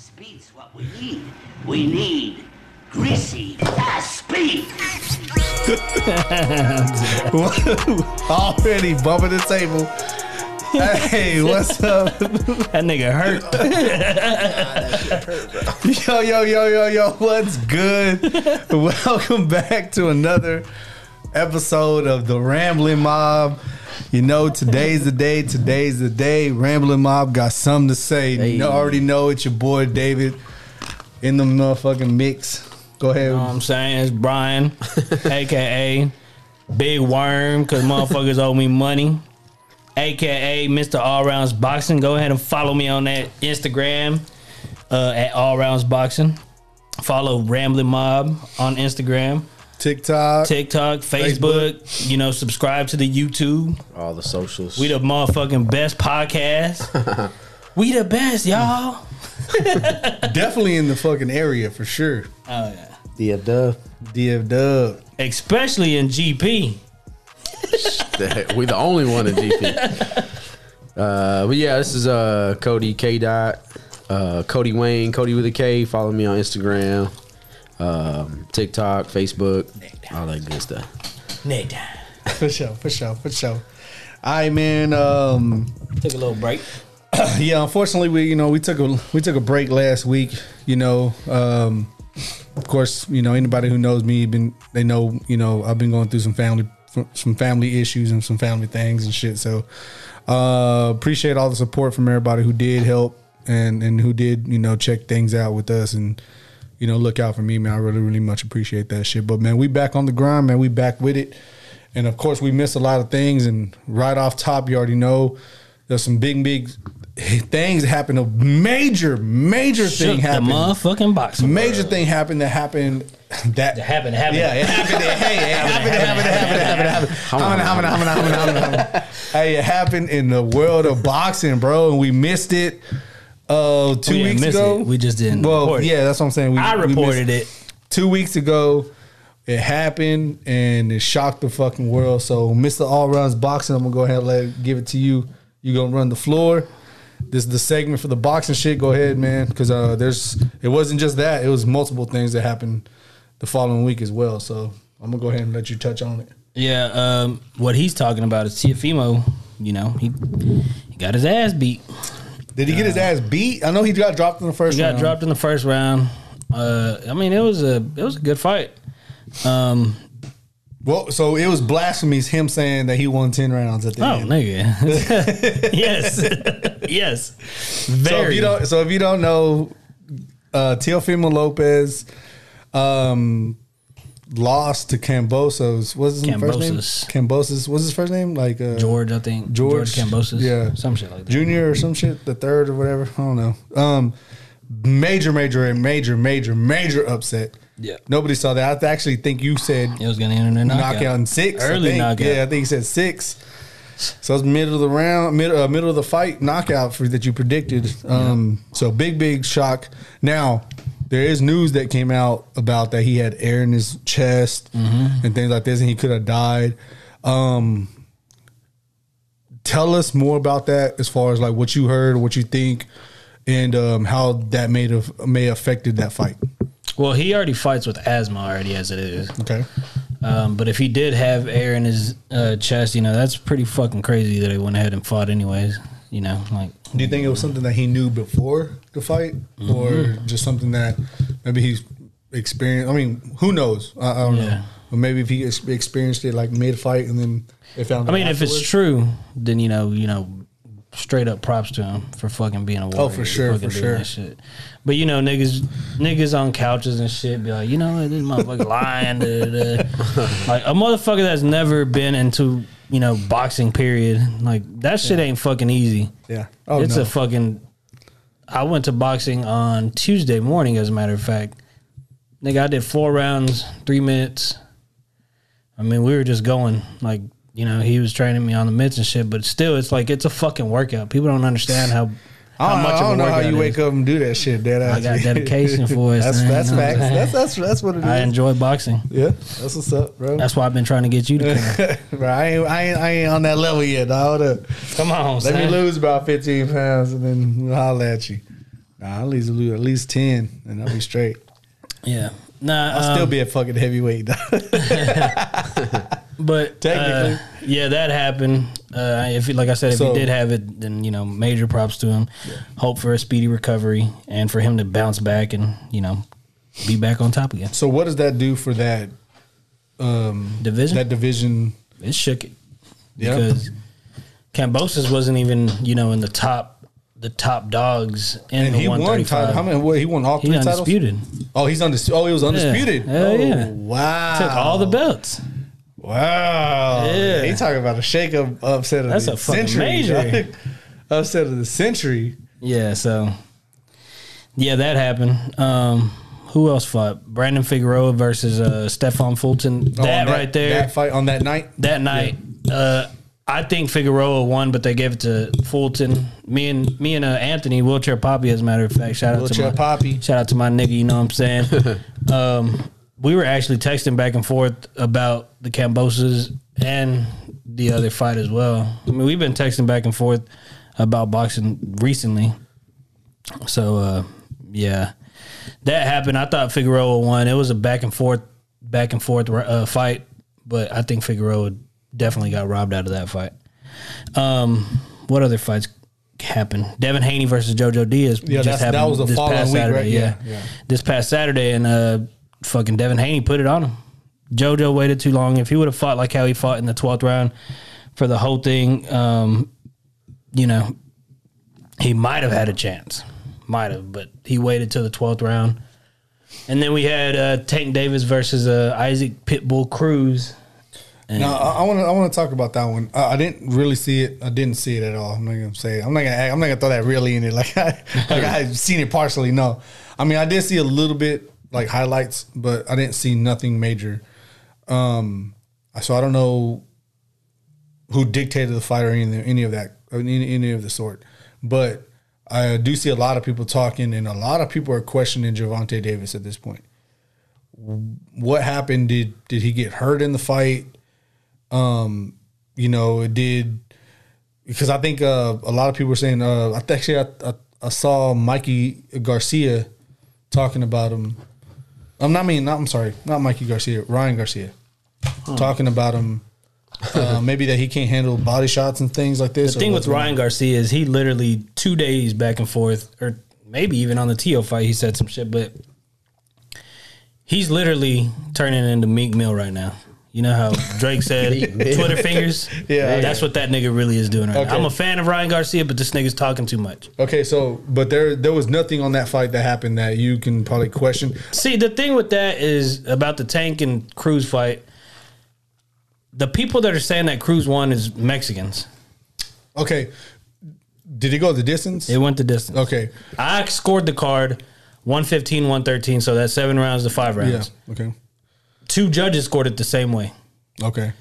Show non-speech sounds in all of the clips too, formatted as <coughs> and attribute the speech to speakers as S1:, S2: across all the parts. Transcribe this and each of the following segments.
S1: speed's what we need. We need greasy, fast speed.
S2: <laughs> Already bumping the table. Hey, what's up?
S3: That nigga hurt.
S2: Yo, yo, yo, yo, yo, what's good? Welcome back to another episode of the Rambling Mob. You know, today's the day, today's the day. Rambling Mob got something to say.
S3: Hey.
S2: You already know it's your boy David in the motherfucking mix. Go ahead.
S3: You know what I'm saying? It's Brian, aka Big Worm, because motherfuckers owe me money. AKA Mr. All Rounds Boxing. Go ahead and follow me on that Instagram uh, at All Rounds Boxing. Follow Rambling Mob on Instagram,
S2: TikTok.
S3: TikTok, Facebook. You know, subscribe to the YouTube.
S4: all the socials.
S3: We the motherfucking best podcast. we the best, y'all.
S2: Definitely in the fucking area for sure.
S3: Oh, yeah.
S4: the duh.
S2: DF Dub.
S3: Especially in GP.
S4: The- <laughs> we the only one
S2: <laughs>
S4: in GP. uh, but yeah, this is uh, Cody K dot, uh, Cody Wayne, Cody with a K. Follow me on Instagram, um, TikTok, Facebook, all that good stuff.
S3: Neck down.
S2: For sure, for sure, for sure. All right, man. Um,
S3: Took a little break.
S2: yeah, unfortunately, we you know we took a we took a break last week. You know, um, of course, you know anybody who knows me been they know you know I've been going through some family some family issues and some family things and shit. So uh, appreciate all the support from everybody who did help and and who did you know check things out with us and you know look out for me, man. I really really much appreciate that shit. But man, we back on the grind, man. We back with it. And of course, we missed a lot of things. And right off top, you already know there's some big, big things that happened. A major, major thing
S3: Shook
S2: happened.
S3: The motherfucking box.
S2: major thing happened that happened. <laughs> That
S3: It happened. it Happened.
S2: Yeah, it happened. Hey, it happened. It happened. It happened. It happened. It happened. Hamina, hamina, hamina, hamina, hamina, hamina. Hey, it happened in the world of boxing, bro, and we missed it. Uh, two
S3: We didn't
S2: weeks
S3: miss
S2: ago,
S3: Oh, it. We just didn't
S2: Well,
S3: report it.
S2: yeah, that's what I'm saying. We,
S3: I
S2: we missed
S3: reported it.
S2: two weeks ago. It happened and it shocked the fucking world. So, Mr. All Rounds Boxing, I'm gonna go ahead and let, give it to you. You gonna run the floor. This is the segment for the boxing shit. Go ahead, man, because uh, there's it wasn't just that. It was multiple things that happened the following week as well. So, I'm gonna go ahead and let you touch on it.
S3: Yeah. Um, what he's talking about is Tiafimo. You know, he, he got his ass beat.
S2: Did he get his ass beat? I know he got dropped in the first.
S3: He got
S2: round.
S3: dropped in the first round. Uh, I mean, it was a it was a good fight. Um,
S2: Well, so it was blasphemies him saying that he won ten rounds at the
S3: oh
S2: end.
S3: nigga,
S2: <laughs>
S3: yes, <laughs> yes,
S2: So if
S3: very.
S2: you don't, so if you don't know, uh, Teofimo Lopez um, lost to Cambosos. What's his first name?
S3: Cambosos.
S2: Cambosos. What's his first name? Like uh,
S3: George, I think
S2: George,
S3: Cambosis,
S2: yeah.
S3: some shit like that.
S2: Junior or some shit, the third or whatever. I don't know. Um, major, major, major, major, major upset.
S3: Yeah.
S2: Nobody saw that. I actually think you said
S3: It was gonna end in a knockout.
S2: knockout in six.
S3: Early
S2: I think.
S3: knockout.
S2: Yeah, I think he said six. So it's middle of the round, middle, uh, middle of the fight knockout for that you predicted. Um, So big, big shock. Now there is news that came out about that he had air in his chest
S3: Mm-hmm.
S2: and things like this, and he could have died. Um, tell us more about that as far as like what you heard, what you think, and um, how that may have may affected that fight.
S3: Well, he already fights with asthma already as it is.
S2: Okay.
S3: Um, but if he did have air in his uh, chest, you know, that's pretty fucking crazy that he went ahead and fought anyways. You know, like
S2: Do you think it was something that he knew before the fight, or
S3: Mm-hmm.
S2: just something that maybe he's experienced? I mean, who knows? I, I don't know.
S3: Yeah.
S2: But maybe if he ex- experienced it like mid fight and then they found.
S3: I
S2: out
S3: mean, if it's
S2: afterwards.
S3: true, then you know, you know, straight up props to him for fucking being a warrior.
S2: Oh, for sure,
S3: fucking
S2: for
S3: doing
S2: sure.
S3: that shit. But you know, niggas, niggas on couches and shit be like, you know, this
S2: <laughs>
S3: motherfucker lying. da, da, da. Like a motherfucker that's never been into you know boxing. Period. Like that shit ain't fucking easy.
S2: yeah, oh
S3: it's
S2: no,
S3: a fucking. I went to boxing on Tuesday morning, as a matter of fact. Nigga, I did four rounds, three minutes. I mean, we were just going. Like, you know, he was training me on the mitts and shit, but still, it's like, it's a fucking workout. People don't understand how,
S2: I don't,
S3: how
S2: know-
S3: much
S2: I don't
S3: of a
S2: know how
S3: workout
S2: you
S3: it
S2: wake
S3: is.
S2: up and do that shit. That
S3: I got
S2: <laughs>
S3: dedication for it,
S2: that's
S3: son,
S2: that's
S3: you know what <laughs>
S2: facts.
S3: I'm saying?
S2: That's that's that's what it is.
S3: I enjoy boxing.
S2: yeah, that's what's up, bro.
S3: That's why I've been trying to get you to come,
S2: <laughs> Bro, I ain't, I ain't I ain't on that level yet. Dog. Hold up.
S3: come on.
S2: Let me
S3: son.
S2: lose about fifteen pounds and then we'll holler at you. Nah, at least lose at least ten, and I'll be straight.
S3: Yeah. Nah,
S2: I'll
S3: um,
S2: still be a fucking heavyweight.
S3: but
S2: Technically.
S3: uh, yeah, that happened. Uh, if he, like I said, if
S2: So-
S3: he did have it, then you know, major props to him. Hope for a speedy recovery and for him to bounce back and you know, be back on top
S2: <laughs>
S3: again.
S2: so, what does that do for that um,
S3: Division
S2: that division?
S3: it shook it
S2: Yeah.
S3: because Cambosis wasn't even you know in the top the top dogs in
S2: And
S3: the
S2: he won
S3: 135.
S2: title. How many? What, he won all
S3: He
S2: three titles.
S3: undisputed.
S2: Oh, he's undisputed. Oh, he was undisputed.
S3: Hell
S2: oh,
S3: yeah.
S2: Wow.
S3: Took all the belts.
S2: Wow.
S3: Yeah.
S2: He talking about a shake up upset of
S3: That's
S2: the
S3: a fucking
S2: century.
S3: major.
S2: dog. <laughs> upset of the century.
S3: Yeah, so yeah, that happened. Um, who else fought? Brandon Figueroa versus uh, Stefan Fulton.
S2: Oh,
S3: that,
S2: on
S3: right there,
S2: That
S3: that,
S2: fight on that night.
S3: night. Uh, I think Figueroa won, but they gave it to Fulton. Me and me and uh, Anthony wheelchair Poppy, as a matter of fact. Shout out to
S2: Wheelchair
S3: my,
S2: Poppy.
S3: Shout out to my nigga. You know what I'm
S2: <laughs>
S3: saying? um, we were actually texting back and forth about the Cambosas and the other fight as well. I mean, we've been texting back and forth about boxing recently. So uh, yeah, that happened. I thought Figueroa won. It was a back and forth, back and forth uh, fight, but I think Figueroa definitely got robbed out of that fight. Um, what other fights happened? Devin Haney versus JoJo Diaz.
S2: Yeah, that's- that was the following week, right?
S3: Saturday.
S2: Yeah,
S3: Yeah.
S2: yeah.
S3: this past Saturday, and uh, fucking Devin Haney put it on him. JoJo waited too long. If he would have fought like how he fought in the twelfth round for the whole thing, um, you know, he might have had a chance. Might have, but he waited till the twelfth round. And then we had uh, Tank Davis versus uh, Isaac Pitbull Cruz.
S2: Now I want to I want to talk about that one. I, I didn't really see it. I didn't see it at all. I'm not gonna say. It. I'm not gonna. act- I'm not gonna throw that really in it. <laughs> Like I like I've seen it partially. No, I mean I did see a little bit like highlights, but I didn't see nothing major. Um, so I don't know who dictated the fight or any any of that any, any of the sort, but I do see a lot of people talking and a lot of people are questioning Javante Davis at this point. What happened? Did did he get hurt in the fight? Um, you know, it did because I think uh, a lot of people were saying. Uh, I th- actually I, I, I saw Mikey Garcia talking about him. I'm not I mean. Not, I'm sorry, not Mikey Garcia, Ryan Garcia, talking about him. Uh,
S3: <laughs>
S2: maybe that he can't handle body shots and things like this. or
S3: The thing with
S2: whatnot.
S3: Ryan Garcia is he literally two days back and forth, or maybe even on the Tio fight, he said some shit, but he's literally turning into Meek Mill right now. You know how
S2: <laughs>
S3: Drake said Twitter fingers?
S2: Yeah.
S3: That's what that nigga really is doing right
S2: Okay.
S3: now. I'm a fan of Ryan Garcia, but this nigga's talking too much.
S2: Okay, so but there there was nothing on that fight that happened that you can probably question.
S3: See, the thing with that is about the Tank and Cruz fight. The people that are saying that Cruz won is Mexicans.
S2: Okay, did he go the distance?
S3: It went the distance.
S2: okay,
S3: I scored the card 115, 113, so that's seven rounds to five
S2: yeah,
S3: rounds.
S2: okay,
S3: Two judges scored it the same way.
S2: okay.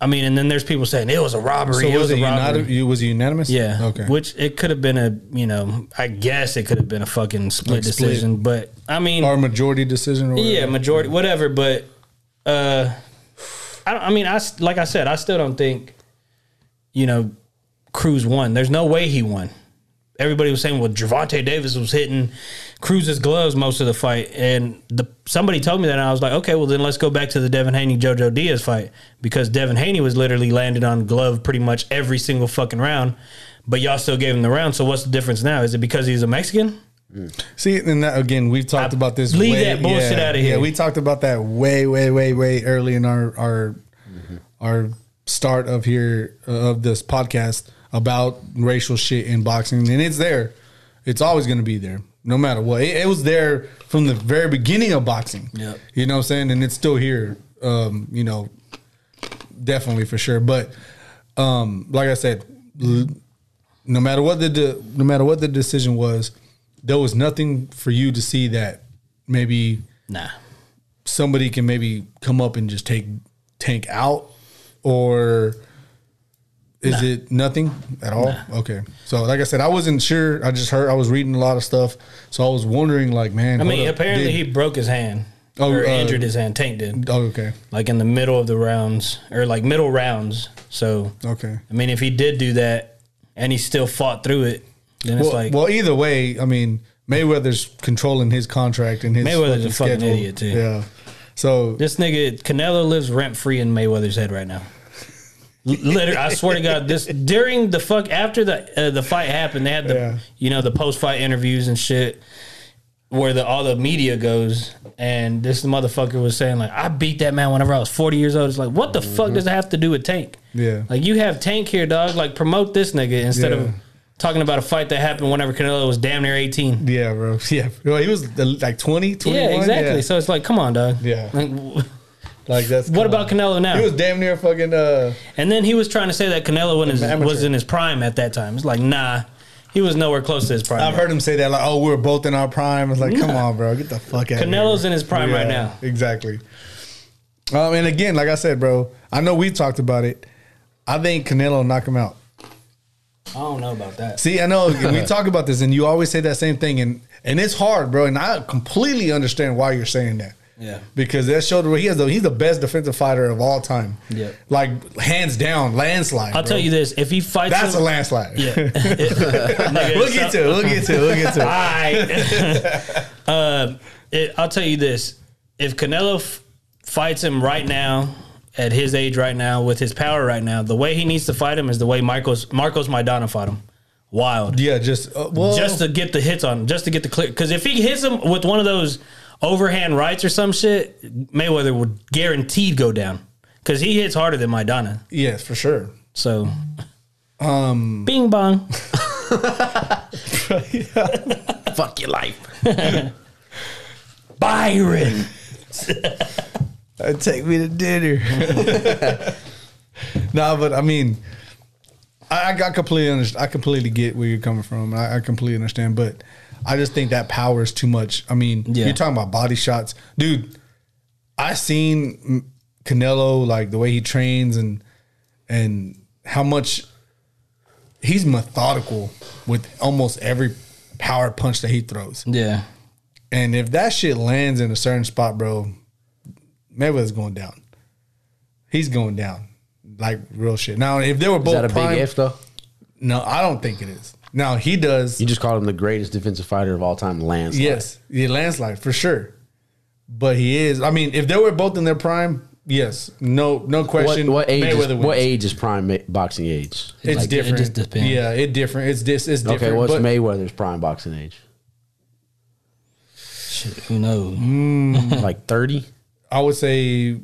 S3: I mean, and then there's people saying it was a robbery.
S2: So
S3: it was,
S2: was it
S3: a robbery.
S2: unanimous? Was it unanimous?
S3: Yeah.
S2: Okay.
S3: Which it could have been a, you know, I guess it could have been a fucking
S2: Like
S3: split
S2: split.
S3: decision, but I mean,
S2: or majority decision or whatever.
S3: yeah, majority, whatever. But uh, I, don't- I mean, I s- like I said, I still don't think, you know, Cruz won. There's no way he won. Everybody was saying, well, Javante Davis was hitting Cruz's gloves most of the fight, and the somebody told me that, and I was like, okay, well then let's go back to the Devin Haney JoJo Diaz fight because Devin Haney was literally landed on glove pretty much every single fucking round, but y'all still gave him the round. So what's the difference now? Is it because he's a Mexican?
S2: See, and that again, we've talked
S3: I-
S2: about this.
S3: leave
S2: way,
S3: that bullshit
S2: yeah,
S3: outta here.
S2: Yeah, we talked about that way, way, way, way early in our our our start of here uh, of this podcast about racial shit in boxing, and it's there. It's always going to be there, no matter what. It, it was there from the very beginning of boxing.
S3: Yep.
S2: you know what I'm saying, and it's still here. Um, you know, definitely for sure. But um, like I said, l- no matter what the de- no matter what the decision was, there was nothing for you to see that maybe
S3: Nah.
S2: somebody can maybe come up and just take tank out or is it nothing at all okay so like i said i wasn't sure i just heard i was reading a lot of stuff so i was wondering like man
S3: I mean, apparently he broke his hand.
S2: Oh,
S3: or
S2: uh,
S3: injured his hand. Tank
S2: <laughs>
S3: did.
S2: oh, okay
S3: like in the middle of the rounds or like middle rounds. So
S2: okay
S3: I mean, if he did do that and he still fought through it, Then
S2: Well,
S3: it's like
S2: well, either way, I mean Mayweather's controlling his contract and his
S3: Mayweather's a fucking
S2: schedule.
S3: idiot, too.
S2: Yeah. So
S3: this nigga Canelo lives rent free in Mayweather's head right now. Literally, I swear to God, this during the fuck after the uh, the fight happened, they had the
S2: Yeah.
S3: you know the post fight interviews and shit where the all the media goes, and this motherfucker was saying like, I beat that man whenever I was forty years old. It's like, what the fuck does it have to do with Tank?
S2: Mm-hmm. Yeah.
S3: like you have Tank here, dog. Like promote this nigga instead
S2: Yeah.
S3: of talking about a fight that happened whenever Canelo was damn near eighteen.
S2: yeah, bro. <laughs> Yeah, well, he was uh, like 20, 21.
S3: Yeah, exactly. So it's like, come on, dog.
S2: Yeah.
S3: Like, w-
S2: like that's
S3: what about Canelo now?
S2: He was damn near fucking. Uh,
S3: and then he was trying to say that Canelo was,
S2: An amateur.
S3: was in his prime at that time. It's like, nah, he was nowhere close to his prime.
S2: I've heard him say that like, "Oh, we're both in our prime." It's like, come on, bro, get the fuck out.
S3: Canelo's
S2: here.
S3: in his prime right
S2: Yeah,
S3: now.
S2: exactly. Um, and again, like I said, bro, I know we talked about it. I think Canelo will knock him out.
S3: I don't know about that.
S2: See, I know
S3: <laughs>
S2: we talk about this, and you always say that same thing, and and it's hard, bro. And I completely understand why you're saying that.
S3: Yeah.
S2: Because that showed where he has the he's the best defensive fighter of all time.
S3: Yep.
S2: Like hands down, landslide.
S3: I'll
S2: bro.
S3: tell you this: if he fights,
S2: That's a
S3: him,
S2: landslide.
S3: Yeah. <laughs> Nigga,
S2: we'll get
S3: so-
S2: to it. We'll get to it. We'll get
S3: <laughs>
S2: to it.
S3: Alright. <laughs> Um, it- I'll tell you this: if Canelo f- fights him right now, at his age right now, with his power right now, the way he needs to fight him is the way Marcos Marcos Maidana fought him. Wild,
S2: Yeah, just uh, well,
S3: just to get the hits on him, just to get the clear. Because if he hits him with one of those overhand rights or some shit, Mayweather would guaranteed go down. Because he hits harder than Maidana.
S2: yes, for sure.
S3: So, um, Bing bong.
S4: Fuck your life.
S2: <laughs>
S3: Byron.
S2: Uh, take me to dinner. nah, but I mean, I, I got completely understand. I completely get where you're coming from. I, I completely understand, but I just think that power is too much. I mean,
S3: Yeah.
S2: you're talking about body shots, dude. I seen mm, Canelo like the way he trains and and how much he's methodical with almost every power punch that he throws.
S3: Yeah.
S2: And if that shit lands in a certain spot, bro, Mayweather's going down. He's going down. Like real shit. Now, if they were both
S4: Is that a
S2: prime-
S4: big F though?
S2: no, I don't think it is. Now he does.
S4: You just called him the greatest defensive fighter of all time, Lance.
S2: yes, yeah, landslide for sure. But he is. I mean, if they were both in their prime, yes, no, no
S4: What,
S2: question.
S4: what age? Is,
S2: Mayweather
S4: what
S2: wins.
S4: age is prime ma- boxing age?
S2: It's
S3: Like, it
S2: different.
S3: just depends.
S2: Yeah, it different. It's this. It's different.
S4: Okay, what's
S2: but
S4: Mayweather's prime boxing age?
S3: Shit, who knows?
S4: like thirty?
S2: I would say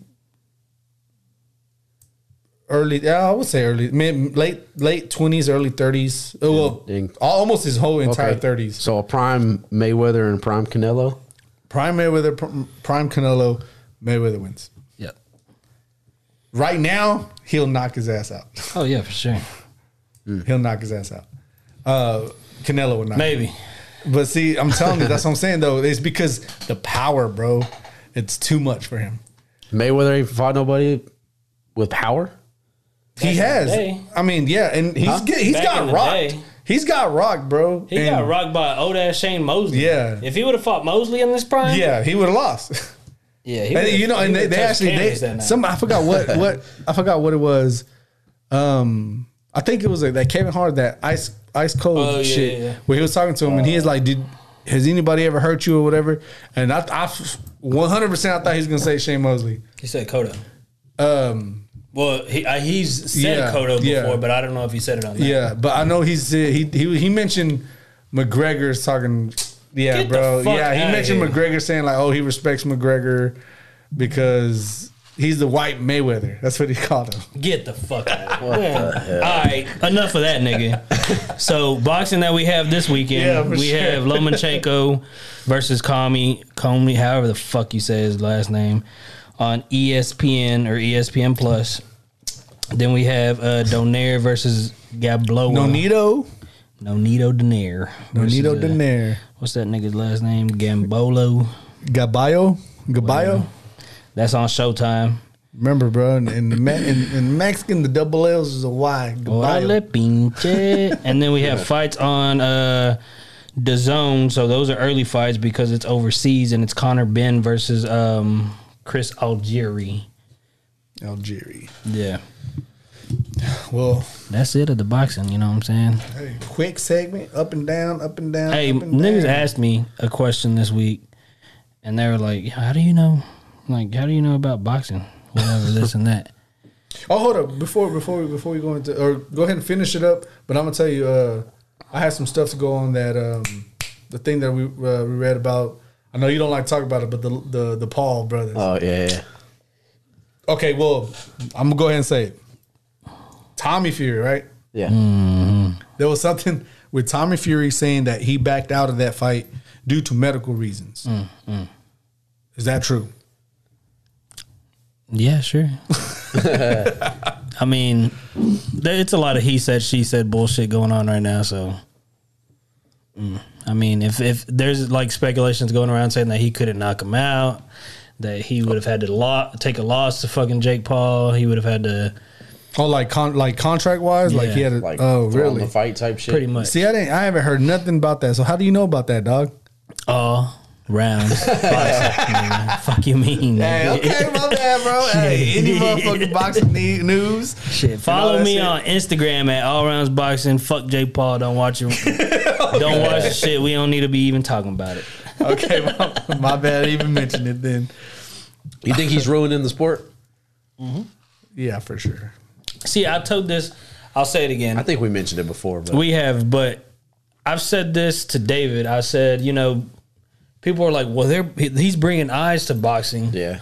S2: early. Yeah, I would say early, mid, late, late twenties, early thirties. Uh, Well,
S4: Dang.
S2: almost his whole entire
S4: Okay.
S2: thirties.
S4: So a prime Mayweather and prime Canelo.
S2: Prime Mayweather, pr- prime Canelo, Mayweather wins.
S3: Yeah.
S2: Right now, he'll knock his ass out.
S3: Oh yeah, for sure.
S2: <laughs> he'll knock his ass out. Uh, Canelo will knock. him
S3: Maybe.
S2: But see, I'm telling you, that's what I'm saying though. It's because the power, bro. It's too much for him.
S4: Mayweather ain't fought nobody with power.
S2: He
S3: Back in
S2: has.
S3: the day.
S2: I mean, yeah, and he's get, he's
S3: Back in
S2: got
S3: the
S2: rocked.
S3: day.
S2: He's got rocked, bro.
S3: He
S2: And-
S3: got rocked by old ass Shane Mosley.
S2: Yeah.
S3: If he would have fought Mosley in this prime,
S2: Yeah, he would have
S3: <laughs>
S2: lost. <laughs>
S3: yeah. He
S2: And,
S3: would've-
S2: you know,
S3: he
S2: and they,
S3: would've
S2: they
S3: touched
S2: actually
S3: canvas that
S2: they
S3: night.
S2: some I forgot
S3: <laughs>
S2: what what I forgot what it was. Um, I think it was like that Kevin Hart that ice ice cold
S3: Oh, yeah,
S2: shit
S3: yeah, Uh. yeah.
S2: where he was talking to him and he is like, "Did has anybody ever hurt you or whatever?" And I I 100 percent I thought he was gonna say Shane Mosley.
S3: he said Kodo.
S2: Um,
S3: Well, he uh, he's said
S2: Yeah,
S3: Kodo before,
S2: yeah.
S3: but I don't know if he said it on that.
S2: yeah, but I know he said he he he mentioned McGregor's talking. Yeah,
S3: Get the
S2: bro.
S3: fuck
S2: Yeah, he
S3: outta
S2: mentioned
S3: here.
S2: McGregor saying like, "Oh, he respects McGregor because." He's the white Mayweather. That's what he <laughs> called him.
S3: Get the fuck out. Of here. All right, enough of that, nigga. so boxing that we have this weekend,
S2: Yeah, for
S3: we
S2: sure.
S3: have Lomachenko versus Comey, Comey, however the fuck you say his last name, on E ESPN or E ESPN Plus. Then we have uh, Donaire versus Gabloa.
S2: Nonito.
S3: Nonito Donaire. versus,
S2: Nonito
S3: uh,
S2: Donaire.
S3: What's that nigga's last name? Gambolo.
S2: Gabayo. Gabayo.
S3: That's on Showtime.
S2: Remember, bro, in, in, the Me- in, in Mexican, the double L's is a Y.
S3: Hola,
S2: Gabayo.
S3: pinche. <laughs> and then we have fights on uh the zone. So those are early fights because it's overseas and it's Connor Ben versus um Chris Algieri.
S2: Algeria.
S3: Yeah.
S2: Well,
S3: That's it at the boxing. You know what I'm saying?
S2: hey, quick segment, up and down, up and down.
S3: Hey,
S2: up and
S3: niggas
S2: down.
S3: asked me a question this week, and they were like, "How do you know? Like, how do you know about boxing? Whatever, this and that."
S2: Oh, hold up before before before we go into or go ahead and finish it up. But I'm gonna tell you, uh, I had some stuff to go on that um, the thing that we uh, we read about. I know you don't like to talk about it, but the the the Paul brothers.
S4: Oh yeah.
S2: okay, well, I'm gonna go ahead and say it. Tommy Fury, right?
S4: Yeah.
S2: There was something with Tommy Fury saying that he backed out of that fight due to medical reasons.
S4: Mm,
S2: Is that true? <laughs>
S3: Yeah, sure. I mean, there, it's a lot of he said, she said bullshit going on right now. So, mm. I mean, if if there's like speculations going around saying that he couldn't knock him out, that he would have had to lo- take a loss to fucking Jake Paul, he would have had to
S2: Oh, like con- like contract wise, like he
S3: Yeah,
S2: had. A,
S4: Like
S2: oh,
S4: throwing
S2: really?
S4: The fight type shit.
S3: pretty much
S2: See, I didn't. I haven't heard nothing about that. So how do you know about that, dog?
S3: all
S2: <laughs>
S3: rounds. boxing, man. Fuck you mean? <laughs>
S2: Hey,
S3: nigga.
S2: okay, my bad, bro. Hey, any motherfucking boxing ne- news?
S3: Shit,
S2: all
S3: follow
S2: that
S3: me
S2: shit.
S3: on Instagram at All Rounds Boxing. Fuck Jake Paul. Don't
S2: <laughs>
S3: watch him. don't watch the shit. We don't need to be even talking about it.
S2: Okay, my, my bad. I even mentioned it then.
S4: You think he's ruining the sport?
S2: Yeah, for sure.
S3: See, I told this. I'll say it again.
S4: I think we mentioned it before, but
S3: we have, but I've said this to David. I said, you know, people are like, well, they're he's bringing eyes to boxing.
S4: yeah.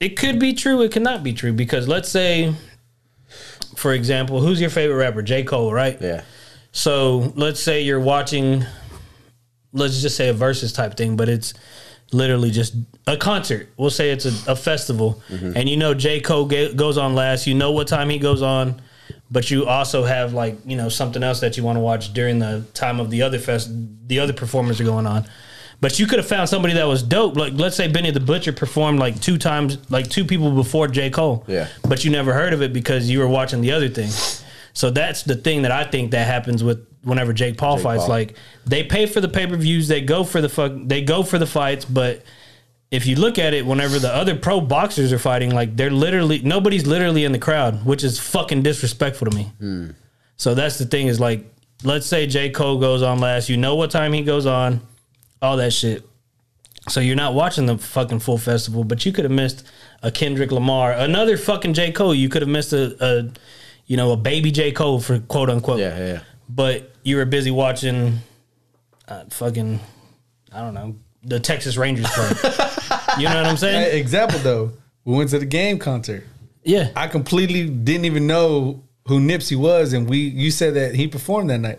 S3: It could be true. It could not be true because let's say, for example, who's your favorite rapper? J. Cole, right?
S4: Yeah.
S3: So let's say you're watching, let's just say a versus type thing, but it's literally just a concert. We'll say it's a, a festival, and you know J Cole ga- goes on last. You know what time he goes on, but you also have like you know something else that you want to watch during the time of the other fest, the other performers are going on. But you could have found somebody that was dope. Like let's say Benny the Butcher performed like two times, like two people before J Cole.
S4: Yeah.
S3: But you never heard of it because you were watching the other thing. So that's the thing that I think that happens with whenever Jake Paul fights.
S4: Paul.
S3: Like they pay for the pay per views, they go for the fuck, they go for the fights. But if you look at it, whenever the other pro boxers are fighting, like they're literally nobody's literally in the crowd, which is fucking disrespectful to me. So that's the thing is like, let's say J Cole goes on last, you know what time he goes on, all that shit. So you're not watching the fucking full festival, but you could have missed a Kendrick Lamar, another fucking J Cole. You could have missed a, a, you know, a baby J Cole for quote unquote.
S4: Yeah. Yeah.
S3: But you were busy watching, uh, fucking, I don't know, the Texas Rangers play. you know what I'm saying?
S2: Hey, example though, we went to the game concert.
S3: Yeah.
S2: I completely didn't even know who Nipsey was, and we you said that he performed that night.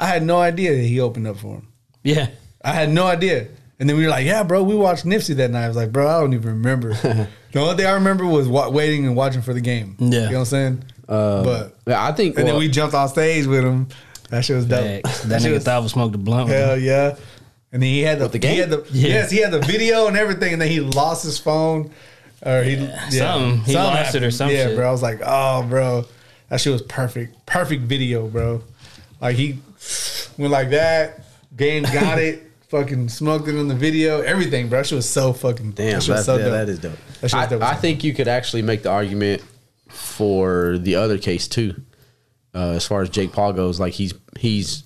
S2: I had no idea that he opened up for him.
S3: yeah.
S2: I had no idea. And then we were like, "Yeah, bro, we watched Nipsey that night." I was like, "Bro, I don't even remember."
S3: <laughs>
S2: the only thing I remember was wa- waiting and watching for the game.
S3: Yeah.
S2: you know what I'm saying. but
S4: Yeah, I think.
S2: and
S4: well,
S2: then we jumped on stage with him. That shit was dope.
S3: That,
S2: <laughs> That shit
S3: nigga
S2: was
S3: thought we smoked a blunt. with him.
S2: hell yeah. And then he had the,
S4: the
S2: he
S4: game?
S2: had the
S3: Yeah.
S2: yes, he had the video and everything, and then he lost his phone or he yeah,
S3: something. He lost it or some
S2: something. Yeah,
S3: shit.
S2: bro. I was like, oh, bro, that shit was perfect, perfect video, bro. Like he went like that, game got it, fucking smoked it on the video, everything, bro. That shit was so fucking
S4: Damn,
S2: that shit was
S4: that's-
S2: so
S4: yeah,
S2: dope.
S4: that is dope.
S2: That shit was dope.
S4: I, I think you could actually make the argument for the other case too, uh, as far as Jake Paul goes. Like he's he's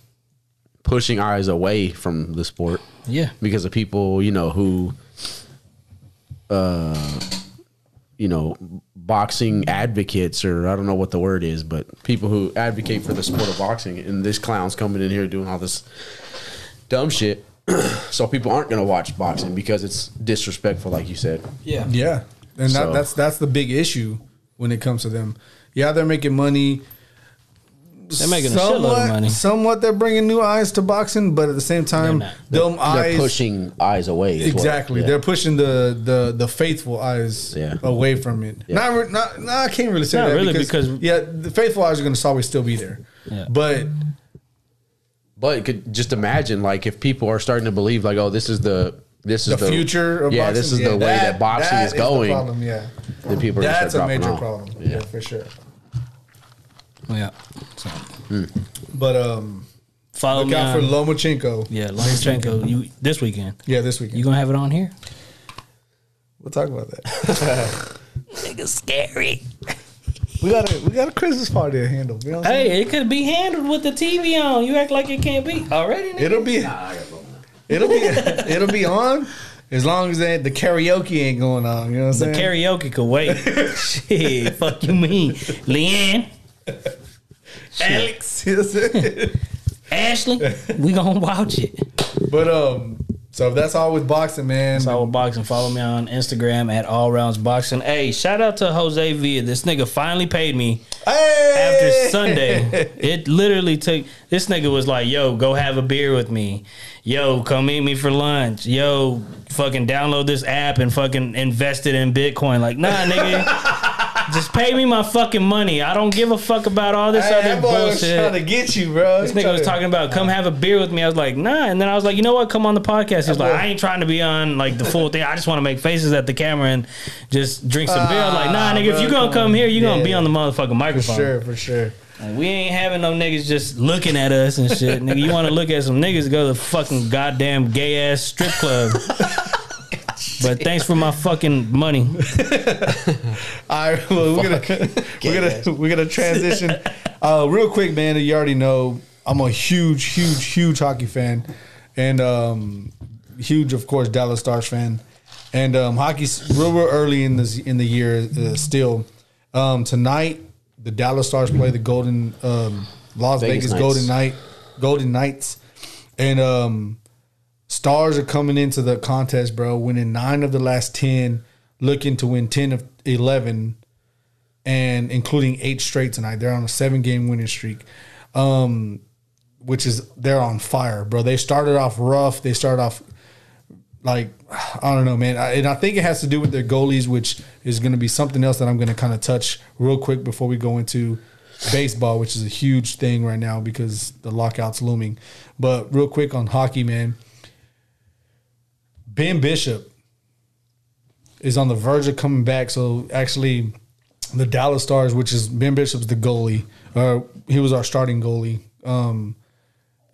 S4: pushing eyes away from the sport
S3: Yeah.
S4: because of people you know who, uh, you know, boxing advocates or I don't know what the word is, but people who advocate for the sport of boxing, and this clown's coming in here doing all this dumb shit. <clears throat> so people aren't gonna watch boxing because it's disrespectful, like you said.
S3: Yeah.
S2: Yeah, and that,
S4: So-
S2: that's that's the big issue when it comes to them. Yeah, they're making money.
S3: They're making a shitload of money.
S2: Somewhat, they're bringing new eyes to boxing, but at the same time,
S3: They're
S2: them eyes
S4: They're pushing eyes away. is what-
S2: exactly.
S4: yeah.
S2: They're pushing the the the faithful eyes
S4: Yeah.
S2: away from it. Not, re- not, no, I can't really say
S3: Not
S2: that
S3: really,
S2: because,
S3: because-
S2: yeah, the faithful eyes are going to always still be there.
S3: Yeah.
S2: But
S4: but could just imagine like if people are starting to believe like, oh, this is the this is
S2: the,
S4: the,
S2: future of
S4: yeah,
S2: boxing,
S4: this is the way that boxing
S2: that
S4: is going.
S2: The problem, yeah,
S4: then people are gonna
S2: that's a
S4: start dropping
S2: major
S4: off.
S2: problem.
S4: Yeah.
S2: yeah, for sure.
S3: Yeah. So,
S2: But um,
S3: follow
S2: look
S3: me
S2: out for
S3: on-
S2: Lomachenko.
S3: Um, Yeah, Lomachenko. You this weekend.
S2: Yeah, this weekend
S3: You gonna have it on here?
S2: we'll talk about that.
S5: Nigga scary.
S6: We got a we got a Christmas party to handle. You know what I'm saying?
S3: Hey, it could be handled with the TV on. You act like it can't be already. Nigga.
S2: It'll be it'll be it'll be on as long as that the karaoke ain't going on. You know what I'm
S3: The
S2: saying?
S3: <laughs> karaoke could wait. Shit, fuck you mean, Leanne,
S2: <laughs>
S3: Alex,
S2: karaoke.
S3: Ashley. We gonna watch it.
S2: but um, so that's all with boxing, man.
S3: That's all with boxing. Follow me on Instagram at All Rounds Boxing. Hey, shout out to Jose Villa. This nigga finally paid me after
S2: Hey! <laughs>
S3: Sunday. It literally took. This nigga was like, "Yo, go have a beer with me. Yo, come eat me for lunch. Yo, fucking download this app and fucking invest it in Bitcoin." Like, nah, nigga. <laughs> Just pay me my fucking money. I don't give a fuck about all this
S2: Hey,
S3: other
S2: that boy was
S3: bullshit.
S2: trying to get you, bro.
S3: This nigga was talking about come have a beer with me. I was like, nah. And then I was like, you know what? Come on the podcast. He was like, I ain't trying to be on like the full thing. I just want to make faces at the camera and just drink some beer. I was like,
S2: Ah,
S3: nah, nigga, if
S2: bro,
S3: you gonna
S2: come
S3: come
S2: on.
S3: here, you gonna
S2: Yeah.
S3: be on the motherfucking
S2: For
S3: microphone.
S2: sure, for sure.
S3: Like, we ain't having no niggas just looking at us and shit. nigga, you want to look at some niggas? Go to the fucking goddamn gay ass strip club. But thanks for my fucking money.
S2: All right, <laughs> well, we're gonna we're gonna we're gonna
S4: <laughs>
S2: transition uh, real quick, man. You already know I'm a huge, huge, huge hockey fan, and um, huge, of course, Dallas Stars fan. And um, hockey's real, real early in this in the year uh, still. Um, tonight, the Dallas Stars play the Golden um, Las Vegas,
S4: Vegas Knights.
S2: Golden Knight Golden Knights, and um, Stars are coming into the contest, bro, winning nine of the last 10, looking to win 10 of 11, and including eight straight tonight. They're on a seven game winning streak, um, which is they're on fire, bro. They started off rough. They started off like, I don't know, man. I, and I think it has to do with their goalies, which is going to be something else that I'm going to kind of touch real quick before we go into baseball, which is a huge thing right now because the lockout's looming. But real quick on hockey, man. Ben Bishop is on the verge of coming back. So actually, the Dallas Stars, which is Ben Bishop's the goalie, or he was our starting goalie, um,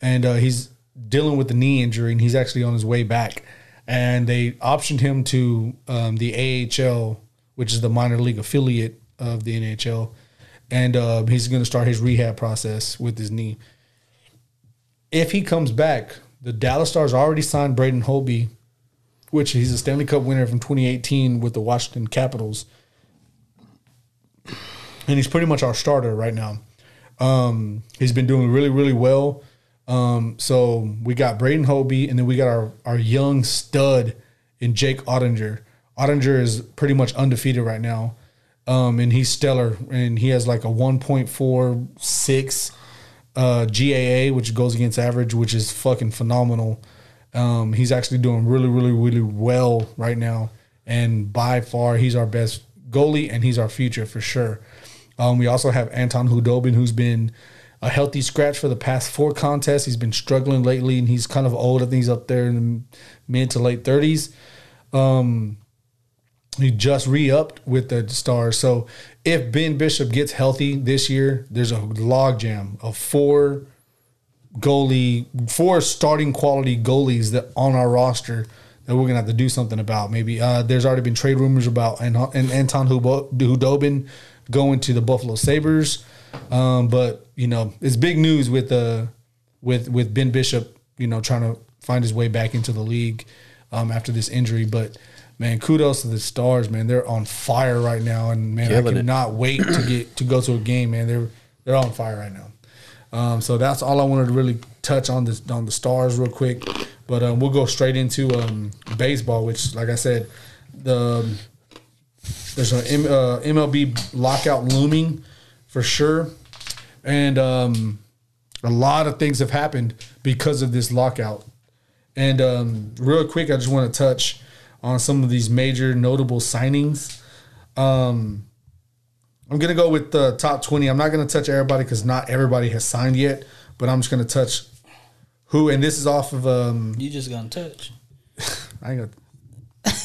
S2: and uh, he's dealing with the knee injury, and he's actually on his way back. And they optioned him to um, the AHL, which is the minor league affiliate of the NHL, and uh, he's going to start his rehab process with his knee if he comes back, the Dallas Stars already signed Braden Holby, which he's a Stanley Cup winner from 2018 with the Washington Capitals. And he's pretty much our starter right now. Um, he's been doing really, really well. Um, so we got Braden Holby, and then we got our, our young stud in Jake Ottinger. Ottinger is pretty much undefeated right now. Um, and he's stellar, and he has like a 1.46 uh, GAA, which goes against average, which is fucking phenomenal. Um, he's actually doing really, really, really well right now, and by far he's our best goalie, and he's our future for sure. Um, we also have Anton Hudobin, who's been a healthy scratch for the past four contests. He's been struggling lately, and he's kind of old. I think he's up there in the mid to late thirties he just re-upped with the stars so if ben bishop gets healthy this year there's a logjam of four goalie four starting quality goalies that on our roster that we're gonna have to do something about maybe uh, there's already been trade rumors about and, and anton Hubo- hudobin going to the buffalo sabres um, but you know it's big news with uh with with ben bishop you know trying to find his way back into the league um, after this injury but man kudos to the stars man they're on fire right now and man
S4: Killing
S2: i
S4: it.
S2: cannot wait to get to go to a game man they're they're on fire right now um, so that's all I wanted to really touch on this on the stars real quick, but um, we'll go straight into um, baseball, which, like I said, the um, there's an M, uh, MLB lockout looming for sure, and um, a lot of things have happened because of this lockout. And um, real quick, I just want to touch on some of these major notable signings. I'm gonna go with the top 20. I'm not gonna touch everybody because not everybody has signed yet, but I'm just gonna touch who. And this is off of um.
S3: You just gonna touch.
S2: I ain't gonna,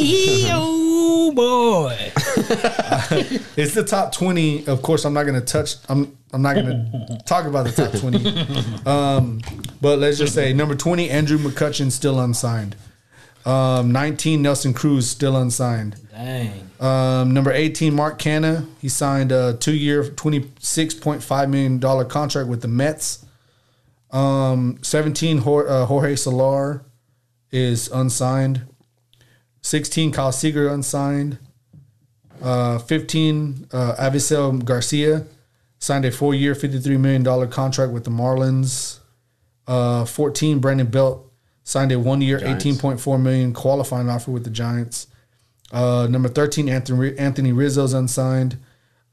S3: Yo, boy.
S2: it's the top 20. Of course, I'm not gonna touch. I'm I'm not gonna talk about the top 20. Um, but let's just say number 20, Andrew McCutcheon still unsigned. Um, 19 Nelson Cruz still unsigned.
S3: Dang.
S2: Um, number 18 Mark Canna he signed a two-year, 26.5 million dollar contract with the Mets. Um, 17 Jor- uh, Jorge Solar is unsigned. 16 Kyle Seager unsigned. Uh, 15 uh, Avisel Garcia signed a four-year, 53 million dollar contract with the Marlins. Uh, 14 Brandon Belt signed a one-year,
S4: Giants.
S2: 18.4 million qualifying offer with the Giants. Uh, number 13 Anthony Anthony Rizzo's unsigned.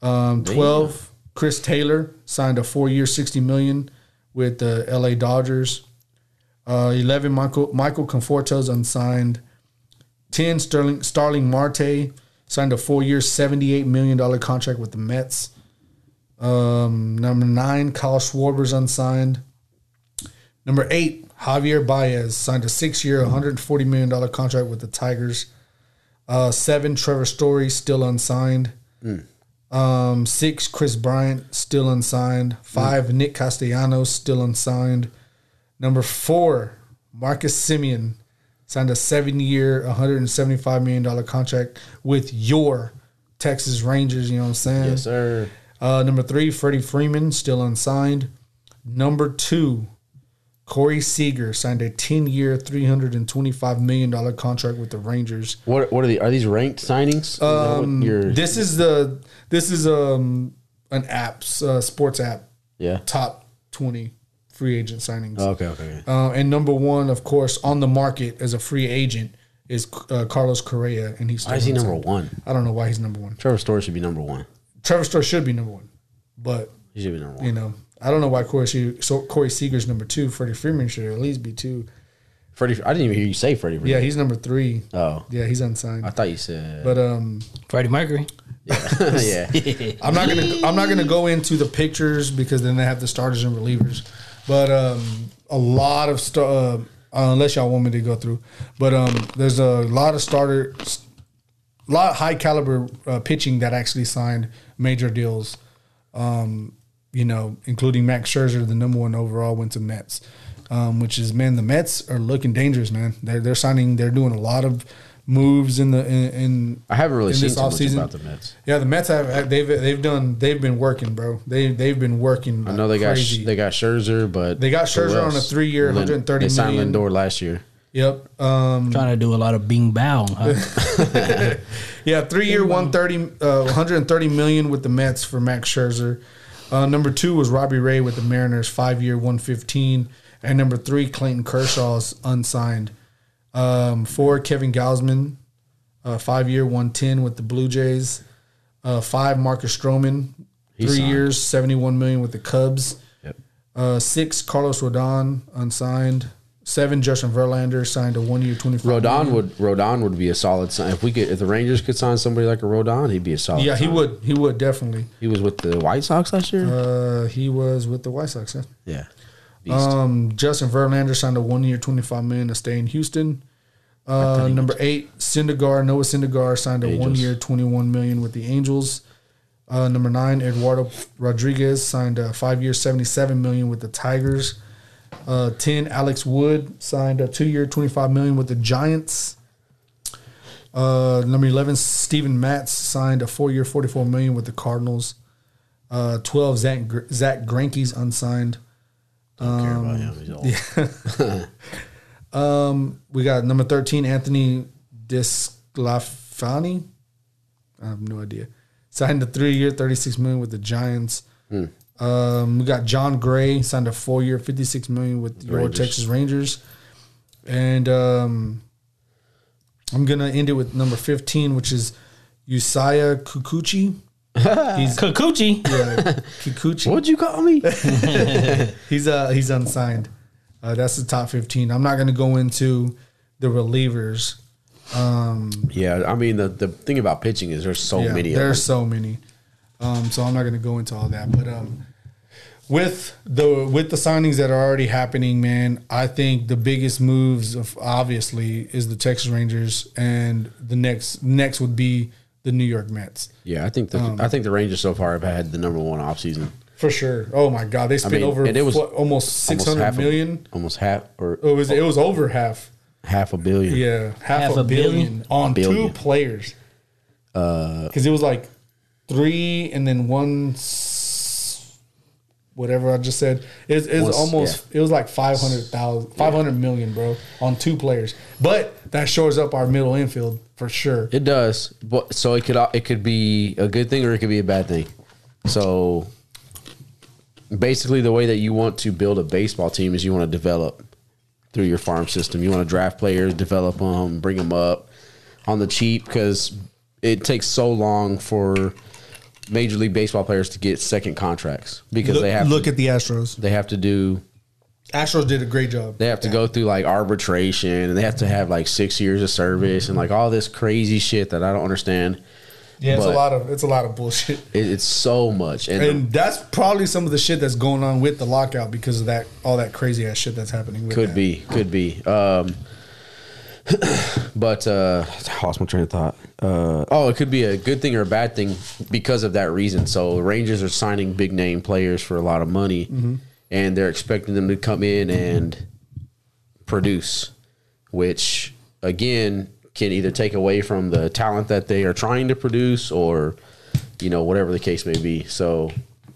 S2: Um, 12 Chris Taylor signed a four-year, 60 million with the LA Dodgers. Uh, 11 Michael Michael Conforto's unsigned. 10 Sterling Starling Marte signed a four-year, $78 million contract with the Mets. Um, number 9 Kyle Schwarber's unsigned. Number 8 Javier Baez signed a 6-year, $140 million contract with the Tigers. Uh, 7 Trevor Story still unsigned. Um, six, Chris Bryant, still unsigned. Five, Nick Castellanos, still unsigned. Number four, Marcus Simeon signed a seven year, $175 million contract with your Texas Rangers. You know what I'm saying?
S4: Yes, sir.
S2: Uh, number three, Freddie Freeman, still unsigned. Number two, Corey Seager signed a 10 year, $325 million contract with the Rangers.
S4: What what are the are these ranked signings? Um,
S2: This is the this is um an app, uh, sports app,
S4: yeah.
S2: top twenty free agent signings.
S4: Oh, Okay, okay.
S2: Uh, and number one, of course, on the market as a free agent is uh, Carlos Correa, and he's
S4: Why is he number one?
S2: I don't know why he's number one.
S4: Trevor Story should be number one.
S2: Trevor Story should be number one, but
S4: He should be number one.
S2: you know I don't know why Corey Se- so Corey Seager's number two. Freddie Freeman should at least be two.
S4: Freddie, I didn't even hear you say Freddie.
S2: Yeah,
S4: Freeman.
S2: he's number three.
S4: Oh,
S2: Yeah, he's unsigned.
S4: I thought you said.
S2: <laughs> But um,
S3: Freddie Mercury.
S4: <laughs> yeah.
S2: I'm not gonna I'm not gonna go into the pictures because then they have the starters and relievers, but um, a lot of star uh, unless y'all want me to go through, but um, there's a lot of starter, a lot of high caliber uh, pitching that actually signed major deals, um, you know, including Max Scherzer, the number one overall, went to Mets, um, which is man, the Mets are looking dangerous, man. They're they're signing, they're doing a lot of moves in the in. in
S4: I haven't really
S2: in
S4: seen
S2: this
S4: too much
S2: offseason.
S4: about the Mets.
S2: Yeah, the Mets have they've they've done they've been working, bro. They they've been working.
S4: I know they got
S2: crazy.
S4: they got Scherzer, but
S2: They got
S4: who
S2: Scherzer on a
S4: else?
S2: three-year,
S4: Lin-
S2: 130
S4: They signed
S2: million.
S4: Lindor last year.
S2: yep. Um,
S3: Trying to do a lot of bing Uh, bong. <laughs> Huh?
S2: yeah, three year, 130, uh, 130 million with the Mets for Max Scherzer. Uh, number two was Robbie Ray with the Mariners, five year, 115. And number three, Clayton Kershaw's unsigned. Um, four, Kevin Gausman, uh, five year, 110 with the Blue Jays. Uh, five, Marcus Stroman, three
S4: signed.
S2: years, 71 million with the Cubs.
S4: Yep.
S2: Uh, six, Carlos Rodon, unsigned. Seven, Justin Verlander signed a one year, 24.
S4: Rodon would Rodon would be a solid sign if we could if the Rangers could sign somebody like a Rodon, he'd be a solid.
S2: Yeah, he
S4: sign.
S2: would. He would definitely.
S4: He was with the White Sox last year.
S2: Uh, he was with the White Sox. Huh?
S4: yeah,
S2: Um, Justin Verlander signed a one-year, twenty-five million to stay in Houston. Uh, number eight, Syndergaard, Noah Syndergaard signed a
S4: Angels.
S2: one-year, twenty-one million with the Angels. Uh, number nine, Eduardo Rodriguez signed a five-year, seventy-seven million with the Tigers. Uh, ten, Alex Wood signed a two-year, twenty-five million with the Giants. Uh, number eleven, Steven Matz signed a four-year, forty-four million with the Cardinals. Uh, twelve, Zach Gr- Zach Greinke's unsigned.
S4: don't care about him.
S2: Um,
S4: He's old.
S2: We got number 13, Anthony Disclafani. I have no idea. Signed a three year, 36 million with the Giants. Um, we got John Gray, signed a four year, 56 million with your
S4: Rangers.
S2: Texas Rangers. And um, I'm going to end it with number 15, which is Usaya Kikuchi.
S3: Kikuchi.
S2: Yeah, Kikuchi.
S4: What'd you call
S2: <laughs>
S4: me?
S2: He's uh he's unsigned. Uh, that's the top 15. I'm not going to go into the relievers.
S4: yeah, I mean the, the thing about pitching is there's so
S2: Yeah,
S4: many. Of them.
S2: There's so many. Um, so I'm not going to go into all that, but um, with the with the signings that are already happening, man, I think the biggest moves of obviously is the Texas Rangers, and the next next would be the New York Mets
S4: Yeah, I think the
S2: um,
S4: I think the Rangers so far have had the number one offseason.
S2: for sure. Oh my God, they spent
S4: mean,
S2: over
S4: and it was
S2: what, almost
S4: Almost
S2: 600
S4: half of-
S2: million.
S4: almost half or
S2: It was it was over half.
S4: half a billion.
S2: Yeah, half, a,
S3: a
S2: billion,
S3: billion?
S2: on
S4: Billion. Uh,
S2: two players. Because it was like three and then one, s- whatever I just said. It, it was
S4: Was-
S2: almost. It was like 500,000, 500 million, bro, on two players. But that shores up our middle infield for sure.
S4: It does, but so it could it could be a good thing or it could be a bad thing. So basically, the way that you want to build a baseball team is you want to develop through your farm system. You want to draft players, develop them, bring them up on the cheap because it takes so long for major league baseball players to get second contracts because
S2: look,
S4: they have
S2: look
S4: to,
S2: at the Astros.
S4: they have to do
S2: Astros did a great job.
S4: they have to go through like arbitration and they have to have like six years of service and like all this crazy shit that I don't understand.
S2: Yeah, it's a
S4: but-
S2: lot of it's a lot of
S4: <laughs>
S2: bullshit.
S4: It, it's so much, and,
S2: And that's probably some of the shit that's going on with the lockout because of that all that crazy ass shit that's happening. With
S4: could
S2: that.
S4: be, could be. Um, <clears throat> but uh, I lost my train of thought. Uh, oh, it could be a good thing or a bad thing because of that reason. So Rangers are signing big name players for a lot of money,
S2: Mm-hmm.
S4: and they're expecting them to come in and produce, which again can either take away from the talent that they are trying to produce or you know whatever the case may be. So.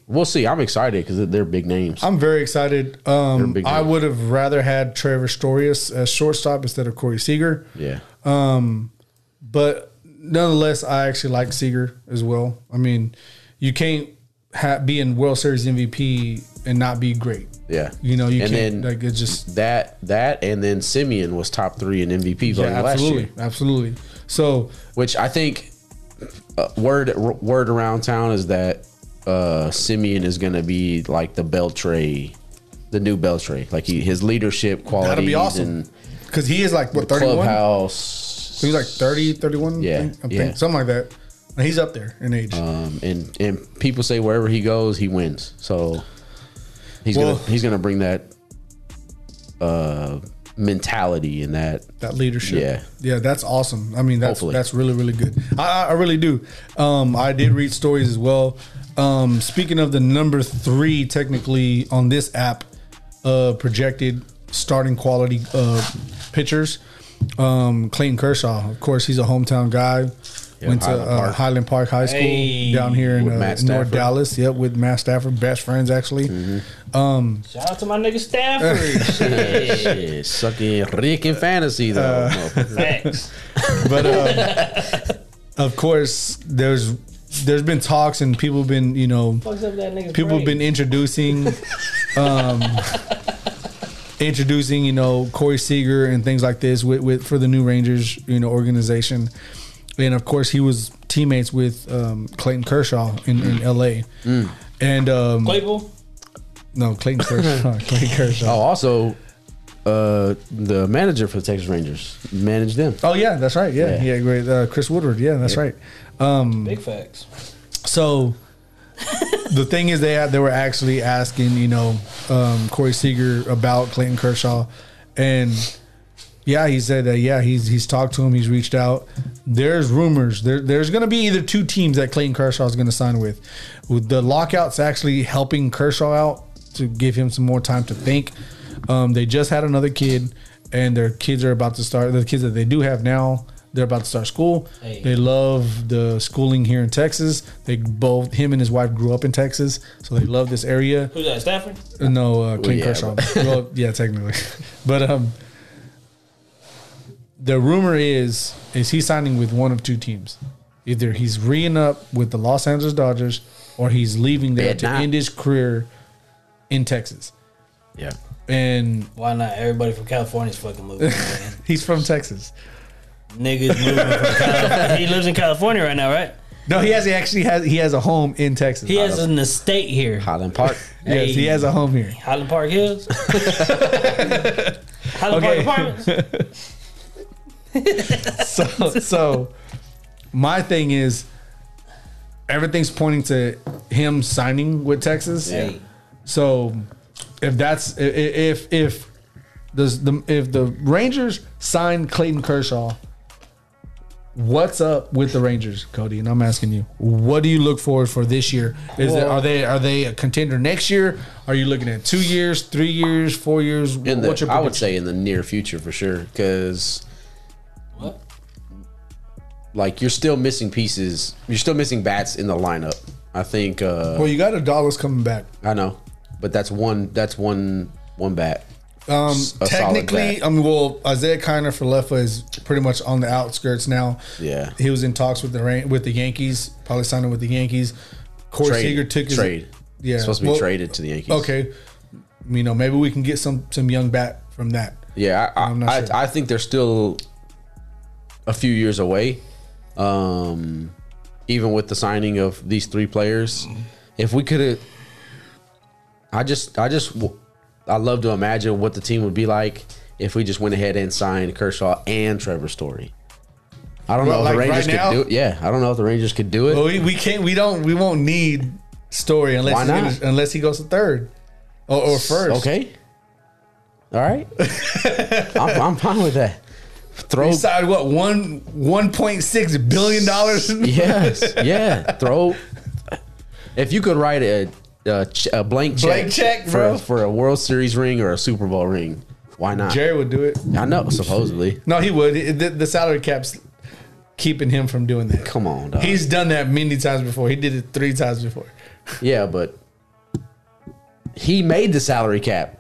S4: We'll see. I'm excited because they're big names.
S2: I'm very excited. Um,
S4: big
S2: I
S4: names.
S2: would have rather had Trevor Storius as shortstop instead of Corey Seager,
S4: yeah.
S2: but nonetheless, I actually like Seager as well. I mean, you can't ha- be in World Series MVP and not be great.
S4: Yeah.
S2: You know, you
S4: And
S2: can't.
S4: then-
S2: like it's just
S4: that that and then Simeon was top three in MVP voting
S2: yeah,
S4: last
S2: absolutely,
S4: year,
S2: absolutely. So
S4: which I think uh, word word around town is that uh, Simeon is going to be like the Beltray, the new Beltray. Like he, his leadership qualities
S2: that'd be awesome
S4: and
S2: because he is like what 31.
S4: clubhouse.
S2: He was like 30, 31.
S4: Yeah,
S2: I think, I think,
S4: yeah.
S2: something like that. And he's up there in age.
S4: um, and and people say wherever he goes, he wins. So he's
S2: Well-
S4: gonna he's gonna bring that uh, mentality and that
S2: that leadership.
S4: Yeah.
S2: yeah, that's awesome. I mean, that's
S4: Hopefully.
S2: that's really really good. I, I- I really do. Um, I did read stories as well. Um, speaking of the number three, technically on this app, uh, projected starting quality uh, pitchers, um, Clayton Kershaw. Of course, he's a hometown guy. Went to Highland,
S4: Highland
S2: uh,
S4: Park.
S2: Park. Highland Park High School
S3: Hey.
S2: down here in
S4: With
S2: uh,
S4: Matt
S2: North
S4: Stafford. Mm-hmm.
S2: Dallas. Yep, with Matt Stafford, best friends actually.
S3: Shout out to my nigga Stafford. <laughs> Shit.
S4: Yeah, sucking Rick in fantasy though.
S2: Uh.
S4: motherfucker.
S3: Facts.
S2: but um, of course, there's there's been talks and people have been you know
S3: Fucks up that nigga.
S2: people have been introducing um, introducing you know Corey Seager and things like this with, with for the new Rangers you know organization and of course he was teammates with um, Clayton Kershaw in, in LA and um,
S3: Claypool.
S2: no Clayton Kershaw Clayton Kershaw
S4: Oh, also, uh, the manager for the Texas Rangers managed them.
S2: oh yeah that's right yeah yeah,
S4: Yeah.
S2: great uh, Chris Woodward yeah that's right
S3: Mm. Big facts.
S2: So the thing is, they had, they were actually asking, you know, um, Corey Seager about Clayton Kershaw, and yeah, he said that yeah, he's he's talked to him, he's reached out. There's rumors there, there's going to be either two teams that Clayton Kershaw is going to sign with. With the lockouts actually helping Kershaw out to give him some more time to think. Um, they just had another kid, and their kids are about to start. The kids that they do have now, they're about to start school.
S3: Hey.
S2: They love the schooling here in Texas. They both him and his wife grew up in Texas, so they love this area.
S3: Who's that? Stafford.
S2: No, uh, Clayton
S4: yeah,
S2: Kershaw. well, yeah, technically, but um, the rumor is is he signing with one of two teams. Either he's re-ing up with the Los Angeles Dodgers, or he's leaving there
S4: Bad
S2: to
S4: night.
S2: end his career in Texas.
S4: Yeah.
S2: And
S3: Why not? Everybody from California's fucking moving. Man.
S2: he's from Texas.
S3: <laughs> Niggas moving from <laughs> California. He lives in California right now, right?
S2: No, he has. He actually has. He has a home in Texas.
S3: He has an estate here.
S4: Highland Park.
S2: yes, he
S3: Hey.
S2: has a home here.
S3: Highland Park Hills. Highland
S2: Okay.
S3: Park Apartments.
S2: <laughs> so so my thing is everything's pointing to him signing with Texas.
S3: Hey,
S2: So if that's i- i- if if does the if the Rangers sign Clayton Kershaw What's up with the Rangers, Cody? And I'm asking you, what do you look forward for this year? Is there, are they are they a contender next year? Are you looking at two years, three years, four years?
S4: In the,
S2: What's your
S4: I would
S2: prediction?
S4: say in the near future for sure, because like you're still missing pieces. You're still missing bats in the lineup. I think. Uh,
S7: Well, you got a dollars coming back.
S4: I know, but that's one. That's one. One bat.
S2: Um,
S4: S- a solid
S2: technically,
S4: bat.
S2: I mean, well, Isaiah Kiner for Leffa is pretty much on the outskirts now.
S4: Yeah.
S2: he was in talks with the Ran- with the Yankees, probably signing with the Yankees. Corey
S4: Trade.
S2: Seager took his
S4: trade.
S2: Yeah,
S4: supposed to be
S2: well,
S4: traded to the Yankees.
S2: Okay, you know maybe we can get some some young bat from that.
S4: Yeah, I, I,
S2: I'm not
S4: I,
S2: sure.
S4: I think they're still a few years away. Um, even with the signing of these three players,
S2: Mm-hmm.
S4: if we could have, I just, I just, w- I love to imagine what the team would be like if we just went ahead and signed Kershaw and Trevor Story. I don't
S2: Well,
S4: know if
S2: like
S4: the Rangers
S2: right
S4: could
S2: now?
S4: do it. Yeah, I don't know if the Rangers could do it.
S2: But we, we can't we don't we won't need Story unless
S4: Why
S2: he's gonna-
S4: not?
S2: unless he goes to third or, or first.
S4: Okay.
S2: <laughs>
S4: All right. I'm, I'm fine with that. Throw
S2: He signed what one one point six billion dollars. <laughs>
S4: Yes, yeah. Throw. If you could write a a, ch- a blank check,
S2: Blank check,
S4: for,
S2: bro.
S4: for a World Series ring or a Super Bowl ring, why not?
S2: Jerry would do it.
S4: I know, supposedly.
S2: No, he would. It- The, the salary cap's keeping him from doing that.
S4: Come on, dog.
S2: He's done that many times before. He did it three times before.
S4: yeah, but he made the salary cap.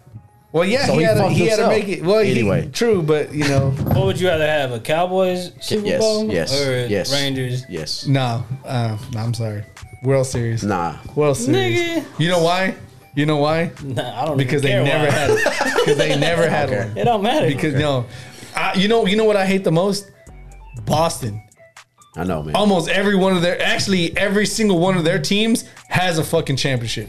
S2: Well, yeah,
S4: So
S2: he,
S4: he
S2: had, to,
S4: fucked
S2: he had to
S4: himself.
S2: make it. Well, anyway,
S4: Anyway.
S2: true, but you know, <laughs>
S3: What would you rather have, a Cowboys Super
S4: yes,
S3: Bowl
S4: yes,
S3: or
S4: yes,
S3: Rangers?
S4: Yes.
S2: no, uh, no, I'm sorry. World Series,
S4: Nah.
S2: World Series.
S3: Nigga.
S2: You know why? You know why?
S3: Nah, I don't
S2: Because they
S3: even care
S2: never
S3: why.
S2: had it. Because they never had
S4: <laughs> Okay.
S2: one.
S3: It don't matter. <laughs>
S2: Because no, I, you know, you know what I hate the most? Boston.
S4: I know, man.
S2: almost every one of their actually every single one of their teams has a fucking championship.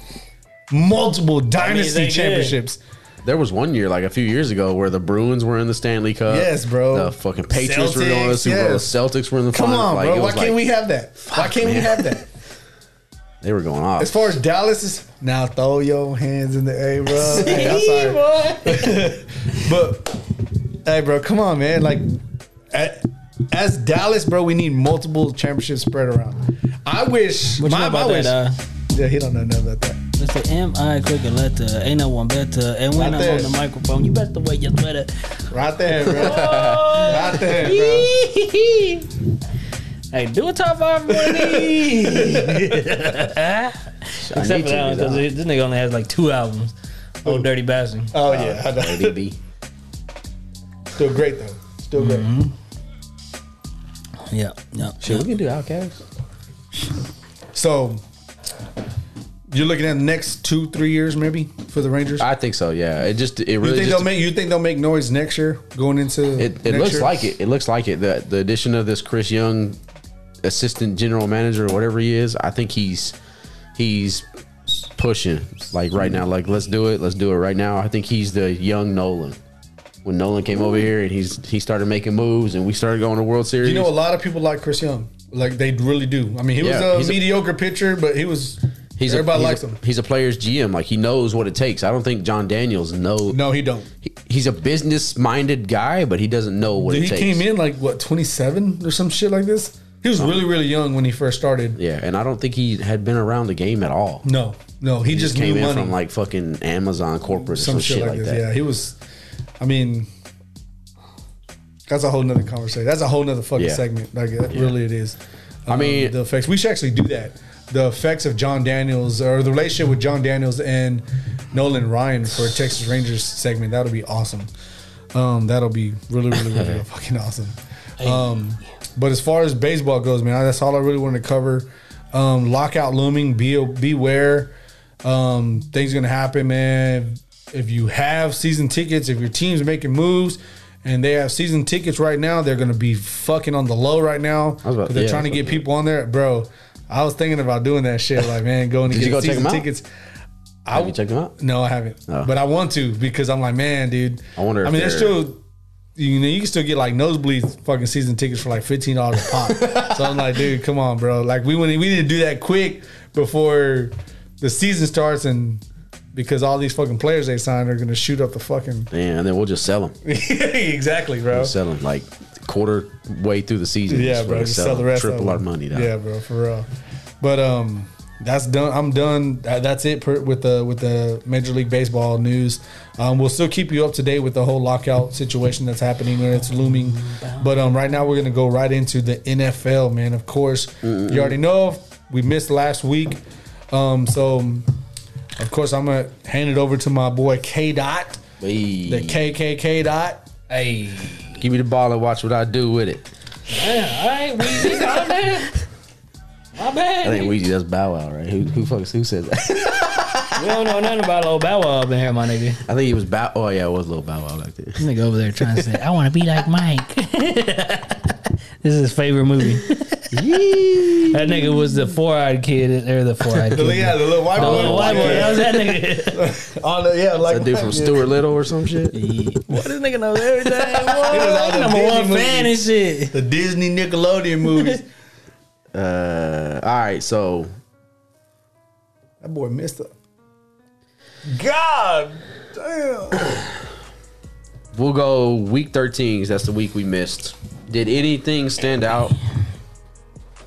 S2: Multiple dynasty
S3: they good.
S2: championships.
S4: There was one year, like a few years ago, where the Bruins were in the Stanley Cup.
S2: Yes, bro.
S4: The fucking Patriots were going to the
S2: Celtics,
S4: Super Bowl. The
S2: yes.
S4: Celtics were in the
S2: Come
S4: final.
S2: on,
S4: Like,
S2: bro.
S4: it
S2: Why
S4: was
S2: can't
S4: like-
S2: we have that? Why can't we
S4: man.
S2: have
S3: <laughs>
S2: that?
S4: They were going off.
S2: As far as Dallas is
S7: Now throw your hands in the air,
S3: <laughs>
S7: bro.
S2: hey, I'm sorry. But hey, bro, come on, man. Like, a- as Dallas, bro, we need multiple championships spread around. I wish.
S3: What you know
S2: my, my
S3: about
S2: wish.
S3: that? Uh,
S7: yeah, he don't know nothing about that.
S3: It's the M I click and letter. Ain't no one better. And when
S2: Right
S3: I'm
S2: there.
S3: on the microphone, you better wear your sweater.
S2: right there,
S3: <laughs>
S2: bro. right there, bro.
S3: <laughs> hey, do a top five for one of these.
S4: I
S3: Except
S4: need
S3: for
S4: to
S3: that one,
S4: be
S3: because this nigga only has like two albums. Oh, Dirty Bastard.
S2: Oh yeah, I know.
S4: ADB.
S2: still great though. Still great.
S3: Yeah, yeah.
S4: Shit, we can do Outcast.
S2: So you're looking at the next two, three years maybe for the Rangers.
S4: I think so. Yeah, it just it
S2: you
S4: really
S2: think
S4: just,
S2: they'll make? You think they'll make noise next year going into?
S4: it, it
S2: next
S4: looks
S2: year?
S4: like it. It looks like it. The the addition of this Chris Young, assistant general manager or whatever he is, I think he's he's pushing like right now. Like let's do it. Let's do it right now. I think he's the young Nolan. When Nolan came over here and he's he started making moves and we started going to World Series.
S2: You know, a lot of people like Chris Young. Like they really do. I mean, he
S4: Yeah,
S2: was
S4: he's
S2: a
S4: a-
S2: mediocre pitcher, but he was.
S4: he's
S2: everybody
S4: a,
S2: likes
S4: he's a,
S2: him.
S4: He's a player's GM. Like he knows what it takes. I don't think John Daniels know.
S2: No, he don't.
S4: He, he's a business minded guy, but he doesn't know what
S2: Dude,
S4: it
S2: he
S4: takes.
S2: came in like what 27 or some shit like this. He was really really young when he first started.
S4: Uh-huh. Yeah, and I don't think he had been around the game at all.
S2: No, no, he,
S4: He
S2: just,
S4: just came
S2: knew
S4: in
S2: money.
S4: from like fucking Amazon corporate or
S2: some shit, like, this.
S4: that.
S2: Yeah, he was. I mean, that's a whole nother conversation. That's a whole nother fucking
S4: Yeah.
S2: segment. Like that really, it is.
S4: I
S2: Um,
S4: mean-
S2: the effects. We should actually do that. The effects of John Daniels or the relationship with John Daniels and Nolan Ryan for a Texas Rangers segment. That'll be awesome. Um, that'll be really, really,
S4: <laughs>
S2: really fucking awesome. Um, but as far as baseball goes, man, that's all I really wanted to cover. Um, lockout looming. Be beware. Um, things gonna happen, man. If you have season tickets, if your team's making moves, and they have season tickets right now, they're gonna be fucking on the low right now.
S4: was about-
S2: 'cause they're
S4: yeah,
S2: trying to
S4: I was
S2: get
S4: about-
S2: people on there, bro. I was thinking about doing that shit, like man, going to
S4: Did
S2: get
S4: you go check
S2: season
S4: 'em out?
S2: tickets.
S4: Have you checked him out?
S2: No, I haven't.
S4: Oh.
S2: But I want to because I'm like, man, dude.
S4: I wonder
S2: I
S4: if
S2: mean, there's
S4: they're-
S2: still. You know, you can still get like nosebleeds fucking season tickets for like fifteen dollars a pop.
S4: <laughs>
S2: so I'm like, dude, come on, bro. Like we went, we need to do that quick before the season starts, and because all these fucking players
S4: <laughs>
S2: they signed are gonna shoot up the fucking.
S4: Yeah, and then we'll just sell him.
S2: exactly, bro.
S4: Sell him like quarter way through the season.
S2: Yeah,
S4: Just
S2: bro.
S4: fucking
S2: Just sell the rest. of
S4: Triple
S2: them.
S4: our money. Dog.
S2: Yeah, bro, for real. But um, that's done. I'm done. That- That's it per, with the with the Major League Baseball news. Um, we'll still keep you up to date with the whole lockout situation that's happening or it's looming. But um, right now we're gonna go right into the NFL, man. Of course, you already know we missed last week. Um, so of course I'm gonna hand it over to my boy K Dot,
S4: Hey,
S2: the KKK Dot.
S3: Hey,
S4: give me the ball and watch what I do with it.
S3: all right, Weezy, my bad. My
S4: That
S3: bad.
S4: ain't Ouija. That's Bow Wow, right? Who who fucks? Who says <laughs> that?
S3: We don't know nothing about Lil Bow Wow up in here, my nigga.
S4: I think it was Bow. Oh yeah, it was little Bow Wow back there.
S3: This nigga over there trying to say, I want to be like <laughs> Mike. this is his favorite movie. that nigga was the four eyed kid, or the four eyed kid.
S2: Yeah, the little white
S3: The
S2: boy.
S3: little white boy. That was <laughs> that nigga.
S2: On the, yeah, like
S4: <laughs> That dude from Stuart Little or some shit.
S3: what this nigga knows everything. <laughs>
S2: all the
S3: Whoa, number
S2: Disney
S3: one fan and
S2: movies.
S3: shit.
S2: the Disney Nickelodeon
S3: <laughs>
S2: movies.
S4: Uh, all right, so
S2: That boy missed it. God damn.
S4: we'll go week 13 'cause that's the week we missed. Did anything stand out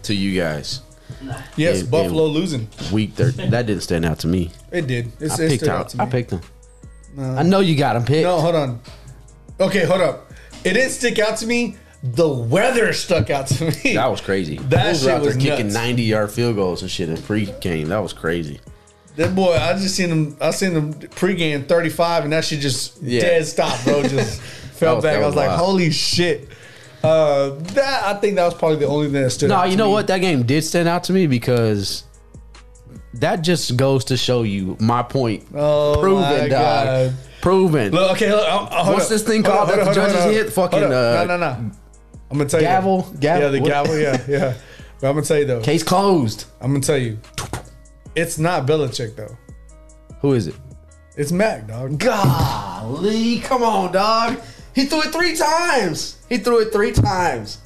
S4: to you guys?
S2: Yes,
S4: Yeah,
S2: Buffalo losing. <laughs>
S4: Week 13 that didn't stand out to me.
S2: It did. It's,
S4: I
S2: it
S4: picked
S2: stood
S4: out.
S2: out to
S4: I
S2: me.
S4: picked them. I know you got them picked.
S2: No, hold on. Okay, hold up. It didn't stick out to me. The weather stuck out to me.
S4: That was crazy.
S2: That
S4: Bulls were
S2: shit
S4: out there
S2: was
S4: kicking
S2: nuts.
S4: 90 yard field goals and shit in pre-game. That was crazy.
S2: that boy, I just seen him. I seen him pregame thirty five, and that shit just
S4: Yeah.
S2: dead stopped, bro.
S4: <laughs>
S2: Just fell
S4: was-
S2: back.
S4: that
S2: I
S4: was
S2: was like,
S4: wild.
S2: holy shit. Uh, that I think that was probably the only thing that stood.
S4: No,
S2: out
S4: you
S2: to
S4: know
S2: me.
S4: what? That game did stand out to me because that just goes to show you my point.
S2: Oh,
S4: proven,
S2: my
S4: dog.
S2: God.
S4: Proven.
S2: Look, okay, look, I'll- I'll- hold
S4: What's
S2: up.
S4: this thing
S2: Hold
S4: called
S2: up,
S4: that
S2: hold
S4: the
S2: up,
S4: judges
S2: hold up,
S4: hit? Fucking,
S2: hold up.
S4: uh,
S2: no, no, no. I'm gonna tell
S4: gavel?
S2: you.
S4: Gavel?
S2: Yeah, the
S4: What-
S2: gavel.
S4: <laughs>
S2: Yeah, yeah. But I'm gonna tell you though.
S4: Case closed.
S2: I'm gonna tell you. It's not Belichick though.
S4: Who is it?
S2: It's Mac, dog.
S4: Golly, come on, dog. He threw it three times. He threw it three times.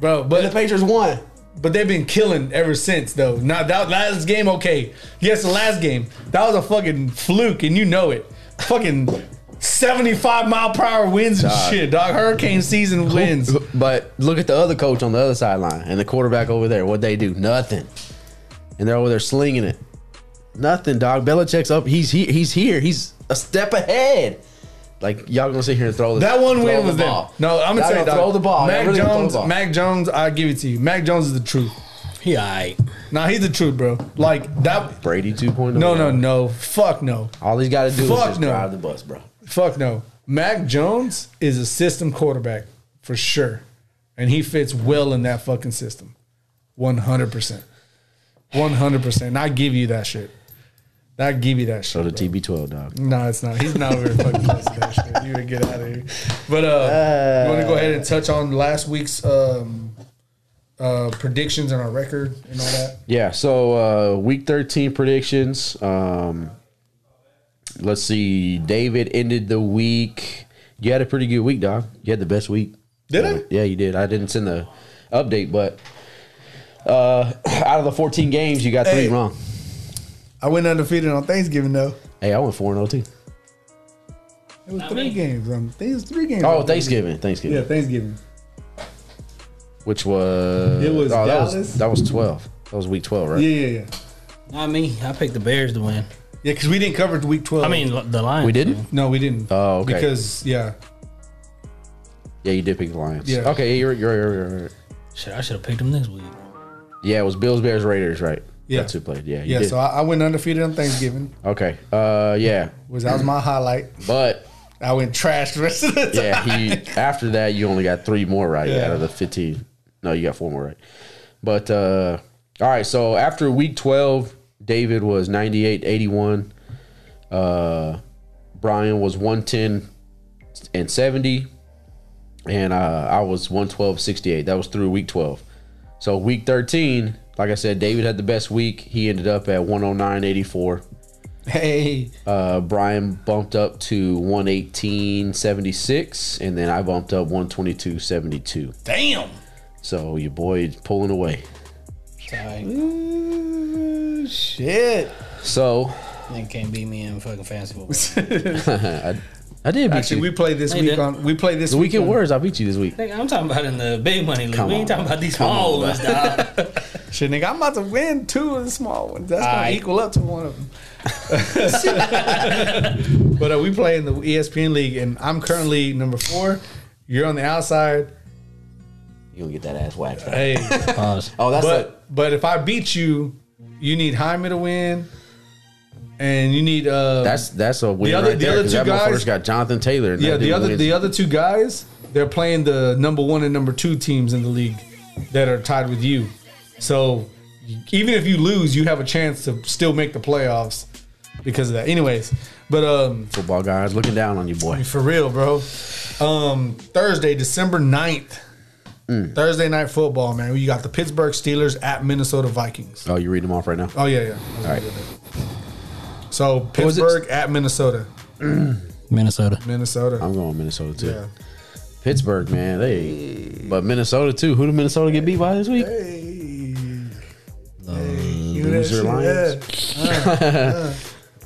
S2: Bro, but
S4: Patriots won.
S2: but they've been killing ever since though. Now that last game, okay. Yes, the last game. That was a fucking fluke, and you know it. Fucking 75 mile per hour winds and
S4: Dog.
S2: shit, dog. Hurricane season wins.
S4: But look at the other coach on the other sideline and the quarterback over there. What they do? Nothing. And they're over there slinging it. Nothing, dog. Belichick's up. He's he, he's here. He's a step ahead. Like y'all gonna sit here and throw this?
S2: That one
S4: throw
S2: win
S4: the
S2: was them.
S4: ball.
S2: No, I'm gonna
S4: Y'all
S2: tell you, dog,
S4: throw the ball. Y'all
S2: Mac
S4: really gonna throw
S2: Jones,
S4: the ball.
S2: Mac Jones, I give it to you. Mac Jones is the truth.
S3: He all right.
S2: Nah, he's the truth, bro. Like that.
S4: Brady 2.0.
S2: No, no, no. Fuck no.
S4: All he's got to do is
S2: Fuck
S4: just
S2: no.
S4: drive the bus, bro.
S2: Fuck no. Mac Jones is a system quarterback for sure, and he fits well in that fucking system. One hundred percent. One hundred percent. I give you that shit. I give you that
S4: Throw
S2: shit.
S4: the TB12, dog.
S2: No, it's not. He's not very fucking close to that shit. You to get out of here. But uh, you want to go ahead and touch on last week's um, uh, predictions and our record and all that.
S4: Yeah, so uh, week 13 predictions. Um, let's see. David ended the week. You had a pretty good week, dog. You had the best week.
S2: Did I?
S4: Uh, Yeah, you did. I didn't send the update, but uh, out of the 14 games, you got three
S2: Hey.
S4: wrong.
S2: I went undefeated on Thanksgiving though.
S4: Hey, I went 4 0 too.
S2: It was three games. Um, it was three games.
S4: Oh, Thanksgiving. Thanksgiving.
S2: Yeah, Thanksgiving.
S4: Which was.
S2: It was
S4: oh, that,
S2: Dallas.
S4: was that was 12. That was week 12, right?
S2: Yeah, yeah, yeah.
S3: Not me. I picked the Bears to win.
S2: Yeah, because we didn't cover week twelve.
S3: I mean, l- the Lions.
S4: We didn't?
S2: no, we didn't.
S4: Oh, okay.
S2: Because yeah,
S4: Yeah, you did pick the Lions.
S2: Yeah.
S4: Okay, yeah, you're, you're, you're, you're right.
S3: Shit, I should have picked them next week.
S4: Yeah, it was Bills, Bears, Raiders, right?
S2: Yeah.
S4: That's who played. Yeah, you
S2: yeah.
S4: did.
S2: So I, I went undefeated on Thanksgiving.
S4: okay. Uh, yeah.
S2: Was that was my highlight.
S4: But
S2: I went trash the rest of the time.
S4: yeah, he after that you only got three more right
S2: Yeah.
S4: out of the fifteen. No, you got four more right. But uh all right, so after week twelve, David was 98 81. Uh Brian was 110 and 70. And uh, I was 112 68. That was through week 12. So week 13, like I said, David had the best week. He ended up at 109 84.
S2: Hey,
S4: Uh, Brian bumped up to 118.76, and then I bumped up 122.72.
S3: Damn.
S4: So your boy pulling away.
S3: Sorry.
S2: shit.
S4: So
S2: <laughs>
S3: Nigga can't beat me in fucking fancy football.
S4: <laughs> I, I did beat
S2: Actually,
S4: you.
S2: we play this
S3: Hey,
S2: week
S3: Dick.
S2: on. We play this
S4: the weekend
S2: on-
S4: words. I beat you this week.
S3: Nigga, I'm talking about in the big money league.
S4: Come
S3: We
S4: on,
S3: ain't talking about these
S4: come on,
S3: small
S4: bro.
S3: ones, dog.
S2: Shit, nigga, I'm about to win two of the small ones. That's gonna
S3: Aight.
S2: equal up to one of them. <laughs> but uh, we play in the ESPN league, and I'm currently number four. You're on the outside.
S4: You gonna get that ass waxed?
S2: <laughs>
S4: Out.
S2: Hey,
S4: Oh, that's a,
S2: but but if I beat you, you need Jaime to win, and you need uh
S4: that's that's a win
S2: other-
S4: right
S2: the
S4: there.
S2: other
S4: 'cause
S2: two
S4: that
S2: guys-
S4: motherfucker's got Jonathan Taylor. and
S2: yeah
S4: that
S2: the
S4: dude
S2: other
S4: wins.
S2: the other two guys. They're playing the number one and number two teams in the league that are tied with you. So even if you lose, you have a chance to still make the playoffs because of that. Anyways, but um
S4: football guys looking down on you, boy.
S2: For real, bro. Um, Thursday, December 9th.
S4: Mm.
S2: Thursday night football, man. You got the Pittsburgh Steelers at Minnesota Vikings.
S4: Oh, you reading them off right now?
S2: Oh, yeah, yeah. All
S4: right.
S2: So
S4: was it?
S2: Pittsburgh at Minnesota.
S3: Minnesota.
S2: Minnesota.
S4: I'm going Minnesota too.
S2: Yeah.
S4: Pittsburgh, man. They, but Minnesota too. Who did Minnesota get beat by this week?
S2: Hey.
S4: Loser Lions.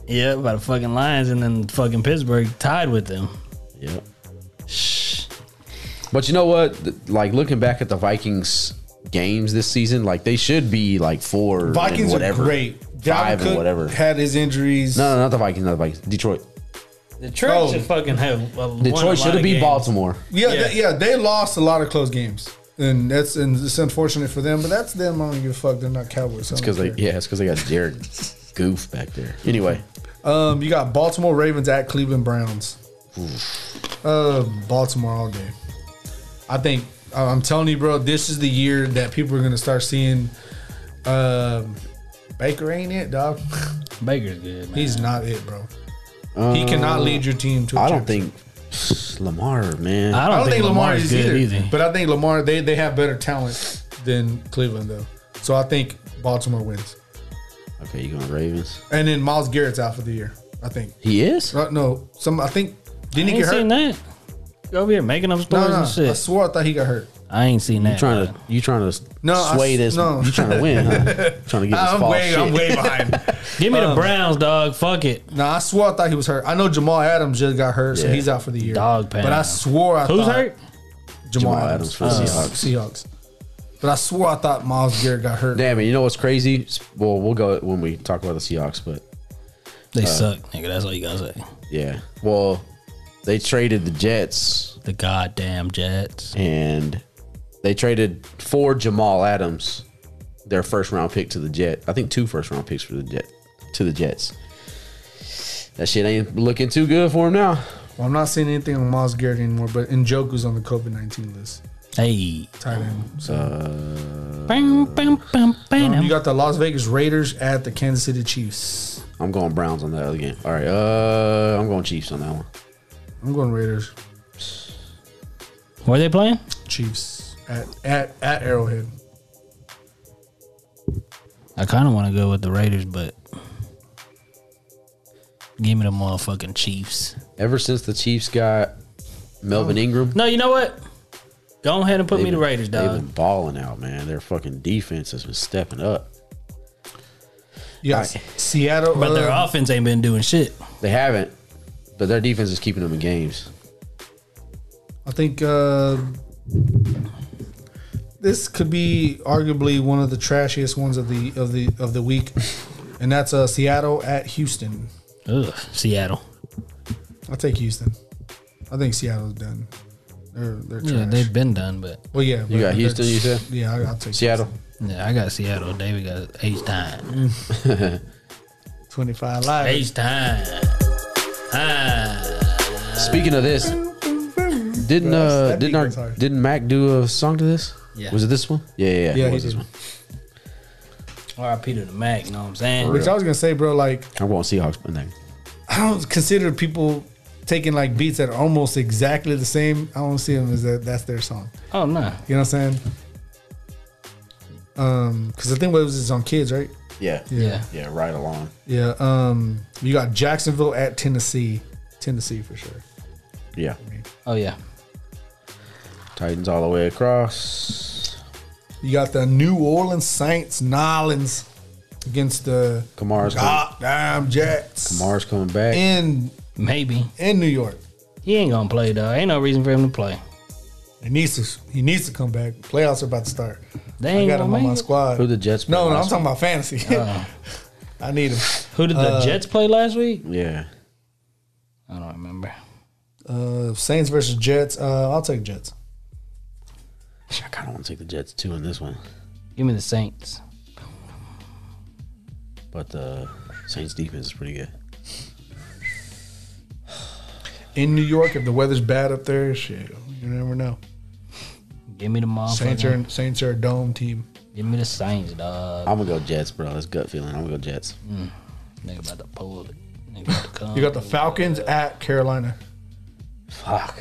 S3: Yeah, by the fucking Lions and then fucking Pittsburgh tied with them.
S4: Yep. But you know what? Th- Like looking back at the Vikings games this season, like they should be like four and
S2: Vikings are
S4: whatever,
S2: great.
S4: five
S2: Dalvin
S4: and
S2: Cook
S4: whatever.
S2: had his injuries.
S4: No, no, not the Vikings, not the Vikings. Detroit.
S3: Detroit
S2: Oh.
S3: should fucking have. uh, won a lot
S4: Detroit should
S3: of
S4: have beat
S3: games.
S4: Baltimore.
S2: Yeah,
S3: Yeah.
S2: yeah. They, yeah, they lost a lot of close games. And that's and it's unfortunate for them, but that's them. I don't give a fuck. They're not Cowboys. so I don't
S4: Because they,
S2: care.
S4: yeah, it's because they
S2: <laughs>
S4: got Jared Goof back there. Anyway,
S2: Um, you got Baltimore Ravens at Cleveland Browns. Uh, Baltimore all day. I think I- I'm telling you, bro. This is the year that people are gonna start seeing. Um, Baker ain't it, <laughs> dog.
S3: Baker's good, man.
S2: He's not it, bro. he cannot lead your team to. I
S4: Uh, I don't think Lamar, man.
S3: I don't,
S2: I don't think, Lamar
S3: Lamar's
S2: is
S3: good
S2: either,
S3: either.
S2: But I think Lamar they they have better talent than Cleveland though. So I think Baltimore wins.
S4: okay, you going Ravens?
S2: And then Miles Garrett's out for the year. I think.
S4: He is.
S2: Uh, no, some I think didn't
S3: I
S2: he
S3: ain't
S2: get hurt?
S3: seen that. You over here making up
S2: No,
S3: stories
S2: no,
S3: and
S2: I
S3: shit.
S2: swore I thought he got hurt.
S3: I ain't seen that.
S4: Trying to you trying to
S2: No, I
S4: sway
S2: s-
S4: this?
S2: no.
S4: You trying to win? Huh?
S2: <laughs>
S4: trying to get this
S2: I'm
S4: false
S2: way,
S4: shit.
S2: I'm way behind.
S4: <laughs>
S3: Give me the Browns, dog. Fuck it.
S2: nah, I swore I thought he was hurt. I know Jamal Adams just got hurt, so
S4: Yeah.
S2: he's out for the year.
S3: Dog
S2: But I
S3: pound.
S2: swore I
S3: Who's
S2: thought
S3: hurt?
S2: Jamal,
S4: Jamal Adams
S2: Adams
S4: for the
S2: Seahawks. Seahawks. But I swore I thought Miles Garrett got hurt.
S4: Damn it! You know what's crazy? Well, we'll go when we talk about the Seahawks, but
S3: They
S2: Uh.
S3: suck, nigga. That's all you gotta say.
S4: yeah. Well, they traded the Jets
S3: The goddamn Jets.
S4: and they traded for Jamal Adams, their first round pick to the Jet. I think two first round picks for the Jet to the Jets. That shit ain't looking too good for him now.
S2: Well, I'm not seeing anything on Miles Garrett anymore, but Njoku's on the COVID 19 list.
S3: Hey.
S2: Tight end. So
S3: Bam, bam, bam, bam.
S2: you got the Las Vegas Raiders at the Kansas City Chiefs.
S4: I'm going Browns on that other game. All right, uh, I'm going Chiefs on that one.
S2: I'm going Raiders.
S3: Where they playing?
S2: Chiefs at at, at Arrowhead.
S3: I kind of want to go with the Raiders, but give me the motherfucking Chiefs.
S4: Ever since the Chiefs got Melvin Ingram,
S3: No, you know what? Go ahead and put Oh. me
S4: They've
S3: the Raiders,
S4: been-
S3: dog.
S4: They've been balling out, man. Their fucking defense has been stepping up.
S2: You got
S4: Alright.
S2: Seattle.
S3: But their
S2: uh,
S3: offense ain't been doing shit.
S4: They haven't, but their defense is keeping them in games.
S2: I think uh, this could be arguably one of the trashiest ones of the of the of the
S3: <laughs>
S2: week, and that's uh, Seattle at Houston.
S3: Ugh, Seattle.
S2: I'll take Houston. I think Seattle's done. They're they're trash.
S3: Yeah, they've been done, but
S2: well, yeah. but
S4: got
S2: they're-
S4: Houston, you said?
S2: Yeah, I, I'll take
S4: Seattle.
S3: yeah, I got Seattle. David got H time.
S2: Twenty five live.
S3: Mm-hmm. H time. Ah.
S4: Speaking of this, didn't uh
S2: That'd be
S4: didn't our,
S2: good, sorry.
S4: didn't Mac do a song to this?
S3: Yeah.
S4: Was it this one? Yeah, yeah, yeah.
S2: Yeah,
S4: it
S2: he
S4: was this
S2: did.
S4: one.
S3: R.I.P. to the Mac. You know what I'm saying?
S2: Which I was gonna say, bro. Like
S4: I'm going Seahawks, but no.
S2: I don't consider people taking like beats that are almost exactly the same. I don't see them as that. That's their song.
S3: oh no.
S2: You know what I'm saying? Um, because I think what it was is on kids, right?
S4: Yeah.
S3: Yeah.
S4: Yeah, right along.
S2: Yeah. Um, you got Jacksonville at Tennessee, Tennessee for sure.
S4: Yeah.
S3: Oh yeah.
S4: Titans all the way across.
S2: You got the New Orleans Saints, Nolans against the Ah.
S4: Kamara's coming,
S2: goddamn Jets
S4: Kamara's coming back.
S2: in
S3: Maybe.
S2: in New York.
S3: He ain't gonna play though. Ain't no reason for him to play.
S2: He needs to. He needs to come back. Playoffs are about to start.
S3: They
S2: I
S3: ain't
S2: got
S3: gonna
S2: him on
S3: make
S2: my
S3: it.
S2: squad.
S4: Who the Jets?
S2: No,
S4: play
S2: no, I'm
S4: last Oh.
S2: talking about fantasy. <laughs> I need him.
S3: Who did the
S2: Uh,
S3: Jets play last week?
S4: week? Yeah.
S3: I don't remember.
S2: Uh, Saints versus Jets. Uh, I'll take Jets.
S4: I kind of want to take the Jets too in this one,
S3: Give me the Saints.
S4: but the Saints defense is pretty good.
S2: In New York, if the weather's bad up there, shit, you never know.
S3: Give me the
S2: Saints are
S3: motherfucker.
S2: Saints are a dome team.
S3: Give me the Saints, dog.
S4: I'm gonna go Jets, bro. That's gut feeling. I'm gonna go Jets.
S2: Mm.
S3: Nigga about to pull it. Nigga about to come.
S2: You got the Falcons at Carolina.
S4: Fuck.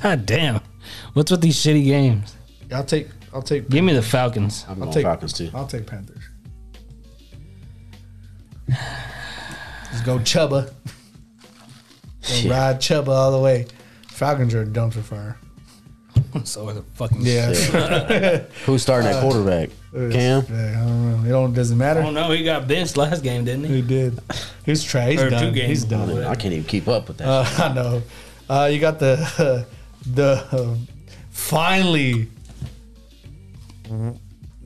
S3: God damn. What's with these shitty games?
S2: I'll take. I'll take.
S3: Give me the <laughs> Falcons.
S4: I'm
S2: I'll
S4: going
S2: take-
S4: Falcons too.
S2: I'll take Panthers. Let's go Chuba. Gonna
S4: Yeah.
S2: Ride Chuba all the way. Falcons are done for fire.
S3: so are the fucking
S2: Yeah.
S4: Who's starting
S2: Uh,
S4: at quarterback? Cam.
S2: Yeah, I don't know. It don't doesn't
S3: I
S2: matter.
S3: don't know. Oh, He got benched last game,
S2: <laughs>
S3: didn't he?
S2: He did. He's trash. He's
S3: Or two
S2: done.
S3: games.
S2: He's done.
S4: I can't even keep up with that.
S2: Uh, <laughs> I know. Uh, you got the <laughs> the um, finally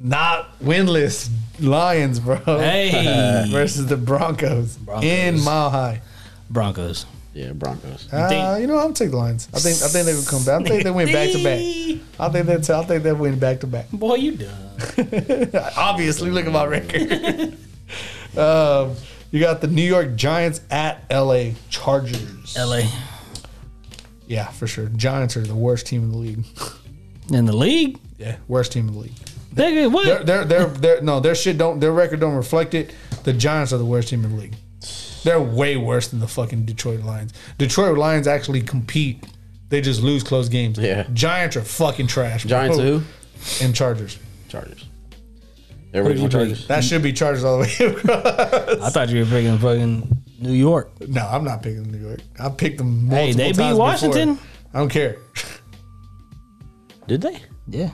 S2: not winless Lions, bro.
S3: <laughs> Hey.
S2: versus the Broncos, in
S3: Broncos.
S2: Mile High.
S3: Broncos.
S4: yeah, Broncos.
S2: You, uh,
S3: think-
S2: you know, I'm take the Lions. I think I think they will come back. I think they went back to back. I think that's I think they went back to back.
S3: Boy, you done.
S2: Obviously, look at my record. <laughs> um, you got the New York Giants at LA Chargers.
S3: LA.
S2: Yeah, for sure. Giants are the worst team in the league.
S3: In the league?
S2: Yeah, <laughs> worst team in the league.
S3: Nigga, what?
S2: Their their their, their no, their shit don't their record don't reflect it. The Giants are the worst team in the league. They're way worse than the fucking Detroit Lions. Detroit Lions actually compete. They just lose close games.
S4: Yeah.
S2: Giants are fucking trash. bro.
S4: Giants to who?
S2: And Chargers.
S4: Chargers. Everybody
S3: Who'd
S4: going
S3: you pick?
S4: Chargers.
S2: That should be Chargers all the way across.
S3: I thought you were picking fucking New York.
S2: no, I'm not picking New York. I picked them multiple
S3: Hey, they beat
S2: times before.
S3: Washington?
S2: I don't care. <laughs>
S4: Did they?
S3: Yeah.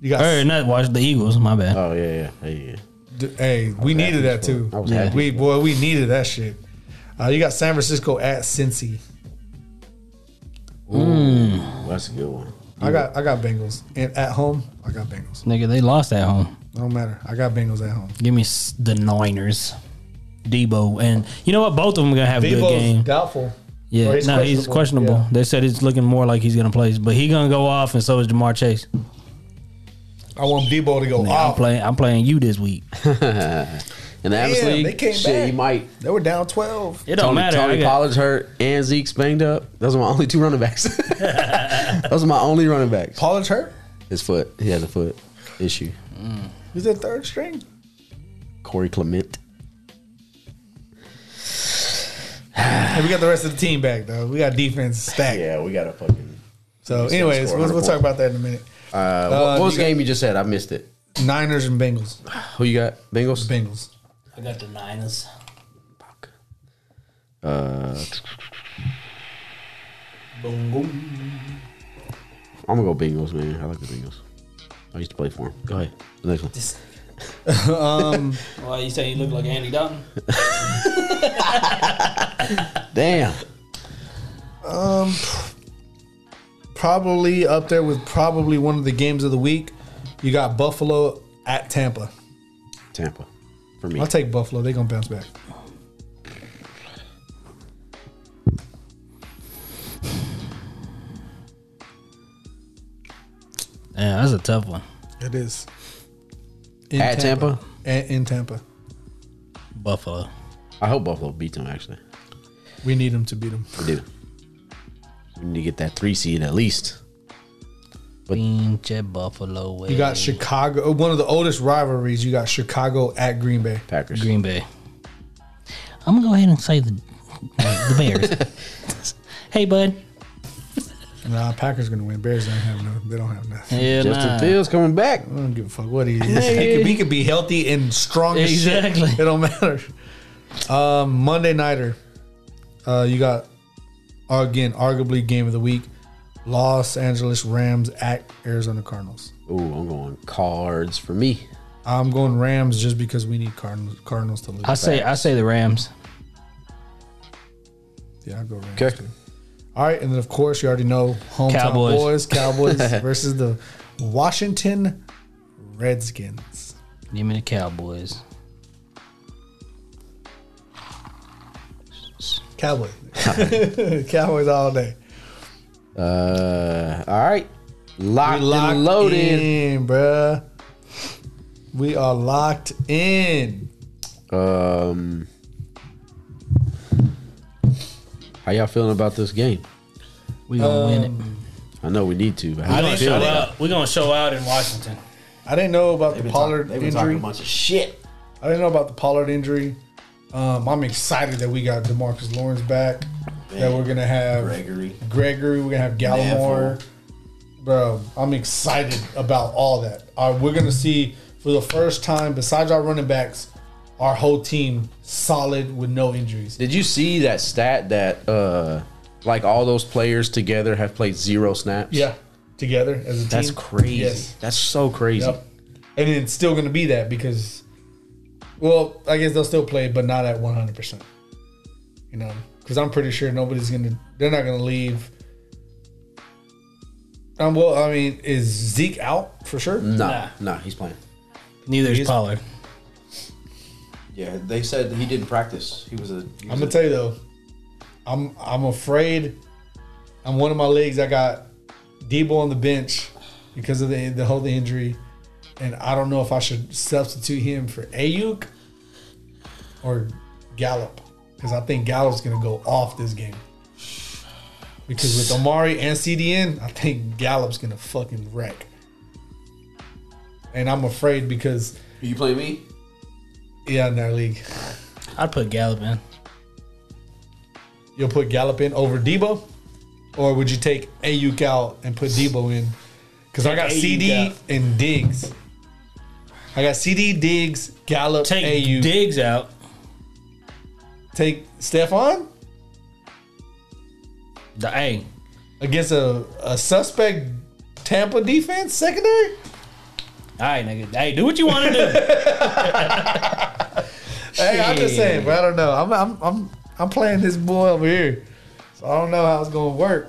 S2: You got
S3: Or not watch the Eagles, my bad.
S4: Oh yeah, yeah, yeah, yeah.
S2: D- Hey, we needed that too.
S4: I was happy.
S2: We boy, we needed that shit. Uh, you got San Francisco at Cincy.
S4: Well, that's a good one.
S2: I got I got Bengals and at home I got Bengals.
S3: Nigga, they lost at home.
S2: Don't matter. I got Bengals at home.
S3: Give me s- the Niners. Debo and you know what? Both of them gonna have a good game.
S2: doubtful.
S3: Yeah,
S2: Or he's
S3: no, he's
S2: questionable.
S3: questionable.
S2: Yeah.
S3: They said it's looking more like he's gonna play, but he gonna go off, and so is Jamar Chase.
S2: I want Debo to go
S3: I'm
S2: off.
S3: playing. I'm playing you this week.
S4: And the Atlas
S2: Damn,
S4: League,
S2: they came
S4: shit,
S2: back.
S4: he might.
S2: They were down twelve.
S3: It don't
S4: Tony,
S3: matter.
S4: Tony
S3: I got-
S4: Pollard's hurt and Zeke's banged up. Those are my <laughs> only two
S3: <laughs>
S4: running backs. Those are my only running backs.
S2: Pollard's hurt.
S4: His foot. He has a foot issue.
S2: He's at third string.
S4: Corey Clement.
S2: Hey, we got the rest of the team back though. We got defense stacked.
S4: Yeah, we got a fucking.
S2: So,
S4: Defense
S2: anyways,
S4: score
S2: we'll, we'll
S4: report.
S2: talk about that in a minute.
S4: Uh, what- what,
S2: you
S4: was the
S2: got-
S4: game you just had? I missed it.
S2: Niners and Bengals.
S4: Who you got? Bengals.
S2: Bengals.
S3: I got the Niners.
S4: Uh, I'm gonna go Bengals, man. I like the Bengals. I used to play for them. Go ahead. The next one.
S3: Why you say you look like Andy Dalton?
S4: Damn.
S2: Probably up there with probably one of the games of the week. You got Buffalo at Tampa.
S4: Tampa. For me.
S2: I'll take Buffalo. They're gonna bounce back.
S3: Yeah, that's a tough one.
S2: It is. In
S4: At Tampa?
S2: A- in Tampa.
S3: Buffalo.
S4: I hope Buffalo beats them. Actually,
S2: We need them to beat them.
S4: we do. We need to get that three seed at least.
S3: Pinche Buffalo. eh. Way.
S2: You got Chicago, oh, one of the oldest rivalries. You got Chicago at Green Bay.
S4: Packers.
S3: Green Bay. I'm gonna go ahead and say the the Bears. <laughs> hey, bud.
S2: Nah, Packers gonna win. Bears don't have no. They don't have nothing.
S3: Yeah,
S4: Justin
S3: nah.
S4: Fields coming back.
S2: I don't give a fuck what he is. he, could, he could be healthy and strong. as shit.
S3: Exactly.
S2: It don't matter. Um, Monday nighter. Uh, you got uh, again arguably game of the week. Los Angeles Rams at Arizona Cardinals.
S4: Ooh, I'm going cards for me.
S2: I'm going Rams just because we need Cardinals, Cardinals to lose.
S3: I say I say the Rams.
S2: Yeah, I go Rams.
S4: Okay.
S2: too. All right, and then of course you already know hometown
S3: Cowboys.
S2: boys, Cowboys
S3: <laughs>
S2: versus the Washington Redskins.
S3: Give me the Cowboys.
S2: Cowboys, <laughs> Cowboys all day.
S4: Uh, all right. Locked,
S2: locked
S4: and loaded.
S2: in, bruh. We are locked in.
S4: Um, how y'all feeling about this game?
S3: We gonna win it.
S4: Um, I know we need to, but how
S3: We're
S4: you
S3: gonna show
S4: feeling?
S3: out. We're gonna show out in Washington.
S2: I didn't know about the Pollard
S8: They've been talking
S2: injury.
S8: a bunch of shit.
S2: I didn't know about the Pollard injury. Um, I'm excited that we got Demarcus Lawrence back. that we're gonna have
S8: Gregory.
S2: Gregory. We're gonna have Gallimore. Bro, I'm excited about all that. Uh, we're gonna see for the first time, besides our running backs, our whole team solid with no injuries.
S4: Did you see that stat that uh, like all those players together have played zero snaps?
S2: Yeah, together as a team.
S4: That's crazy.
S2: Yes.
S4: That's so crazy.
S2: Yep. And it's still gonna be that because, well, I guess they'll still play, but not at 100. percent You know, because I'm pretty sure nobody's gonna. They're not gonna leave. Um, well, I mean, is Zeke out for sure?
S4: Nah, nah, he's playing.
S3: Neither is Pollard.
S8: Yeah, they said he didn't practice. He was a. He was
S2: I'm
S8: a-
S2: gonna tell you though, I'm I'm afraid. I'm one of my leagues. I got Debo on the bench because of the the whole injury, and I don't know if I should substitute him for Ayuk or Gallup because I think Gallup's gonna go off this game. Because with Amari and CDN, I think Gallup's gonna fucking wreck. And I'm afraid because
S8: Are you playing me?
S2: yeah, in our league,
S3: I'd put Gallup in.
S2: you'll put Gallup in over Debo, or would you take Ayuk out and put Debo in? Because I got
S3: Ayuk
S2: CD
S3: out.
S2: and Diggs. I got CD, Diggs, Gallup,
S3: Take
S2: Ayuk.
S3: Diggs out.
S2: take Stefan
S3: The A.
S2: against a, a suspect Tampa defense secondary.
S3: All right, nigga. Hey, do what you want to do.
S2: Hey, I'm just
S3: Shit.
S2: saying, but I don't know. I'm I'm I'm I'm playing this boy over here, so I don't know how it's gonna work.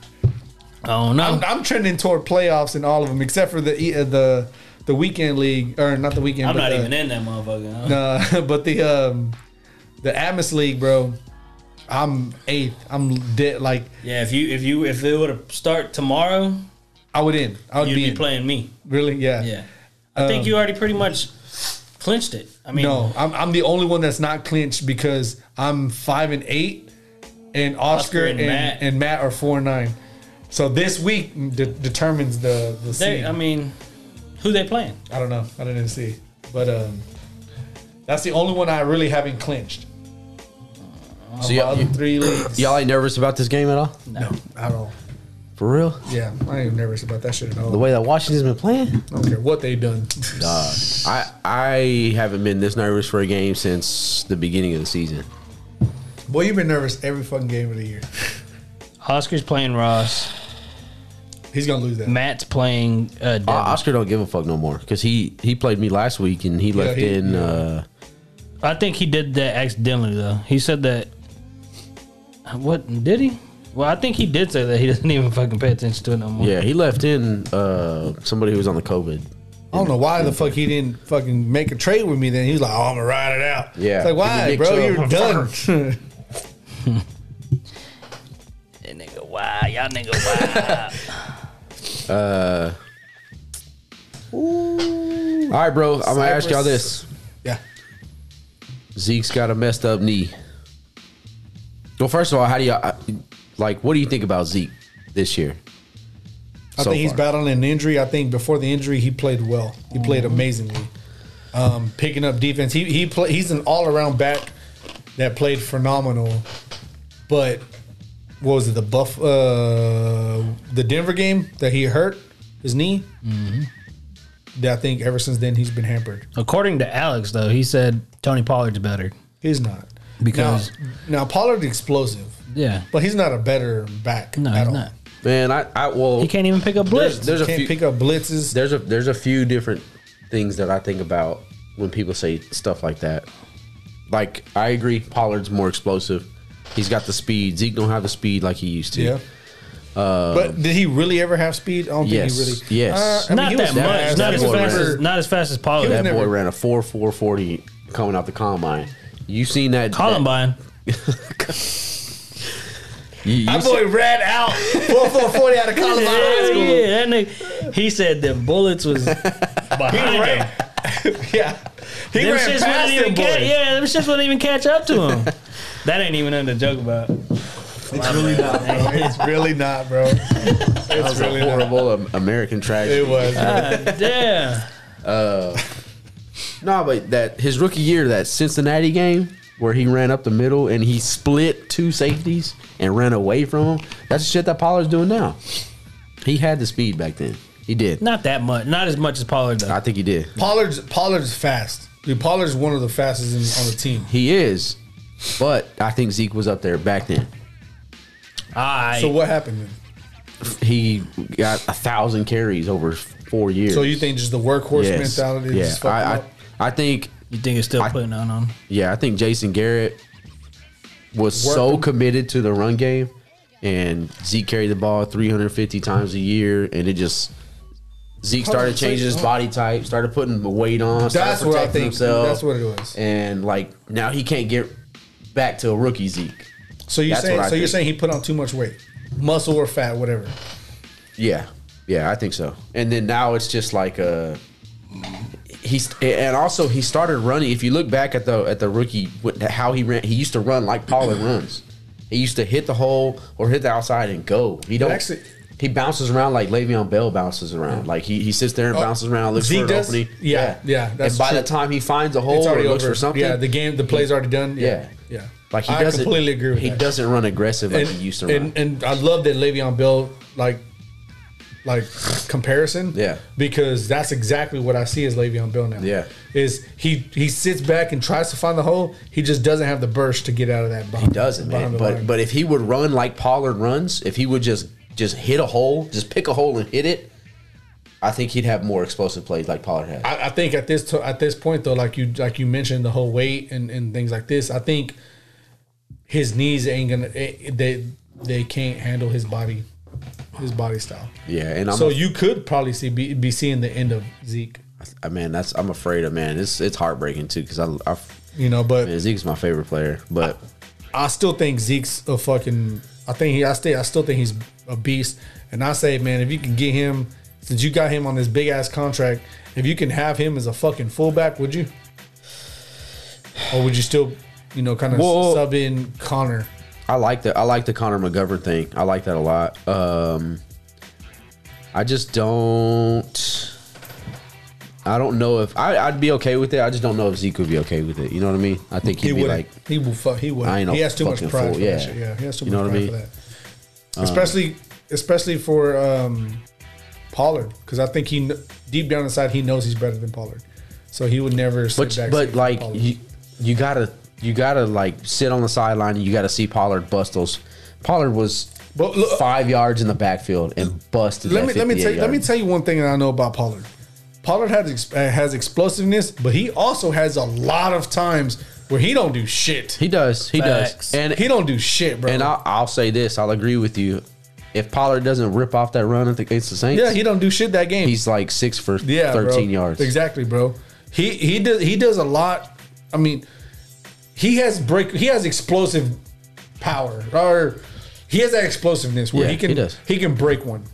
S3: <laughs> I don't know.
S2: I'm, I'm trending toward playoffs in all of them except for the E- uh, the the weekend league or not the weekend.
S3: I'm
S2: but
S3: not
S2: the-
S3: even in that motherfucker.
S2: Uh, <laughs> but the um, the Atmos League, bro. I'm eighth. I'm dead. Like
S3: Yeah, if you if you if it would have start tomorrow,
S2: I would in. I would
S3: you'd
S2: be,
S3: be
S2: in.
S3: playing me.
S2: Really? Yeah. Um,
S3: Yeah, I think you already pretty much clinched it. I mean,
S2: No, I'm, I'm the only one that's not clinched because I'm five and eight, and Oscar,
S3: Oscar
S2: and,
S3: and
S2: and, Matt.
S3: Matt.
S2: are four and nine. So this week de- determines the the
S3: they,
S2: seed.
S3: I mean, who they playing?
S2: I don't know. I didn't see, but um, that's the only one I really haven't clinched.
S4: So
S2: The
S4: y'all,
S2: other three leagues.
S4: y'all ain't nervous about this game at all?
S2: At all.
S4: For real?
S2: Yeah, I ain't nervous about that shit at
S4: The
S2: all.
S4: way that Washington's been playing?
S2: I don't care what they done.
S4: Uh, I I haven't been this nervous for a game since the beginning of the season.
S2: Boy, you've been nervous every fucking game of the year.
S3: Oscar's playing Ross.
S2: He's gonna lose that.
S3: Matt's playing. Uh, Devin.
S4: O-
S2: Ah.
S4: Oscar don't give a fuck no more because he he played me last week and he left
S2: he-
S4: in. Uh,
S3: I think he did that accidentally though. He said that. What did he? Well, I think he did say that he <laughs> doesn't even fucking pay attention to it no more.
S4: yeah, he left in uh, somebody who was on the COVID.
S2: I don't know why the fuck he didn't fucking make a trade with me. Then he was like, "Oh, I'm gonna ride it out."
S4: Yeah.
S2: it's like why,
S4: Big
S2: bro?
S4: toe,
S2: You're done.
S3: That nigga, wow, y'all nigga, wow.
S4: All right, bro. I'm gonna ask y'all this.
S2: yeah,
S4: Zeke's got a messed up knee. Well, first of all, how do y'all like? What do you think about Zeke this year?
S2: I think he's battling an injury. I think before the injury, he played well. He played amazingly, um, picking up defense. He he play, He's an all around back that played phenomenal. But what was it? The buff, uh, the Denver game that he hurt his knee. That I think ever since then he's been hampered.
S3: According to Alex, though, he said Tony Pollard's better.
S2: He's not
S3: Because-
S2: now, now Pollard's explosive.
S3: Yeah.
S2: But he's not a better back.
S3: No,
S2: at
S3: he's
S2: all.
S3: not.
S4: Man, I, I well,
S3: He can't even pick up
S4: there's,
S3: blitz.
S4: there's a
S2: Can't
S4: few.
S2: pick up blitzes.
S4: there's a there's a few different things that I think about when people say stuff like that. Like I agree, Pollard's more explosive, He's got the speed. Zeke don't have the speed like he used to.
S2: Yeah. but did he really ever have speed? I don't
S4: Yes,
S2: think he really.
S4: yes.
S2: I mean,
S3: not
S2: he
S3: that
S2: was
S3: much.
S2: fast.
S3: Not
S2: He
S3: as
S2: was
S3: fast
S2: never-
S3: as not as fast as Paul.
S2: was
S4: That
S2: never-
S4: boy ran a four four forty coming out the combine. You seen that that-
S3: Columbine.
S4: you, you
S2: That
S4: seen-
S2: boy ran out four four forty out of Columbine High
S3: Yeah,
S2: School.
S3: <laughs> yeah, that nigga. He said the bullets
S2: <laughs>
S3: was behind him.
S2: Yeah, he
S3: Them
S2: ran
S3: shits
S2: past
S3: wouldn't
S2: them
S3: even catch.
S2: boys.
S3: Yeah, them shits wouldn't even catch up to him. <laughs> that ain't even nothing to joke about.
S2: It's really not, bro. It's really not, bro. It's really not.
S4: horrible Am- American tragedy.
S2: It was.
S3: God damn.
S4: No, but that his rookie year, that Cincinnati game where he ran up the middle and he split two safeties and ran away from him. That's the shit that Pollard's doing now. He had the speed back then. He did.
S3: Not that much. Not as much as Pollard does.
S4: I think he did.
S2: Pollard's Pollard's fast. Dude, Pollard's one of the fastest in, on the team.
S4: He is, but I think Zeke was up there back then.
S3: I
S2: So what happened? Then?
S4: He got a thousand carries over four years.
S2: So you think just the workhorse
S4: Yes.
S2: mentality?
S4: Yeah,
S2: Just
S4: I,
S2: I,
S4: I, I think
S3: you think it's still
S4: I-
S3: <laughs> putting on him?
S4: Yeah, I think Jason Garrett was
S2: Worked
S4: so
S2: him.
S4: committed to the run game, and Zeke carried the ball 350 times a year, and it just Zeke started changing his body type, started putting weight on, started
S2: That's what I
S4: protecting
S2: think.
S4: himself,
S2: That's what it was.
S4: and like now he can't get back to a rookie Zeke.
S2: So you
S4: That's
S2: saying?
S4: what
S2: So
S4: I
S2: you're
S4: think.
S2: saying he put on too much weight, muscle or fat, whatever.
S4: Yeah, yeah, I think so. And then now it's just like uh He's and also he started running. If you look back at the at the rookie, what- how he ran, he used to run like Pollard runs. He used to hit the hole or hit the outside and go. He don't.
S2: Actually-
S4: he bounces around like Le'Veon Bell bounces around. Like he, he sits there and
S2: Oh,
S4: bounces around, looks
S2: Zeke
S4: for an
S2: does?
S4: opening.
S2: Yeah, yeah, that's
S4: and by
S2: true.
S4: the time he finds a hole
S2: it's
S4: or
S2: already
S4: looks
S2: over.
S4: for something,
S2: Yeah, the game, the play's already done.
S4: yeah,
S2: Yeah, yeah.
S4: Like he
S2: I
S4: doesn't
S2: completely agree with
S4: He
S2: that.
S4: doesn't run aggressive like
S2: and,
S4: he used to run.
S2: and, and I love that Le'Veon Bell like like comparison.
S4: Yeah.
S2: Because that's exactly what I see as Le'Veon Bell now.
S4: Yeah.
S2: Is he he sits back and tries to find the hole. He just doesn't have the burst to get out of that box.
S4: He doesn't, man. But but if he would run like Pollard runs, if he would just just hit a hole, just pick a hole and hit it, I think he'd have more explosive plays like Pollard had.
S2: I, I think at this to, at this point though, like you like you mentioned the whole weight and, and things like this, I think his knees ain't gonna eh, they they can't handle his body his body style.
S4: yeah, and I'm
S2: So you could probably see be, be seeing the end of Zeke.
S4: I mean that's I'm afraid of man. It's it's heartbreaking too because I, I
S2: You know, but
S4: man, Zeke's my favorite player, but
S2: I still think Zeke's a fucking. I think he. I still. I still think he's a beast. And I say, man, if you can get him, since you got him on this big ass contract, if you can have him as a fucking fullback, would you? Or would you still, you know, kind of
S4: Well-
S2: sub in Connor?
S4: I like the I like the Connor McGovern thing. I like that a lot. Um, I just don't. I don't know if I, I'd be okay with it. I just don't know if Zeke would be okay with it. You know what I mean? I think he'd
S2: He
S4: be
S2: would.
S4: like,
S2: he will. Fuck. He would.
S4: I ain't no
S2: He has too much
S4: fucking
S2: pride.
S4: fool,
S2: For
S4: yeah.
S2: That shit. Yeah. He has too
S4: You
S2: much
S4: know what I
S2: pride for
S4: mean?
S2: that.
S4: Um,
S2: Especially, especially for um, Pollard, because I think he kn- deep down inside he knows he's better than Pollard, so he would never. sit
S4: But
S2: back
S4: but
S2: saying,
S4: like
S2: Pollard.
S4: you, you gotta you gotta like sit on the sideline and you gotta see Pollard bust those. Pollard was
S2: But look-
S4: five yards in the backfield and busted.
S2: let
S4: that
S2: me let me tell
S4: 58
S2: you, let me
S4: yard.
S2: tell you one thing that I know about Pollard. Pollard has ex- uh, has explosiveness, but he also has a lot of times where he don't do shit.
S4: He does. He
S3: Facts.
S4: does. And
S2: He don't do shit, bro.
S4: and I'll, I'll say this. I'll agree with you. If Pollard doesn't rip off that run at the- against the Saints,
S2: yeah, he don't do shit that game.
S4: he's like six for
S2: yeah, bro.
S4: thirteen yards.
S2: exactly, bro. He he does he does a lot. I mean, he has break. He has explosive power, or he has that explosiveness where
S4: Yeah,
S2: he can
S4: he does.
S2: he can break one.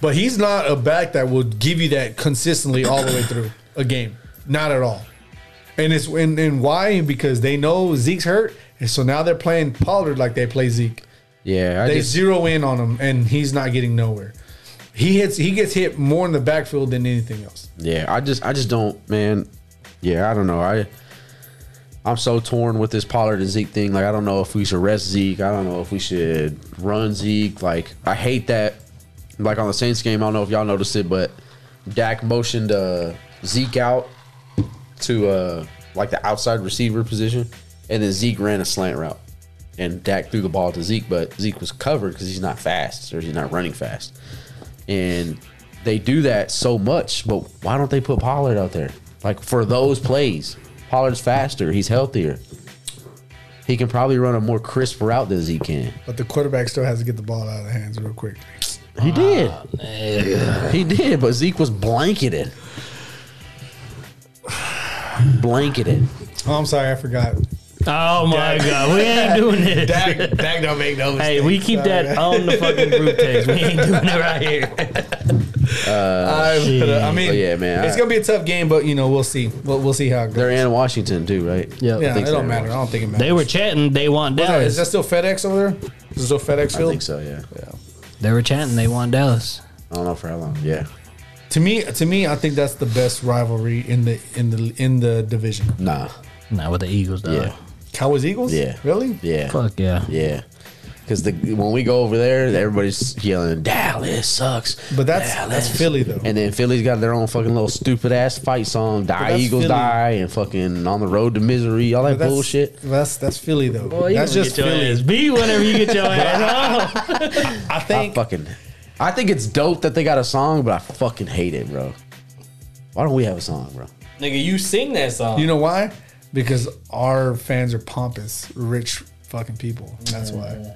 S2: But he's not a back that will give you that consistently all the way
S4: <coughs>
S2: through a game. Not at all. And it's and, and why? Because they know Zeke's hurt, and so now they're playing Pollard like they play Zeke.
S4: Yeah, I
S2: They
S4: just,
S2: zero in on him, and he's not getting nowhere. He hits. He gets hit more in the backfield than anything else.
S4: yeah, I just I just don't, man. Yeah, I don't know. I I'm so torn with this Pollard and Zeke thing. Like, I don't know if we should rest Zeke. I don't know if we should run Zeke. Like, I hate that. Like on the Saints game, I don't know if y'all noticed it, but Dak motioned uh, Zeke out to uh, like the outside receiver position, and then Zeke ran a slant route, and Dak threw the ball to Zeke, but Zeke was covered because he's not fast or he's not running fast, and they do that so much. But why don't they put Pollard out there like for those plays? Pollard's faster, he's healthier. He can probably run a more crisp route than Zeke can.
S2: But the quarterback still has to get the ball out of the hands real quick.
S4: He did. He did, but Zeke was blanketed. Blanketed.
S2: Oh, I'm sorry, I <laughs> forgot.
S3: Oh my god,
S2: <laughs>
S3: we ain't doing this.
S2: Dak, Dak don't make no
S3: hey, we keep that on the fucking group text. We ain't doing it
S2: <laughs>
S3: right here.
S2: I, but, uh, I mean,
S4: But Oh, yeah, man,
S2: it's
S4: I-
S2: gonna be a tough game, but you know we'll see. We'll, we'll see how it goes.
S4: They're in Washington too, right?
S9: Yeah.
S2: Yeah, it
S4: think
S2: don't
S4: so.
S2: matter. I don't think it matters.
S3: They were chatting. They want
S2: Oh, is
S3: Dallas.
S2: that still FedEx over there? Is it still FedEx
S4: I
S2: Field?
S4: think so. Yeah.
S9: They were chanting they want Dallas.
S4: I don't know for how long. Yeah.
S2: To me, to me, I think that's the best rivalry in the in the in the division.
S4: Nah.
S9: Not with the Eagles, though.
S4: Yeah.
S2: Cowboys Eagles.
S4: Yeah.
S2: really.
S4: Yeah.
S9: Fuck yeah.
S4: Yeah. Because the when we go over there, everybody's yelling Dallas sucks.
S2: But that's
S4: Dallas."
S2: that's Philly though.
S4: And then Philly's got their own fucking little stupid ass fight song, "Die
S2: that's
S4: Eagles
S2: Philly.
S4: Die" and fucking "On the Road to Misery," all that
S2: That's-
S4: bullshit.
S2: That's that's Philly though.
S3: you
S2: that's
S3: gonna
S2: just
S3: get your
S2: Philly.
S3: ass beat whenever you
S2: <laughs>
S3: get your ass off.
S2: I
S4: I
S2: think
S4: fucking, I think it's dope that they got a song, but I fucking hate it, bro. Why don't we have a song, bro?
S3: Nigga, you sing that song.
S2: you know why? Because our fans are pompous, rich fucking people. That's why.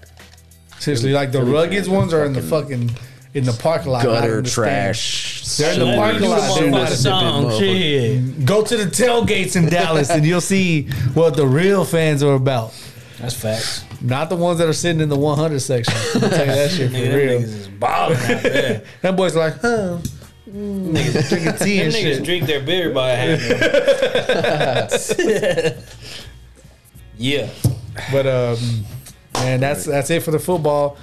S2: Seriously, like the rugged ones are in the fucking in the parking lot, not
S4: Gutter
S2: in the
S4: trash.
S2: They're in the
S4: sewer-
S2: parking lot,
S4: sewer
S2: dude. Not a
S4: sipping
S3: song.
S4: motherfucker.
S3: Shit.
S2: stand. Go to the tailgates in Dallas, and you'll see what the real fans are about.
S9: That's facts.
S2: Not the ones that are sitting in the 100 section. I'll tell you that
S3: <laughs>
S2: shit for
S3: Them
S2: real.
S3: niggas is balling out there.
S2: That boy's like, huh? Niggas drinking tea
S3: Them
S2: and
S3: <laughs> niggas
S2: shit.
S3: drink their beer by half. <laughs> yeah.
S2: But um, man, that's that's it for the football.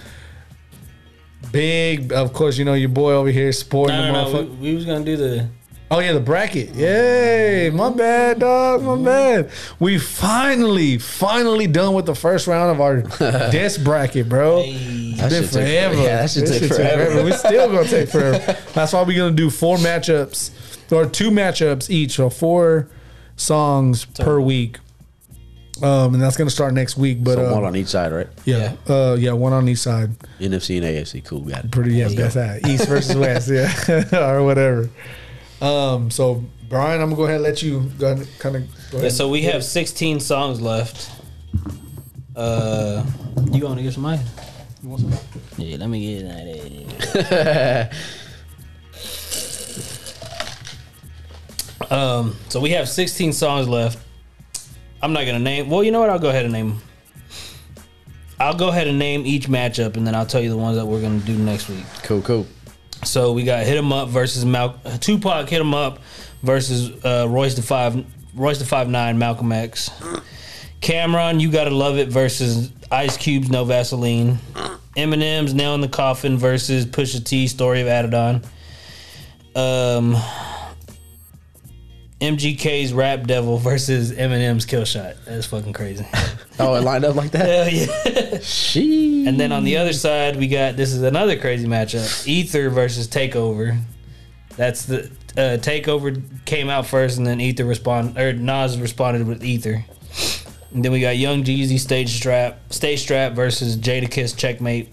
S2: Big, of course, you know your boy over here sporting
S3: No,
S2: the
S3: no, no.
S2: motherfucker.
S3: We, we was gonna do the.
S2: Oh yeah, the bracket. Yay! My bad, dog. My
S4: Mm-hmm.
S2: bad. We finally, finally done with the first round of
S4: <laughs>
S2: our desk bracket, bro.
S4: That
S2: been
S4: shit took-
S2: forever.
S4: Yeah, that should
S2: This
S4: take
S2: shit
S4: forever.
S2: We're still gonna
S4: <laughs>
S2: take forever. That's why we're gonna do four matchups or two matchups each, or four songs per week. Um, and that's gonna start next week. But
S4: So
S2: um,
S4: one on each side, right?
S2: yeah, uh, yeah, one on each side.
S4: NFC and AFC. Cool, got it.
S2: Pretty yeah, that's that. East versus West, yeah, <laughs> or whatever. Um, so Brian, I'm gonna go ahead and let you go kind of go
S3: Yeah,
S2: ahead.
S3: so we have 16 songs left. Uh,
S9: You going to get some ice? Yeah, let me get it. out of there.
S3: <laughs> um, so we have 16 songs left. I'm not gonna name. Well, you know what? I'll go ahead and name. 'em. I'll go ahead and name each matchup, and then I'll tell you the ones that we're gonna do next week.
S4: Cool, cool.
S3: So we got Hit 'Em Up versus Mal- Tupac Hit 'Em Up versus uh, Royce the Five Royce the Five Nine Malcolm X. Cameron, you gotta love it versus Ice Cube's No Vaseline. Eminem's Nail in the Coffin versus Pusha T Story of Adidon. Um, MGK's Rap Devil versus Eminem's Kill Shot. That's fucking crazy.
S4: Oh, it lined up like <laughs> that.
S3: Hell yeah.
S4: She.
S3: And then on the other side, we got this is another crazy matchup: Ether versus Takeover. That's the uh, Takeover came out first, and then Ether respond or Nas responded with Ether. And then we got Young Jeezy stage strap, stage strap versus Jada Kiss checkmate.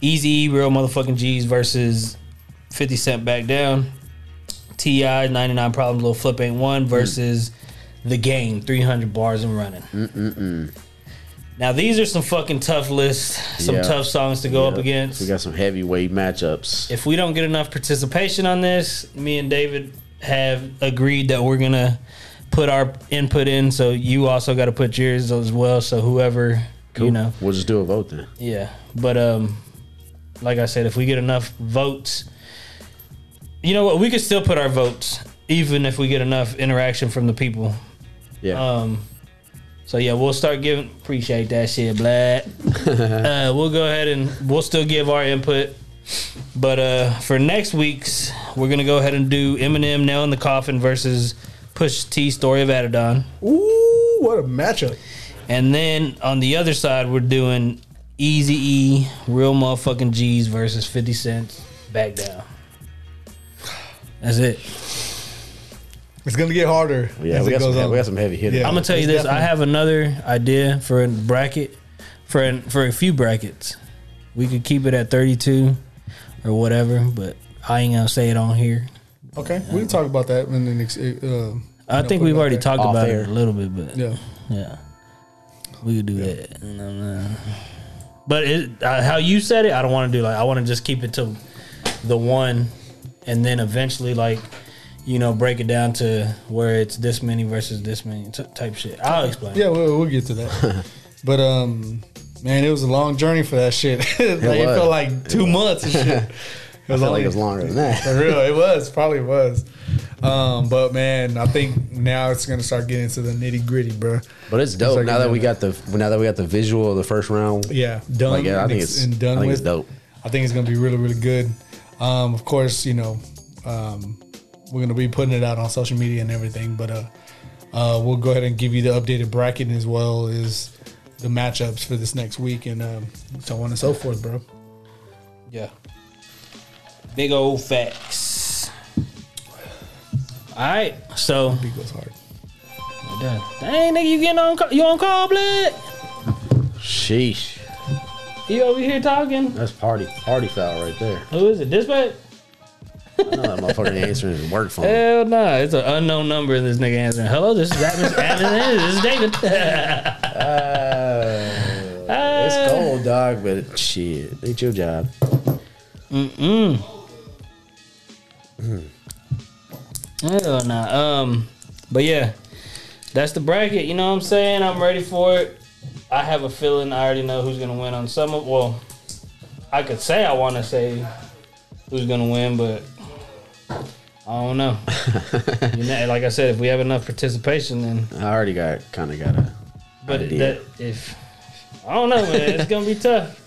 S3: Easy real motherfucking G's versus Fifty Cent back down. Ti ninety nine problems little flip ain't one versus the game three hundred bars and running. Now these are some fucking tough lists, some
S4: Yeah.
S3: tough songs to go up
S4: Yeah.
S3: against.
S4: We got some heavyweight matchups.
S3: if we don't get enough participation on this, me and David have agreed that we're gonna put our input in. So you also got to put yours as well. So whoever you know,
S4: We'll just do a vote then.
S3: yeah. But um, like I said, if we get enough votes, you know what, we could still put our votes even if we get enough interaction from the people.
S4: Yeah.
S3: Um, so yeah, we'll start giving. Appreciate that shit, Blad. uh, we'll go ahead and we'll still give our input, but uh, for next week's, we're gonna go ahead and do Eminem Nail in the Coffin versus Push T Story of Adidon,
S2: Ooh, what a matchup!
S3: and then on the other side, we're doing Easy E Real Motherfucking G's versus Fifty Cent Back Down. That's it.
S2: It's gonna get harder
S4: yeah,
S2: as
S4: we
S2: it
S4: got, some,
S2: goes
S4: he-
S2: on.
S4: we got some heavy hitters.
S2: Yeah.
S3: I'm gonna tell you
S2: It's
S3: this. I
S2: definitely-
S3: have another idea for a bracket, for an, for a few brackets. We could keep it at 32 or whatever, but I ain't gonna say it on here.
S2: okay, we can talk about that when the next. Uh,
S3: I
S2: know,
S3: think
S2: put it
S3: we've
S2: out
S3: already
S2: there.
S3: talked
S4: Off
S3: about
S4: air.
S3: it a little bit, but yeah.
S2: yeah,
S9: We could do that. No, no.
S3: But it, uh, how you said it, I don't want to do like I want to just keep it to the one, and then eventually like you know break it down to where it's this many versus this many t- type shit. I'll explain.
S2: Yeah, we'll, we'll get to
S4: <laughs>
S2: that. but um, man, it was a long journey for that shit. <laughs> like, it,
S4: was.
S2: felt like two months and
S4: <laughs>
S2: shit. It was
S4: felt like
S2: only-
S4: it was longer than
S2: <laughs>
S3: <laughs>
S4: that.
S2: For real, it was probably was. Um, but man, I think now it's gonna start getting into the nitty gritty, bro.
S4: But it's dope
S2: like
S4: now that we
S2: another-
S4: got the now that we got the visual of the first round.
S2: Yeah, done.
S4: Like, yeah, I
S2: and
S4: think
S2: it's-
S4: it's
S2: and done
S4: I think
S2: with.
S4: it's dope.
S2: I think it's gonna be really, really good. Um, of course, you know, um, we're gonna be putting it out on social media and everything, but uh, uh, we'll go ahead and give you the updated bracket as well as the matchups for this next week and um, so on and so forth, bro. Yeah,
S3: Big old facts. All right, so
S2: beat goes hard.
S3: dang nigga, you getting on ca- you on call, blood?
S4: Sheesh,
S3: You over here talking?
S4: that's party party foul right there.
S3: Who is it? Dispatch?
S4: I know that motherfucker ain't answering his work phone.
S3: Hell no, nah. it's an unknown number. This nigga answering. Hello, this is <laughs> Adam. Adam this is David.
S4: It's cold, dog, but shit, ain't your job.
S3: Hell nah. Um, but yeah, that's the bracket. You know what I'm saying? I'm ready for it. I have a feeling I already know who's gonna win on some of. Well, I could say I want to say who's gonna win, but I don't know. you know. Like I said, if we have enough participation, then.
S4: I already got kind of got a.
S3: But
S4: Idea.
S3: that if I don't know, man, it's gonna be tough.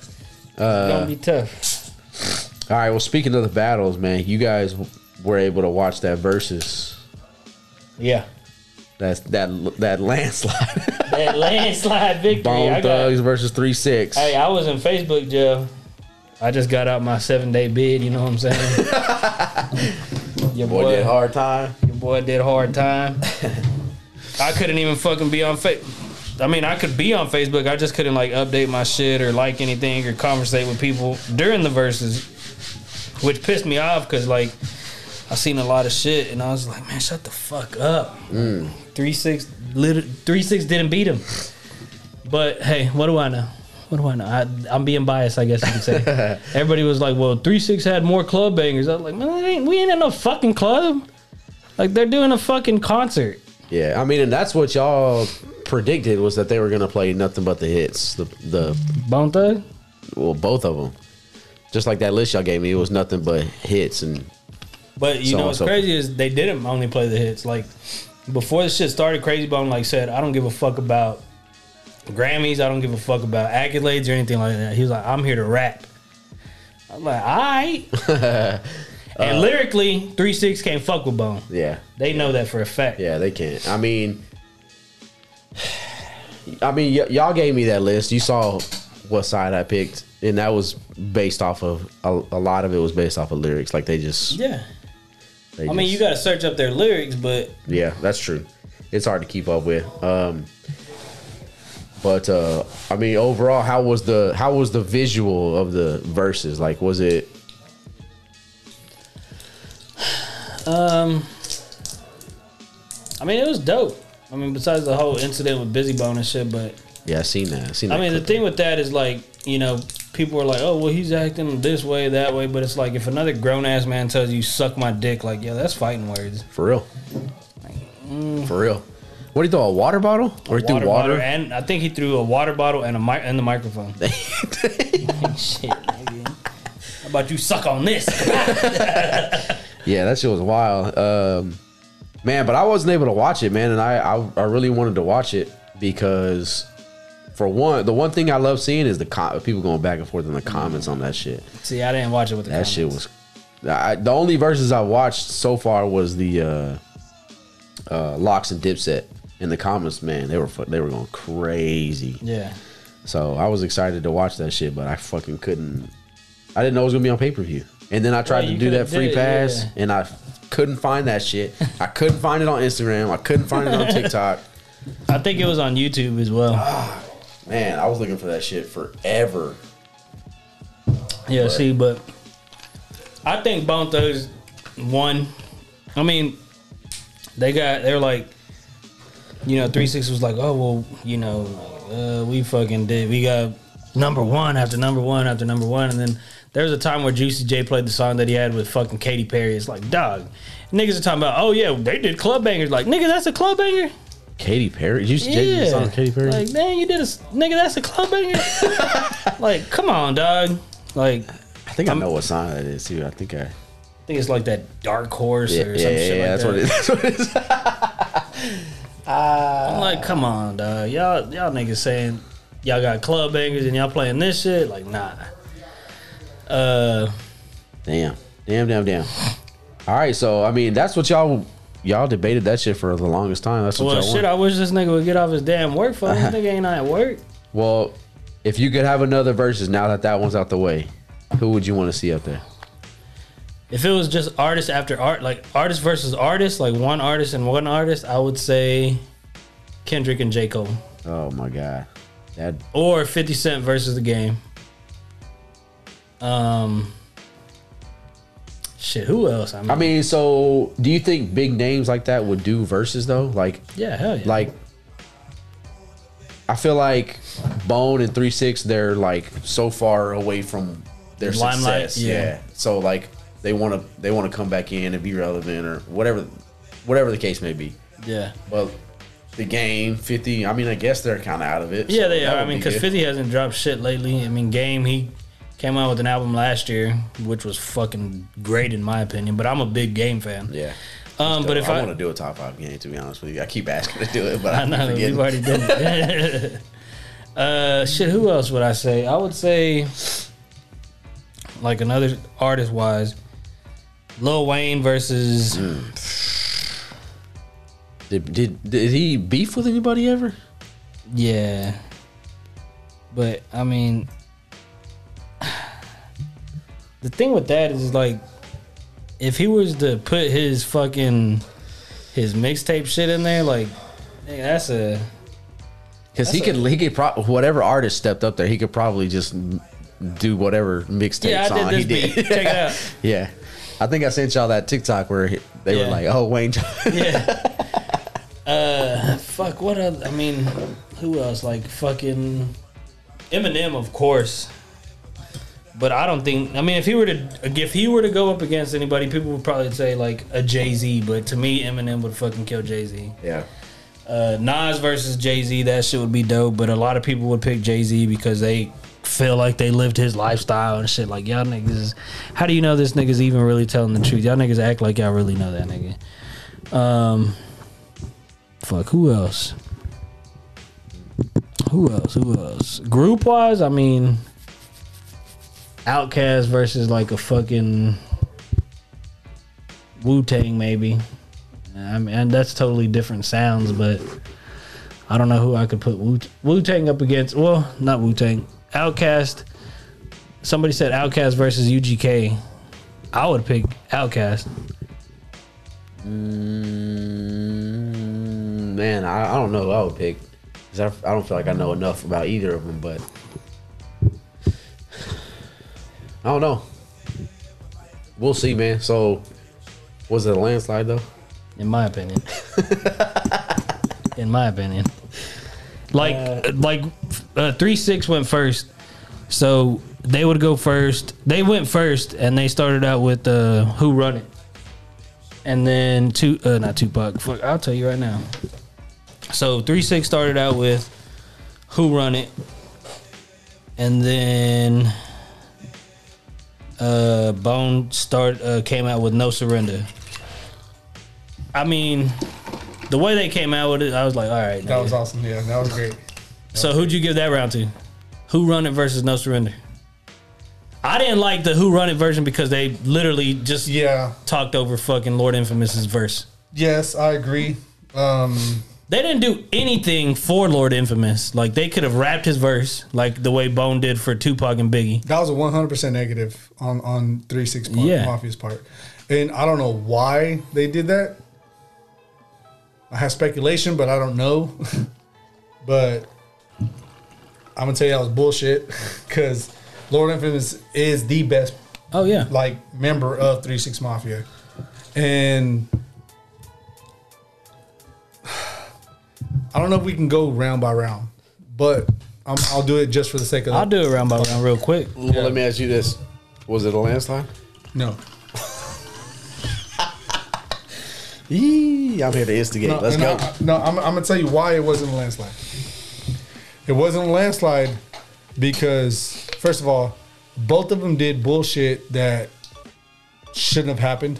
S3: it's gonna be tough.
S4: All right. Well, speaking of the battles, man, you guys were able to watch that versus.
S3: Yeah.
S4: That's that that landslide. <laughs>
S3: That landslide victory.
S4: Bone
S3: I got,
S4: Thugs versus Three Six.
S3: Hey, I was in Facebook jail. I just got out my seven day bid. You know what I'm saying? your boy,
S4: Boy, did hard time.
S3: your boy did hard time. I couldn't even fucking be on Facebook. I mean, I could be on Facebook. I just couldn't like update my shit or like anything or conversate with people during the verses, which pissed me off because like I seen a lot of shit and I was like, man, shut the fuck up. Three six, lit- three six didn't beat him. But hey, what do I know? What do I know? I, I'm being biased, I guess you could say. Everybody was like, "Well, three six had more club bangers." I was like, "Man, it ain't, we ain't in no fucking club. Like they're doing a fucking concert."
S4: Yeah, I mean, and that's what y'all predicted was that they were gonna play nothing but the hits. The the
S3: Bone Thug.
S4: well, both of them. Just like that list y'all gave me, it was nothing but hits and
S3: But you
S4: So
S3: know
S4: on
S3: what's
S4: so
S3: crazy is they didn't only play the hits. Like before this shit started, Crazy Bone like said, I don't give a fuck about Grammys, I don't give a fuck about accolades or anything like that. He was like, I'm here to rap. I'm like,
S4: <laughs>
S3: alright.
S4: Uh,
S3: and lyrically, three six can't fuck with Bone.
S4: yeah,
S3: They know that for a fact.
S4: yeah, they can't. I mean, <sighs> I mean, y- y'all gave me that list. You saw what side I picked, and that was based off of a, a lot of it was based off of lyrics. Like they just,
S3: Yeah.
S4: they
S3: I mean,
S4: just-
S3: you got to search up their lyrics, but
S4: Yeah, that's true. It's hard to keep up with. Um, but uh, I mean, overall, how was the how was the visual of the verses? Like, was it?
S3: I mean, it was dope. I mean, besides the whole incident with Busy Bone and shit, but
S4: Yeah, I seen that. I seen that.
S3: I mean, the
S4: clip.
S3: thing with that is like, you know, people are like, oh, well, he's acting this way, that way, but it's like if another grown ass man tells you, suck my dick, like, yeah, that's fighting words.
S4: for real, for real. What do you throw mm. a water bottle or he threw water?
S3: bottle, and I think he threw a water bottle and a mic and the
S4: <laughs>
S3: microphone. Shit, nigga. How about you suck on this? <laughs>
S4: yeah, that shit was wild, um, man. But I wasn't able to watch it, man, and I, I I really wanted to watch it because. For one, the one thing I love seeing is the com- people going back and forth in the comments on that shit.
S3: See, I didn't watch it with the
S4: That
S3: comments.
S4: shit was. I, the only verses I watched so far was the uh, uh, locks and dipset in the comments. Man, they were fu- they were going crazy.
S3: Yeah.
S4: So I was excited to watch that shit, but I fucking couldn't. I didn't know it was gonna be on pay per view, and then I tried
S3: Right,
S4: to
S3: you
S4: do that
S3: could've
S4: free
S3: did it,
S4: pass,
S3: yeah.
S4: and I couldn't find that shit. I couldn't find it on Instagram. I couldn't find
S3: <laughs>
S4: it on TikTok.
S3: I think it was on YouTube as well.
S4: Man, I was looking for that shit forever.
S3: Yeah, see, but I think Bone Thugs won. I mean, they got they're like you know, three six was like, oh well, you know, uh, we fucking did. We got number one after number one after number one, and then there was a time where Juicy J played the song that he had with fucking Katy Perry. It's like, dog, niggas are talking about, oh yeah, they did club bangers. Like, nigga, that's a club banger.
S4: Katy Perry. You used to
S3: Yeah,
S4: yeah. song Katy Perry.
S3: Like, man, you did a s- nigga. That's a club
S4: <laughs>
S3: banger. like, come on, dog. Like,
S4: I think i know what song that is too. I think I.
S3: I think it's like that dark horse
S4: Yeah,
S3: or
S4: yeah,
S3: some
S4: yeah,
S3: shit like
S4: that's,
S3: that.
S4: what it, that's what it is. <laughs>
S3: I'm like, come on, dog. Y'all, y'all niggas saying y'all got club bangers and y'all playing this shit. Like, nah. Uh,
S4: Damn, damn, damn, damn. All right, so I mean, that's what y'all y'all debated that shit for the longest time. That's what
S3: well,
S4: y'all
S3: shit.
S4: want.
S3: I wish this nigga would get off his damn work. Fuck,
S4: <laughs> Uh-huh.
S3: this nigga ain't at work.
S4: Well, if you could have another versus now that that one's out the way, who would you want to see up there?
S3: If it was just artist after art, like artist versus artist, like one artist and one artist, I would say Kendrick and J Cole,
S4: Oh my god, that
S3: or Fifty Cent versus the Game. Um, shit. Who else? I mean,
S4: I mean, so do you think big names like that would do verses though? Like,
S3: yeah, hell yeah.
S4: like I feel like Bone and Three Six, they're like so far away from their
S3: Limelight,
S4: success.
S3: yeah.
S4: Yeah. So like they want to they want to come back in and be relevant or whatever, whatever the case may be.
S3: yeah.
S4: Well, the game Fifty. I mean, I guess they're kind of out of it.
S3: Yeah,
S4: so
S3: they
S4: that
S3: are. I
S4: would
S3: mean,
S4: be
S3: because
S4: good.
S3: 50 hasn't dropped shit lately. I mean, Game, he came out with an album last year, which was fucking great in my opinion, but I'm a big Game fan.
S4: Yeah.
S3: Um, but if I.
S4: want to do a top five game, to be honest with you, I keep asking to do it,
S3: <laughs>
S4: but
S3: I
S4: I, keep
S3: know,
S4: forgetting.
S3: we've already done
S4: <laughs>
S3: it. uh, shit, who else would I say? I would say, like, another artist wise, Lil Wayne versus.
S4: Did, did did he beef with anybody ever?
S3: Yeah. But I mean <sighs> the thing with that is like if he was to put his fucking his mixtape shit in there, like nigga, that's a
S4: Because he
S3: That's
S4: could, he could pro- whatever artist stepped up there, he could probably just m- do whatever mixtape
S3: Yeah, I did
S4: song
S3: this
S4: he did.
S3: beat. Check it out.
S4: <laughs> yeah, I think I sent y'all that TikTok where he, they
S3: Yeah.
S4: were like, "Oh, Wayne." John-
S3: Yeah. uh fuck what other I mean, who else? Like fucking Eminem of course. But I don't think I mean if he were to if he were to go up against anybody, people would probably say like a Jay Z, but to me Eminem would fucking kill Jay Z.
S4: <laughs> yeah,
S3: Uh, Nas versus Jay Z, that shit would be dope. But a lot of people would pick Jay Z because they feel like they lived his lifestyle and shit. Like y'all niggas, is- how do you know this nigga's even really telling the truth? Y'all niggas act like y'all really know that nigga. Um, fuck, who else? Who else? Who else? Group wise, I mean, Outcast versus like a fucking Wu Tang, maybe. I mean, and that's totally different sounds, but I don't know who I could put Wu Tang up against. Well, not Wu Tang. Outcast. Somebody said Outcast versus UGK. I would pick Outcast.
S4: Mm, man, I, I don't know. Who I would pick 'Cause I, I don't feel like I know enough about either of them, but <sighs> I don't know. We'll see, man. So, was it a landslide though?
S3: In my opinion. in my opinion. Like like uh, three six went first, so they would go first. They went first, and they started out with uh, "Who Run It," and then two uh, not Tupac. Fuck, I'll tell you right now. So three six started out with "Who Run It," and then uh, Bone start uh, came out with "No Surrender." I mean, the way they came out with it, I was like, all right.
S2: That
S3: nigga.
S2: was awesome. Yeah, that was great.
S3: So who'd you give that round to? Who run it versus no surrender? I didn't like the who run it version because they literally just
S2: Yeah.
S3: talked over fucking Lord Infamous's verse.
S2: Yes, I agree. Um,
S3: They didn't do anything for Lord Infamous. Like they could have rapped his verse like the way Bone did for Tupac and Biggie.
S2: that was a 100% negative on on 36 part,
S3: Yeah.
S2: Mafia's part. And I don't know why they did that. I have speculation, but I don't know. <laughs> but I'm going to tell you that was bullshit <laughs> cuz Lord Infamous is the best
S3: Oh yeah.
S2: like member of Three Six Mafia, and <sighs> I don't know if we can go round by round, but i I'll do it just for the sake of
S3: I'll
S2: that.
S3: do it round by round real quick.
S4: Well, let me ask you this: Was it a landslide?
S2: No,
S4: Yee, I'm here to instigate.
S2: no,
S4: Let's
S2: and
S4: go.
S2: I- no, I'm, I'm gonna tell you why it wasn't a landslide. It wasn't a landslide because first of all, both of them did bullshit that shouldn't have happened.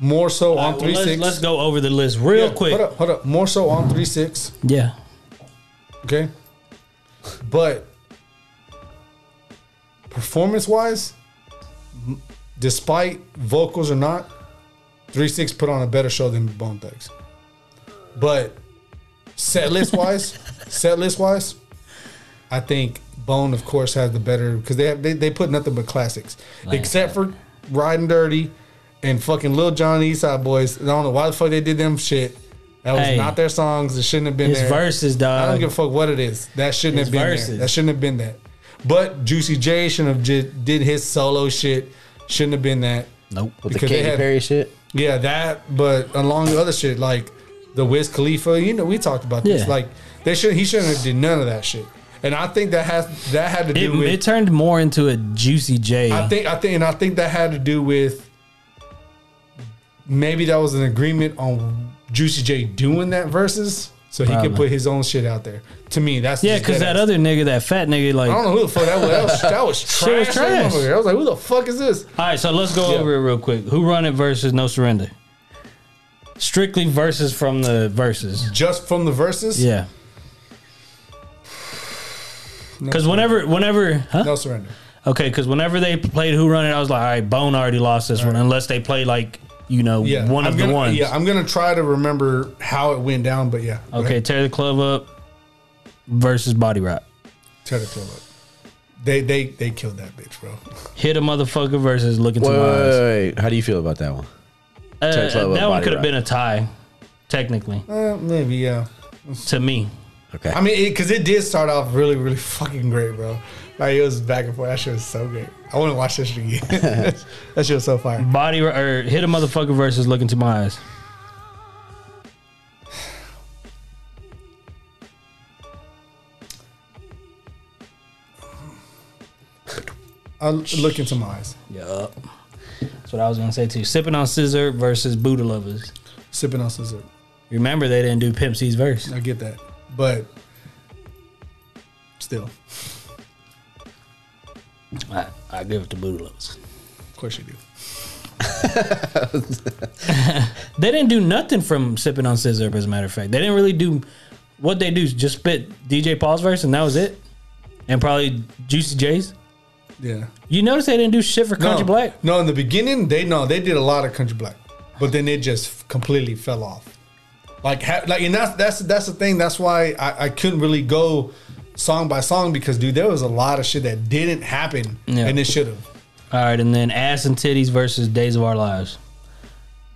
S2: More so on
S3: Well,
S2: three
S3: let's,
S2: six.
S3: let's go over the list real quick.
S2: Hold up, hold up. More so on three six.
S3: Yeah.
S2: Okay. But performance wise, despite vocals or not, 3 6 put on a better show than Bone Thugs. But set list
S3: <laughs>
S2: wise, set list wise, I think Bone, of course, has the better because they, have- they they put nothing but classics except for Riding Dirty and fucking Lil Johnny Eastside Boys. I don't know why the fuck they did them shit. That was
S3: Hey.
S2: not their songs. It shouldn't have been
S3: It's
S2: there.
S3: verses, dog.
S2: I don't give a fuck what it is. That shouldn't
S3: It's
S2: have been there.
S3: verses.
S2: That shouldn't have been that. But Juicy J shouldn't have just did his solo shit. Shouldn't have been that.
S9: Nope.
S4: With the
S2: because they
S4: Katy
S2: had-
S4: Perry shit.
S2: Yeah, that. But along the other shit, like the Wiz Khalifa, you know, we talked about this.
S3: Yeah.
S2: Like they should, he shouldn't have did none of that shit. And I think that has that had to
S3: It,
S2: do with.
S3: it turned more into a juicy J.
S2: I think I think and I think that had to do with maybe that was an agreement on Juicy J doing that versus so he could put his own shit out there. To me, that's
S3: yeah,
S2: just
S3: because
S2: dead
S3: that
S2: ass.
S3: other nigga, that fat nigga, like.
S2: I
S3: All
S2: don't know who the fuck that was. That was, that was trash.
S3: Shit was trash.
S2: motherfucker. I was like, who the fuck is this?
S3: right, so let's go over it real quick. Who run it versus no surrender? Strictly verses from the verses.
S2: Just from the verses?
S3: Yeah. Because whenever, whenever, huh?
S2: No surrender.
S3: Okay, because whenever they played Who Run It, I was like, all right, Bone already lost this one, unless they play like you know
S2: Yeah.
S3: one
S2: I'm
S3: of
S2: gonna,
S3: the ones.
S2: Yeah, I'm gonna try to remember how it went down, but yeah. Go
S3: okay,
S2: ahead.
S3: tear the club up versus Body Rock.
S2: Try to fill up. They they they killed that bitch, bro.
S3: Hit a motherfucker versus Look into
S4: Wait,
S3: my
S4: wait,
S3: eyes.
S4: wait, wait. How do you feel about that one?
S3: Uh,
S4: Tear Club Up,
S3: that one
S4: Body
S3: could have
S4: Rock.
S3: been a tie, technically,
S2: Uh, maybe yeah.
S3: to me.
S4: Okay.
S2: I mean, because it, did start off really, really fucking great, bro. Like it was back and forth. That shit was so great. I want to watch this shit again. <laughs> that shit was so fire.
S3: Body Rock or hit a motherfucker versus Look into my eyes.
S2: I look into my eyes,
S3: Yup. That's what I was gonna say too. Sipping on Scissor versus Buddha Lovers.
S2: sipping on scissor.
S3: Remember they didn't do Pimp C's verse.
S2: I get that, but still, of
S3: I, I give it to Buddha Lovers.
S2: course you do.
S3: They didn't do nothing from sipping on scissor. As a matter of fact, they didn't really do what they do. is Just spit DJ Paul's verse, and that was it. And probably Juicy J's.
S2: Yeah.
S3: You notice they didn't do shit for Country
S2: no,
S3: Black.
S2: No, in the beginning, they no, they did a lot of country black, but then it just completely fell off. Like, ha, like, and that's that's that's the thing. That's why I, I couldn't really go song by song because, dude, there was a lot of shit that didn't happen,
S3: Yeah.
S2: and it should have.
S3: All right, and then ass and titties versus Days of Our Lives.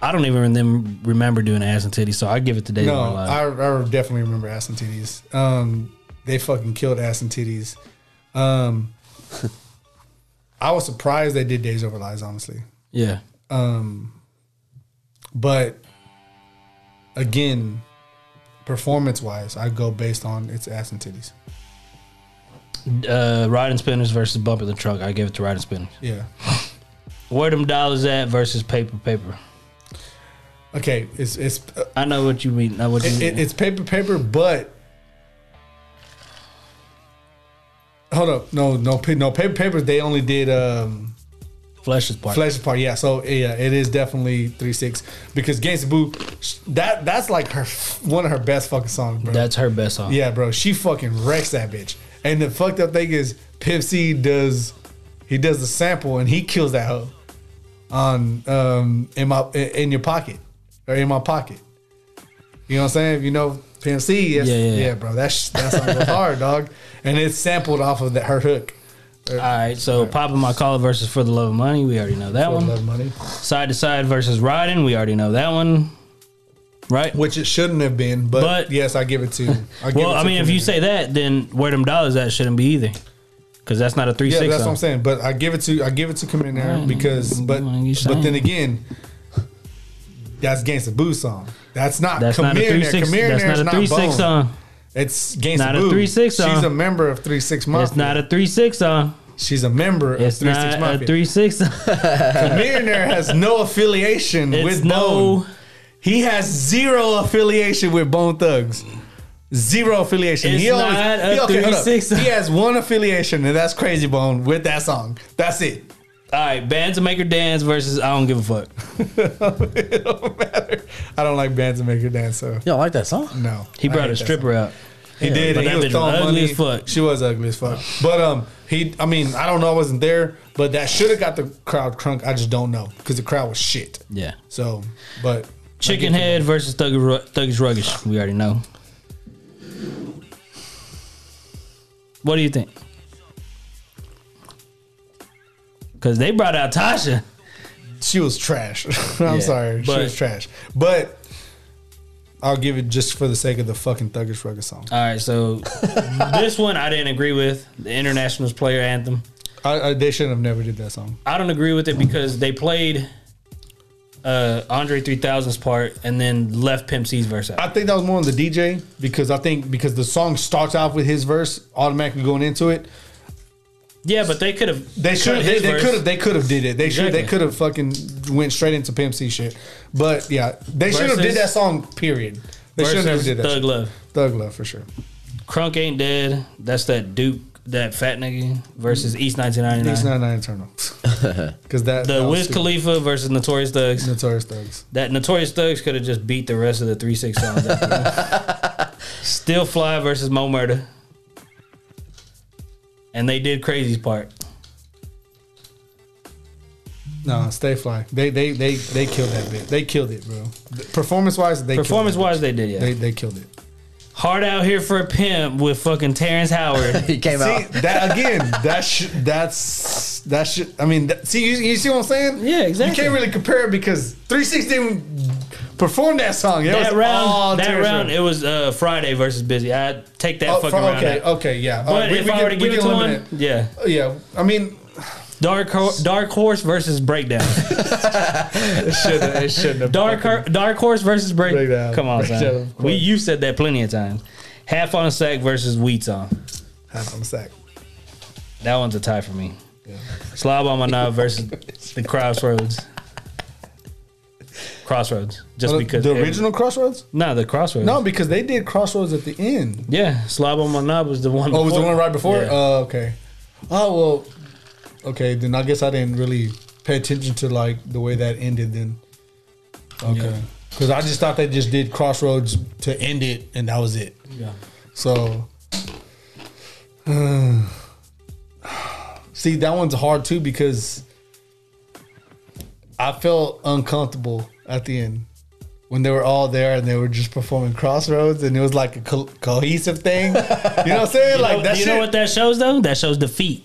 S3: I don't even them remember doing ass and titties, so I give it to Days
S2: No,
S3: of Our Lives.
S2: I, I definitely remember ass and titties. Um, they fucking killed ass and titties. Um, I was surprised they did Days Over Lies, honestly.
S3: yeah,
S2: But again, performance wise, I go based on its ass and titties.
S3: uh, Riding Spinners versus Bumper the Truck. I give it to Riding Spinners.
S2: Yeah.
S3: Where them dollars at versus paper paper.
S2: Okay. It's it's uh,
S3: I know what you mean. I know what you
S2: it,
S3: mean.
S2: it- it's paper paper, but hold up. No no pa- no paper paper. They only did um
S3: Flesh is part.
S2: Flesh part, yeah. So yeah, it is definitely three six because Gangsta Boo, sh- that that's like her one of her best fucking songs, bro.
S3: That's her best song.
S2: yeah, bro. She fucking wrecks that bitch. And the fucked up thing is, Pimp C does he does the sample and he kills that hoe on um in my in in your pocket or in my pocket. You know what I'm saying? If you know Pimp C, yeah,
S3: Yeah, yeah,
S2: yeah,
S3: yeah.
S2: bro. That's that's <laughs> hard, dog. And it's sampled off of that, her hook.
S3: All right, so popping my collar versus for the love of money, we already know that
S2: For
S3: one.
S2: Love money,
S3: Side to side versus riding, we already know that one. Right.
S2: which it shouldn't have been, but,
S3: But-
S2: yes, I give it to. I give
S3: well,
S2: it to
S3: I mean, if you
S2: Kareem.
S3: say that, then where them dollars at shouldn't be either, because that's not a three
S2: Yeah,
S3: six.
S2: that's
S3: song.
S2: what I'm saying. But I give it to I give it to Commander because but but
S3: you saying.
S2: then again, That's Gangsta Boo song. That's not
S3: That's
S2: Come
S3: not a
S2: in
S3: three
S2: there.
S3: six.
S2: Come in
S3: That's
S2: there
S3: not
S2: is
S3: a three
S2: Bone.
S3: six song.
S2: It's Gangsta
S3: not a
S2: Boo.
S3: 3-6
S2: She's
S3: song.
S2: a member of Three Six Mafia.
S3: It's not a three six song.
S2: She's a member
S3: It's
S2: of Three Six
S3: not
S2: Mafia.
S3: a three six.
S2: Millionaire has no affiliation
S3: It's
S2: <laughs> with
S3: no-
S2: Bone. He has zero affiliation with Bone Thugs. Zero affiliation.
S3: It's
S2: he always
S3: not a
S2: he, okay, hold up.
S3: 3-6.
S2: he has one affiliation, and that's Crazy Bone with that song. That's it.
S3: All right, band to make her dance versus I don't give a fuck.
S2: it don't matter. I don't like bands that make her dance, so
S9: Y'all like that song?
S2: no.
S3: He
S2: I
S3: brought
S2: hate
S3: a
S2: that song.
S3: stripper out.
S2: He did.
S3: but
S2: and
S3: that
S2: he was
S3: bitch
S2: throwing
S3: was ugly
S2: money.
S3: as fuck.
S2: She was ugly as fuck. But um, he. I mean, I don't know. I wasn't there, but that should have got the crowd crunk. I just don't know because the crowd was shit.
S3: Yeah.
S2: So, but
S3: Chicken head versus thug, thuggish ruggish. We already know. What do you think? Because they brought out Tasha.
S2: she was trash. <laughs> I'm sorry, she
S3: but-
S2: was trash. But I'll give it just for the sake of the fucking thuggish rugged song.
S3: All right, <laughs> so this one I didn't agree with the internationals player anthem.
S2: I, I, they shouldn't have never did that song.
S3: I don't agree with it because they played uh, Andre 3000's part and then left Pimp C's verse out.
S2: I think that was more on the DJ because I think because the song starts off with his verse automatically going into it.
S3: Yeah, but they could have.
S2: They should. They, they could have. They could have did it. They should. They
S3: Exactly.
S2: could have fucking went straight into Pimp C shit. But yeah, they should have did
S3: Versus-
S2: that song. Period. They should have did that.
S3: Thug
S2: Thug,
S3: Love.
S2: Thug Love for sure.
S3: Crunk ain't dead. That's that Duke, that fat nigga
S2: Mm.
S3: versus
S2: He's
S3: East 1999.
S2: not an <laughs>
S3: <laughs>
S2: internal because that
S3: The
S2: that was
S3: Wiz
S2: stupid.
S3: Khalifa versus Notorious Thugs.
S2: Notorious Thugs.
S3: That Notorious Thugs could have just beat the rest of the three six songs.
S2: <laughs>
S3: after that. Still Fly versus Mo Murder. And they did Crazy's part.
S2: No, Stay Fly. They they they they killed that bit. They killed it, bro. Performance wise, they killed
S3: Performance
S2: it.
S3: wise, they did, yeah.
S2: they they killed it.
S3: Hard out here for a pimp with fucking
S2: <laughs>
S3: Terrence Howard.
S9: He came
S2: See
S9: out.
S2: that again? That sh- that's that sh- I mean, that, see you, you see what I'm saying?
S3: Yeah, exactly.
S2: You can't really compare it because 360 didn't perform that song. It
S3: that
S2: was all
S3: round, that
S2: Terrence
S3: round,
S2: Row.
S3: it was uh, Friday versus Busy. I take that
S2: Oh,
S3: fucking
S2: fr-
S3: round.
S2: okay,
S3: out.
S2: okay, yeah.
S3: But
S2: Alright, we-
S3: if
S2: we
S3: I
S2: can-
S3: were to
S2: we
S3: give
S2: can
S3: it to one,
S2: eliminate-
S3: yeah,
S2: yeah. I mean,
S3: dark Ho- dark horse versus <laughs> breakdown.
S2: it shouldn't. It shouldn't have.
S3: Dark Hor- Dark Horse versus Break.
S2: Breakdown.
S3: Come on,
S2: Breakdown,
S3: son.
S2: of
S3: We
S2: course.
S3: you said that plenty of times. Half on a sack versus wheat on.
S2: Half on the sack.
S3: That one's a tie for me. Slob on my knob versus the crossroads. Crossroads, just
S2: Uh,
S3: because
S2: the
S3: every-
S2: original Crossroads?
S3: No, the crossroads.
S2: No, because they did Crossroads at the end.
S3: Yeah, slob on my knob was the one.
S2: Oh, was the
S3: before.
S2: one right before?
S3: Yeah.
S2: Oh, okay. Oh well. Okay, then I guess I didn't really pay attention to like the way that ended. Then. Okay. Because I just thought they just did Crossroads to end it, and that was it.
S3: Yeah.
S2: So. uh, See, that one's hard too because I felt uncomfortable at the end when they were all there and they were just performing Crossroads and it was like a co- cohesive thing. You know what I'm saying?
S3: Oh,
S2: like that
S3: do you
S2: shit.
S3: know what that shows though? That shows defeat.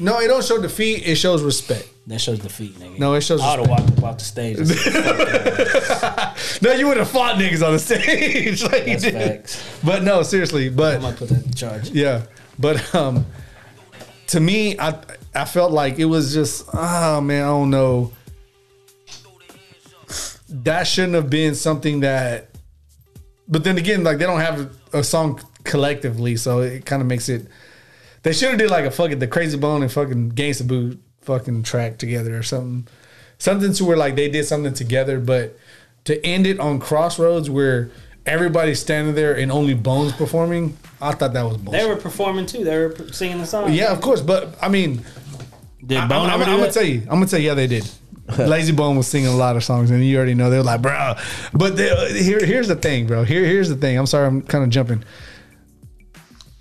S2: no, it don't show defeat. It shows respect.
S3: That shows defeat, nigga.
S2: No, it shows
S3: I would have walked up off the stage.
S2: No, you would have fought niggas on the <laughs> stage. like you
S3: That's
S2: did.
S3: facts.
S2: But no, seriously. But
S3: I might put that in charge.
S2: Yeah, but um, to me, I I felt like it was just oh man, I don't know. That shouldn't have been something that. But then again, like they don't have a song collectively, so it kind of makes it. They should have did like a fucking the Crazy Bone and fucking Gangsta Boo fucking track together or something, something to where like they did something together, but to end it on Crossroads where everybody's standing there and only Bones performing, I thought that was bullshit.
S3: They were performing too. They were singing the song.
S2: Yeah, of course, but I mean,
S3: Did
S2: I'm,
S3: Bone
S2: I'm-
S3: ever do
S2: I'm gonna
S3: that?
S2: tell you, I'm gonna tell you, yeah, they <laughs> did. Lazy Bone was singing a lot of songs, and you already know they were like, bro. But they, uh, here, here's the thing, bro. Here, here's the thing. I'm sorry, I'm kind of jumping.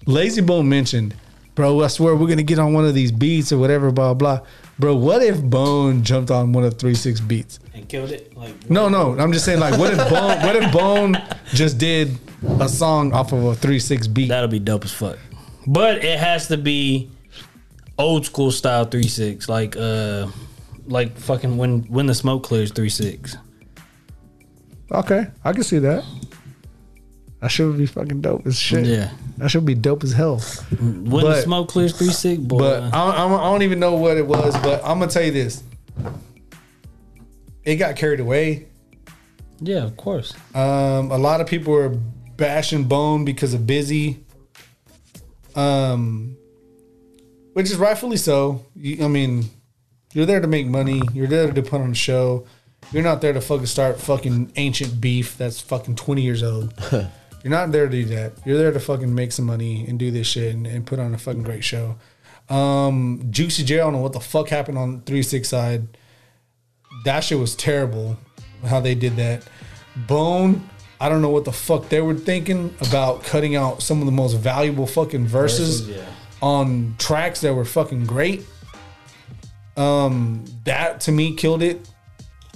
S2: Lazy Bone mentioned, bro. I swear we're gonna get on one of these beats or whatever, blah blah. Bro, what if Bone jumped on one of three six beats?
S3: and killed it. Like
S2: No, no, I'm just saying, like, what if Bone? What if Bone just did a song off of a three six beat?
S3: that'll be dope as fuck. But it has to be old school style three six, like uh, like fucking when when the smoke clears three six.
S2: Okay, I can see that. That should be fucking dope as shit.
S3: Yeah.
S2: that should be dope as hell.
S3: When the
S2: But-
S3: smoke clears three six, boy.
S2: But I, don't- I don't even know what it was. But I'm gonna tell you this: it got carried away,
S3: Yeah, of course.
S2: Um, a lot of people are bashing Bone because of Busy, um, which is rightfully so. You, I mean, you're there to make money. You're there to put on a show. You're not there to fucking start fucking ancient beef that's fucking twenty years old. you're not there to do that. You're there to fucking make some money and do this shit and, and put on a fucking great show. Um, Juicy J, I don't know what the fuck happened on three six side. That shit was terrible. How they did that. Bone, I don't know what the fuck they were thinking about cutting out some of the most valuable fucking verses, on tracks that were fucking great. Um, that to me killed it.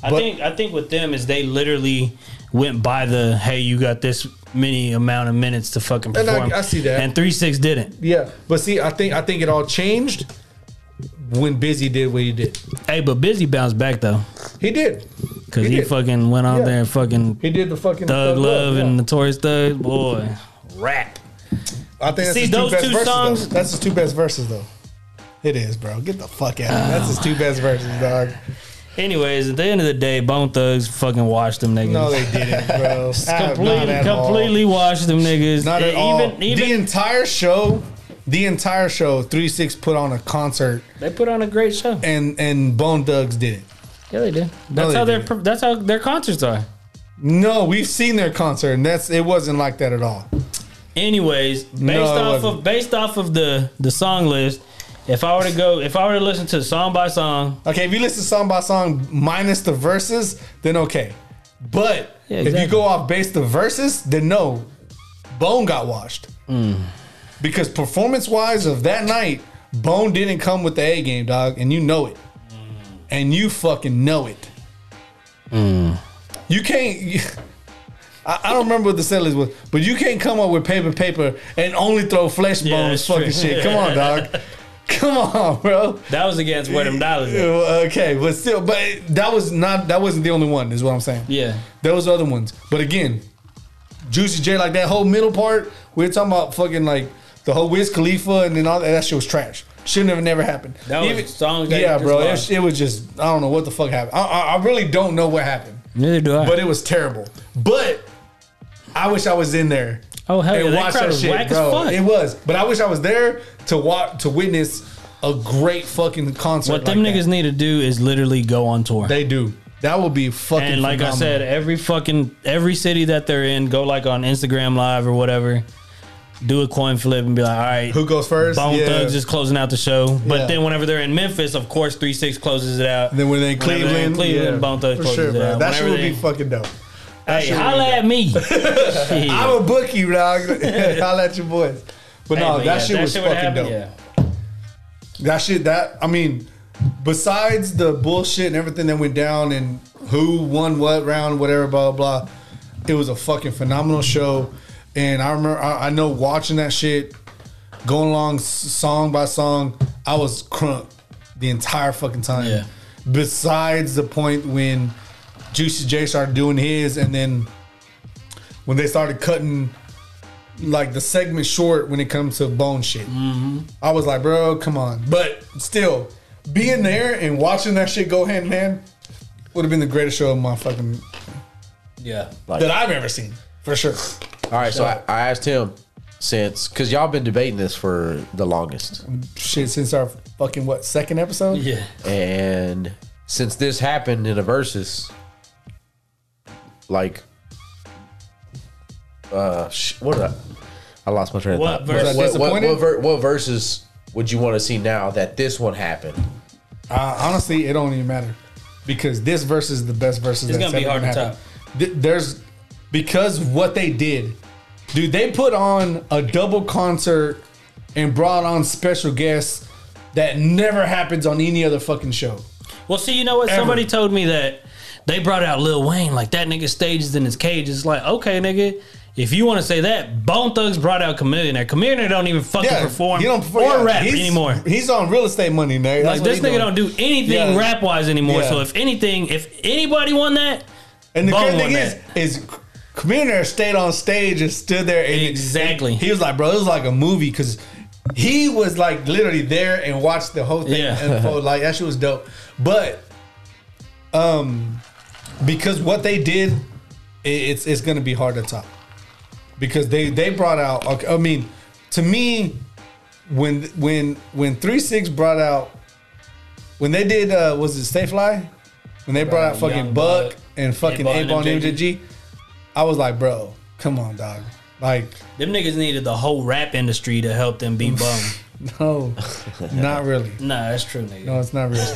S3: I
S2: But-
S3: think I think with them is they literally went by the hey, you got this many amount of minutes to fucking
S2: And I-
S3: perform.
S2: I see that.
S3: And three six didn't.
S2: Yeah, but see, I think I think it all changed when Busy did what he did.
S3: Hey, but Busy bounced back though
S2: He did.
S3: because
S2: He
S3: he,
S2: did.
S3: fucking went out
S2: Yeah.
S3: there and fucking
S2: He did the fucking
S3: thug love
S2: yeah.
S3: and notorious thug boy rap.
S2: I think that's
S3: See,
S2: his
S3: those
S2: two best
S3: two
S2: verses.
S3: songs-
S2: Though. That's his two best verses though. It is, bro. Get the fuck out. of here. That's his two best verses, dog.
S3: Anyways, at the end of the day, Bone Thugs fucking washed them niggas.
S2: No, they didn't,
S3: <laughs>
S2: bro. Not
S3: completely
S2: at all.
S3: completely washed them niggas.
S2: Not at
S3: even
S2: all.
S3: even
S2: the entire show, the entire show, Three Six put on a concert,
S3: they put on a great show.
S2: and and Bone Thugs did it.
S3: Yeah, they did. That's
S2: they
S3: how their
S2: didn't.
S3: per- that's how their concerts are.
S2: No, we've seen their concert, and that's it wasn't like that at all.
S3: Anyways, based
S2: No, it
S3: off
S2: wasn't.
S3: of based off of the the song list, if I were to go, if I were to listen to song by song,
S2: Okay, if you listen song by song minus the verses, then okay. But
S3: Yeah,
S2: if you
S3: exactly.
S2: go off base the verses, then no, Bone got washed
S3: Mm.
S2: because performance wise of that night, Bone didn't come with the A game, dog, and you know it, and you fucking know it.
S3: Mm.
S2: You can't. <laughs> you- I, I don't remember what the settlers was, but you can't come up with paper paper and only throw flesh
S3: Yeah,
S2: bones
S3: that's true.
S2: fucking shit. Come on, dog.
S3: <laughs>
S2: Come on, bro.
S3: that was against where them dollars. at.
S2: Yeah, <laughs> Okay, but still, but that was not that wasn't the only one. Is what I'm saying.
S3: Yeah,
S2: There was other ones, but again, Juicy J, like that whole middle part, we were talking about fucking like the whole Wiz Khalifa and then all that. That shit was trash. Shouldn't have never happened.
S3: That was songs that
S2: yeah,
S3: you just
S2: bro. It,
S3: lost.
S2: it was just I don't know what the fuck happened. I, I, I really don't know what happened,
S3: neither do I.
S2: but it was terrible. But I wish I was in there.
S3: oh hell, yeah,
S2: and
S3: that
S2: watch
S3: crowd
S2: that
S3: was whack
S2: shit, bro.
S3: as fuck.
S2: It was, but I wish I was there to watch to witness a great fucking concert.
S3: what them
S2: like that.
S3: niggas need to do is literally go on tour.
S2: They do. That would be fucking.
S3: and like I
S2: phenomenal.
S3: said, every fucking every city that they're in, go like on Instagram Live or whatever, do a coin flip and be like, all right,
S2: who goes first?
S3: Bone
S2: Yeah.
S3: Thugs is closing out the show. But
S2: Yeah.
S3: then whenever they're in Memphis, of course, Three Six closes it out.
S2: Then when they in
S3: Whenever they're in
S2: Cleveland,
S3: Cleveland, Bone Thugs
S2: for sure,
S3: closes it
S2: bro.
S3: out.
S2: That shit
S3: Whenever
S2: would be
S3: they-
S2: fucking dope.
S3: Hey, holla at me. Shit.
S2: <laughs> I will book you, dog. <laughs> Holla at your boys. But
S3: Hey,
S2: no, that
S3: but yeah,
S2: shit was
S3: would
S2: fucking
S3: happen,
S2: dope.
S3: yeah.
S2: That shit. That I mean, besides the bullshit and everything that went down and who won what round, whatever, blah blah. blah it was a fucking phenomenal show, and I remember I, I know watching that shit, going along s- song by song. I was crunk the entire fucking time.
S3: Yeah.
S2: Besides the point when Juicy J started doing his, and then when they started cutting like the segment short when it comes to bone shit. I was like, bro, come on. But still, being there and watching that shit go hand in hand would have been the greatest show of my fucking
S3: Yeah.
S2: that I've ever seen for sure.
S8: All right, so I, I asked him since because y'all been debating this for the longest,
S2: Shit, since our fucking what second episode?
S3: Yeah.
S8: and since this happened in the verses, like, uh, sh- what? Did I, I lost my train of
S3: What
S8: thought. What,
S3: verse-
S8: what, what,
S2: Disappointed?
S8: ver- what verses would you want to see now that this one happened?
S2: Uh, honestly, it don't even matter because this verse is the best versus.
S3: It's gonna be hard to
S2: There's because what they did, dude. They put on a double concert and brought on special guests that never happens on any other fucking show.
S3: Well, see, you know what?
S2: Ever.
S3: Somebody told me that they brought out Lil Wayne. Like, that nigga stages in his cage. It's like, okay, nigga. If you want to say that, Bone Thugs brought out Chameleon. Now, Chameleon don't even fucking perform
S2: he don't perform-
S3: or
S2: yeah,
S3: rap
S2: he's-
S3: anymore.
S2: He's on real estate money, man. That's
S3: Like
S2: what
S3: this
S2: he
S3: nigga
S2: doing.
S3: don't do anything
S2: Yeah.
S3: rap wise anymore.
S2: Yeah.
S3: So if anything, if anybody won that,
S2: And the
S3: Bone
S2: good thing
S3: won
S2: is, is Commander stayed on stage and stood there. And
S3: Exactly.
S2: He was like, bro, it was like a movie because he was like literally there and watched the whole thing
S3: Yeah. <laughs>
S2: unfold. Like that shit was dope. But um, because what they did it- it's it's going to be hard to top because they they brought out. okay, I mean, to me, when when when three six brought out when they did uh was it Stay Fly when they brought out fucking
S3: Young
S2: Buck
S3: Buck,
S2: and fucking
S3: Avon
S2: Ape on
S3: and
S2: MJG, I was like, bro, come on, dog. Like, <laughs>
S3: Them niggas needed the whole rap industry to help them be bum.
S2: no, not really.
S3: nah, that's true, nigga.
S2: No, it's not real. no,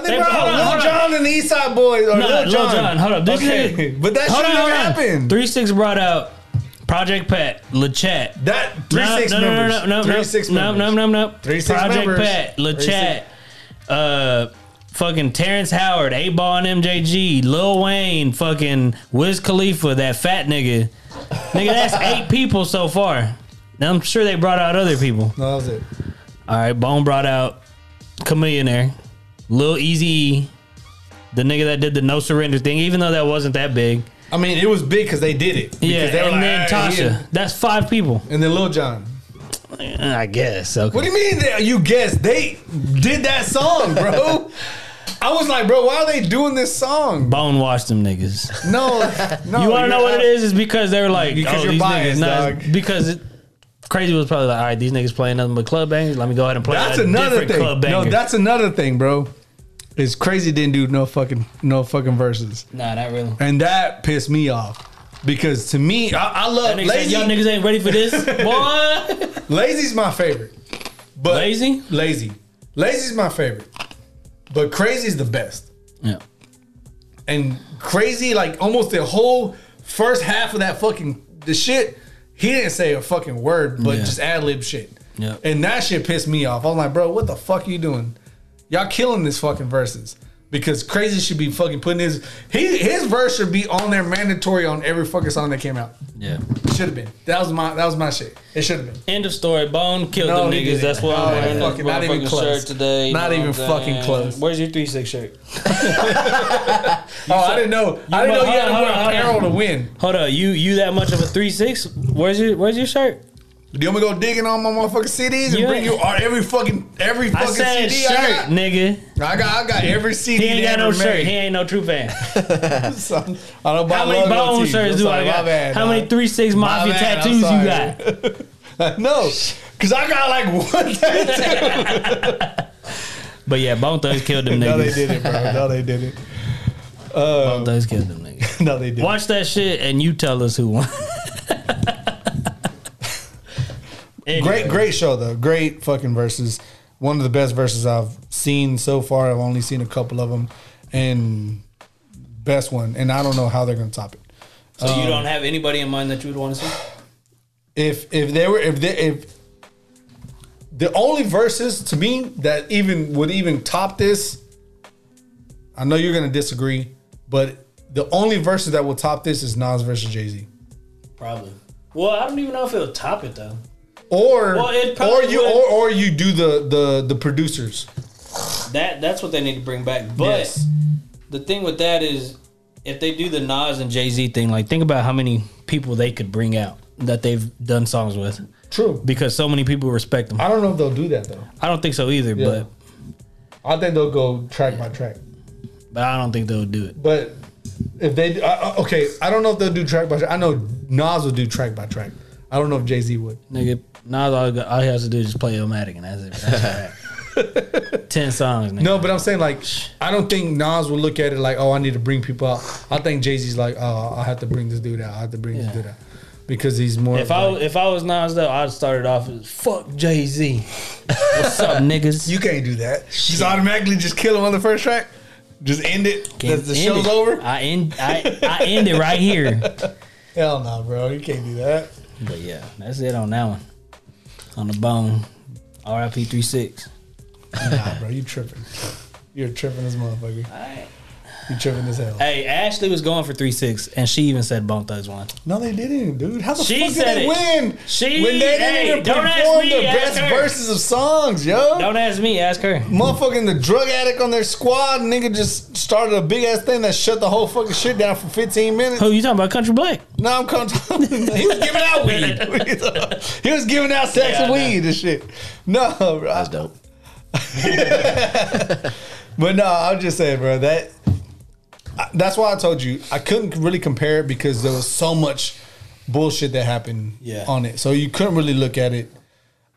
S2: they
S3: They-
S2: brought
S3: hold on,
S2: Lil
S3: hold on.
S2: John and the East Side Boys. Or
S3: No,
S2: Lil,
S3: Lil
S2: John.
S3: Jon, hold up. This
S2: okay.
S3: nigga-
S2: But that
S3: Hold
S2: shit
S3: on,
S2: never
S3: hold on.
S2: happened.
S3: Three Six brought out Project Pat, LeChat.
S2: that three six members.
S3: No, no, no,
S2: three
S3: no,
S2: six
S3: no,
S2: members.
S3: no, no, no.
S2: Three Six
S3: Project
S2: members.
S3: Pat,
S2: Three
S3: LeChat, uh, fucking Terrence Howard, A Ball and MJG, Lil Wayne, fucking Wiz Khalifa, that fat nigga.
S2: <laughs>
S3: nigga, that's eight people so far. Now I'm sure they brought out other people.
S2: No, that was it.
S3: All right, Bone brought out Chameleonaire, Lil Easy, the nigga that did the no surrender thing, even though that wasn't that big.
S2: I mean, it was big because they did it. Because
S3: Yeah,
S2: they were
S3: and
S2: like,
S3: then
S2: "Ah,
S3: Tasha.
S2: yeah."
S3: That's five people.
S2: and then Lil John.
S3: I guess. Okay.
S2: What do you mean? They, you guessed they did that song,
S3: <laughs>
S2: bro. I was like, bro, why are they doing this song?
S3: Bone wash them niggas.
S2: No, no.
S3: <laughs> you want to know what it is? It's because they were like,
S2: Oh, Because
S3: oh,
S2: you're
S3: these
S2: biased,
S3: niggas, nah,
S2: dog.
S3: it's because it, Crazy was probably like, all right, these niggas playing nothing but club bangers. Let me go ahead and play
S2: That's
S3: a
S2: another
S3: different
S2: thing.
S3: club banger.
S2: No, that's another thing, bro. Is crazy didn't do no fucking no fucking verses.
S3: nah, not really.
S2: And that pissed me off. Because to me, I, I love
S3: That nigga said,
S2: lazy.
S3: y'all niggas ain't ready for this,
S2: <laughs>
S3: boy.
S2: Lazy's my favorite. But
S3: Lazy?
S2: Lazy. Lazy's my favorite. But crazy's the best.
S3: yeah.
S2: And crazy, like almost the whole first half of that fucking the shit, he didn't say a fucking word, but
S3: Yeah.
S2: just ad lib shit.
S3: Yeah.
S2: And that shit pissed me off. I was like, bro, what the fuck you doing? Y'all killing this fucking verses. Because crazy should be fucking putting his he, his verse should be on there mandatory on every fucking song that came out.
S3: Yeah.
S2: Should have been. That was my that was my shit. It should have been.
S3: End of story. Bone killed
S2: No,
S3: them
S2: he
S3: niggas.
S2: didn't.
S3: That's what I'm
S2: No, he
S3: wearing.
S2: didn't.
S3: this
S2: Fucking not
S3: motherfucking
S2: even close.
S3: Shirt today. you
S2: Not
S3: know
S2: even
S3: what I'm
S2: fucking
S3: saying?
S2: close.
S3: Where's your three six shirt?
S2: Oh, I didn't know. I didn't
S3: mu-
S2: know you had to
S3: hold on,
S2: wear
S3: hold on,
S2: apparel
S3: hold
S2: to
S3: on.
S2: win.
S3: Hold up, you you that much of a three six? Where's your Where's your shirt?
S2: Do you want me to go digging on my motherfucking CDs and
S3: You
S2: bring
S3: ain't-
S2: you all- every fucking every
S3: I
S2: fucking
S3: said
S2: CD
S3: shirt,
S2: I got?
S3: nigga.
S2: I got I got every CD.
S3: He ain't got
S2: they
S3: no
S2: ever
S3: shirt. He
S2: made.
S3: ain't no true fan.
S2: <laughs> So, I don't buy
S3: How many
S2: logo
S3: bone
S2: tees.
S3: shirts
S2: I'm
S3: do
S2: sorry,
S3: I
S2: my
S3: got?
S2: bad,
S3: How many
S2: dog.
S3: three six mafia
S2: bad, I'm
S3: tattoos you
S2: sorry. <laughs>
S3: got?
S2: No, because I got like one. <laughs> tattoo.
S3: <laughs> But yeah, Bone Thugs killed them
S2: <laughs>
S3: niggas.
S2: no, they didn't, bro. No, they didn't. Uh,
S3: Bone Thugs killed them niggas.
S2: no, they didn't.
S3: Watch that shit and you tell us who won. Anyway.
S2: Great, great show though. Great fucking verses. One of the best verses I've seen so far. I've only seen a couple of them, and best one. And I don't know how they're gonna top it.
S3: So you
S2: Um,
S3: don't have anybody in mind that you would want to see?
S2: If if they were if they if the only verses to me that even would even top this, I know you're gonna disagree, but the only verses that will top this is Nas versus Jay Z.
S3: Probably. Well, I don't even know if it'll top it though.
S2: Or
S3: Well, it
S2: or
S3: probably
S2: you
S3: would.
S2: or, or you do the the the producers.
S3: That that's what they need to bring back. But
S2: Yes.
S3: the thing with that is, if they do the Nas and Jay Z thing, like think about how many people they could bring out that they've done songs with,
S2: True.
S3: because so many people respect them.
S2: I don't know if they'll do that though.
S3: I don't think so either, but
S2: I think they'll go track by track.
S3: but I don't think they'll do it.
S2: But if they uh, okay, I don't know if they'll do track by track. I know Nas will do track by track. I don't know if Jay Z would.
S3: Nigga, Nas all, all he has to do is just play Illmatic and that's it. That's all <laughs> right. Ten songs, nigga.
S2: No, but I'm saying like I don't think Nas will look at it like oh I need to bring people out. I think Jay Z's like oh I have to bring this dude out. I have to bring this
S3: Yeah.
S2: dude out because he's more.
S3: If
S2: of,
S3: I
S2: like,
S3: was- if I was Nas though, I'd started off as fuck Jay Z. What's <laughs> up, niggas?
S2: you can't do that. Just automatically just kill him on the first track. Just end it.
S3: Can't
S2: That's the
S3: end
S2: show's
S3: it.
S2: over.
S3: I end I, I end it right <laughs> here.
S2: Hell no, bro. You can't do that.
S3: But yeah, that's it on that one. On the bone. RIP 36.
S2: Nah, bro. You tripping. You're tripping this motherfucker. You tripping as hell.
S3: Hey, Ashley was going for 36 and she even said Bone Thugs won.
S2: No, they didn't, dude. How the
S3: She
S2: fuck did
S3: said
S2: they
S3: it.
S2: win?
S3: She-
S2: when they didn't
S3: hey,
S2: even
S3: don't ask
S2: perform
S3: me,
S2: the
S3: ask
S2: best
S3: her.
S2: verses of songs, yo.
S3: Don't ask me, ask her.
S2: Motherfucking the drug addict on their squad, nigga, just started a big ass thing that shut the whole fucking shit down for 15 minutes.
S3: Who you talking about? Country Black.
S2: Now I'm comfortable. <laughs> he was giving out weed. <laughs> What are you talking about? he was giving out sex
S3: Yeah, I
S2: and
S3: know.
S2: weed and shit. No, bro.
S8: That's dope.
S2: But no, I'm just saying, bro, that I- that's why I told you I couldn't really compare it because there was so much bullshit that happened
S9: Yeah.
S2: on it, so you couldn't really look at it.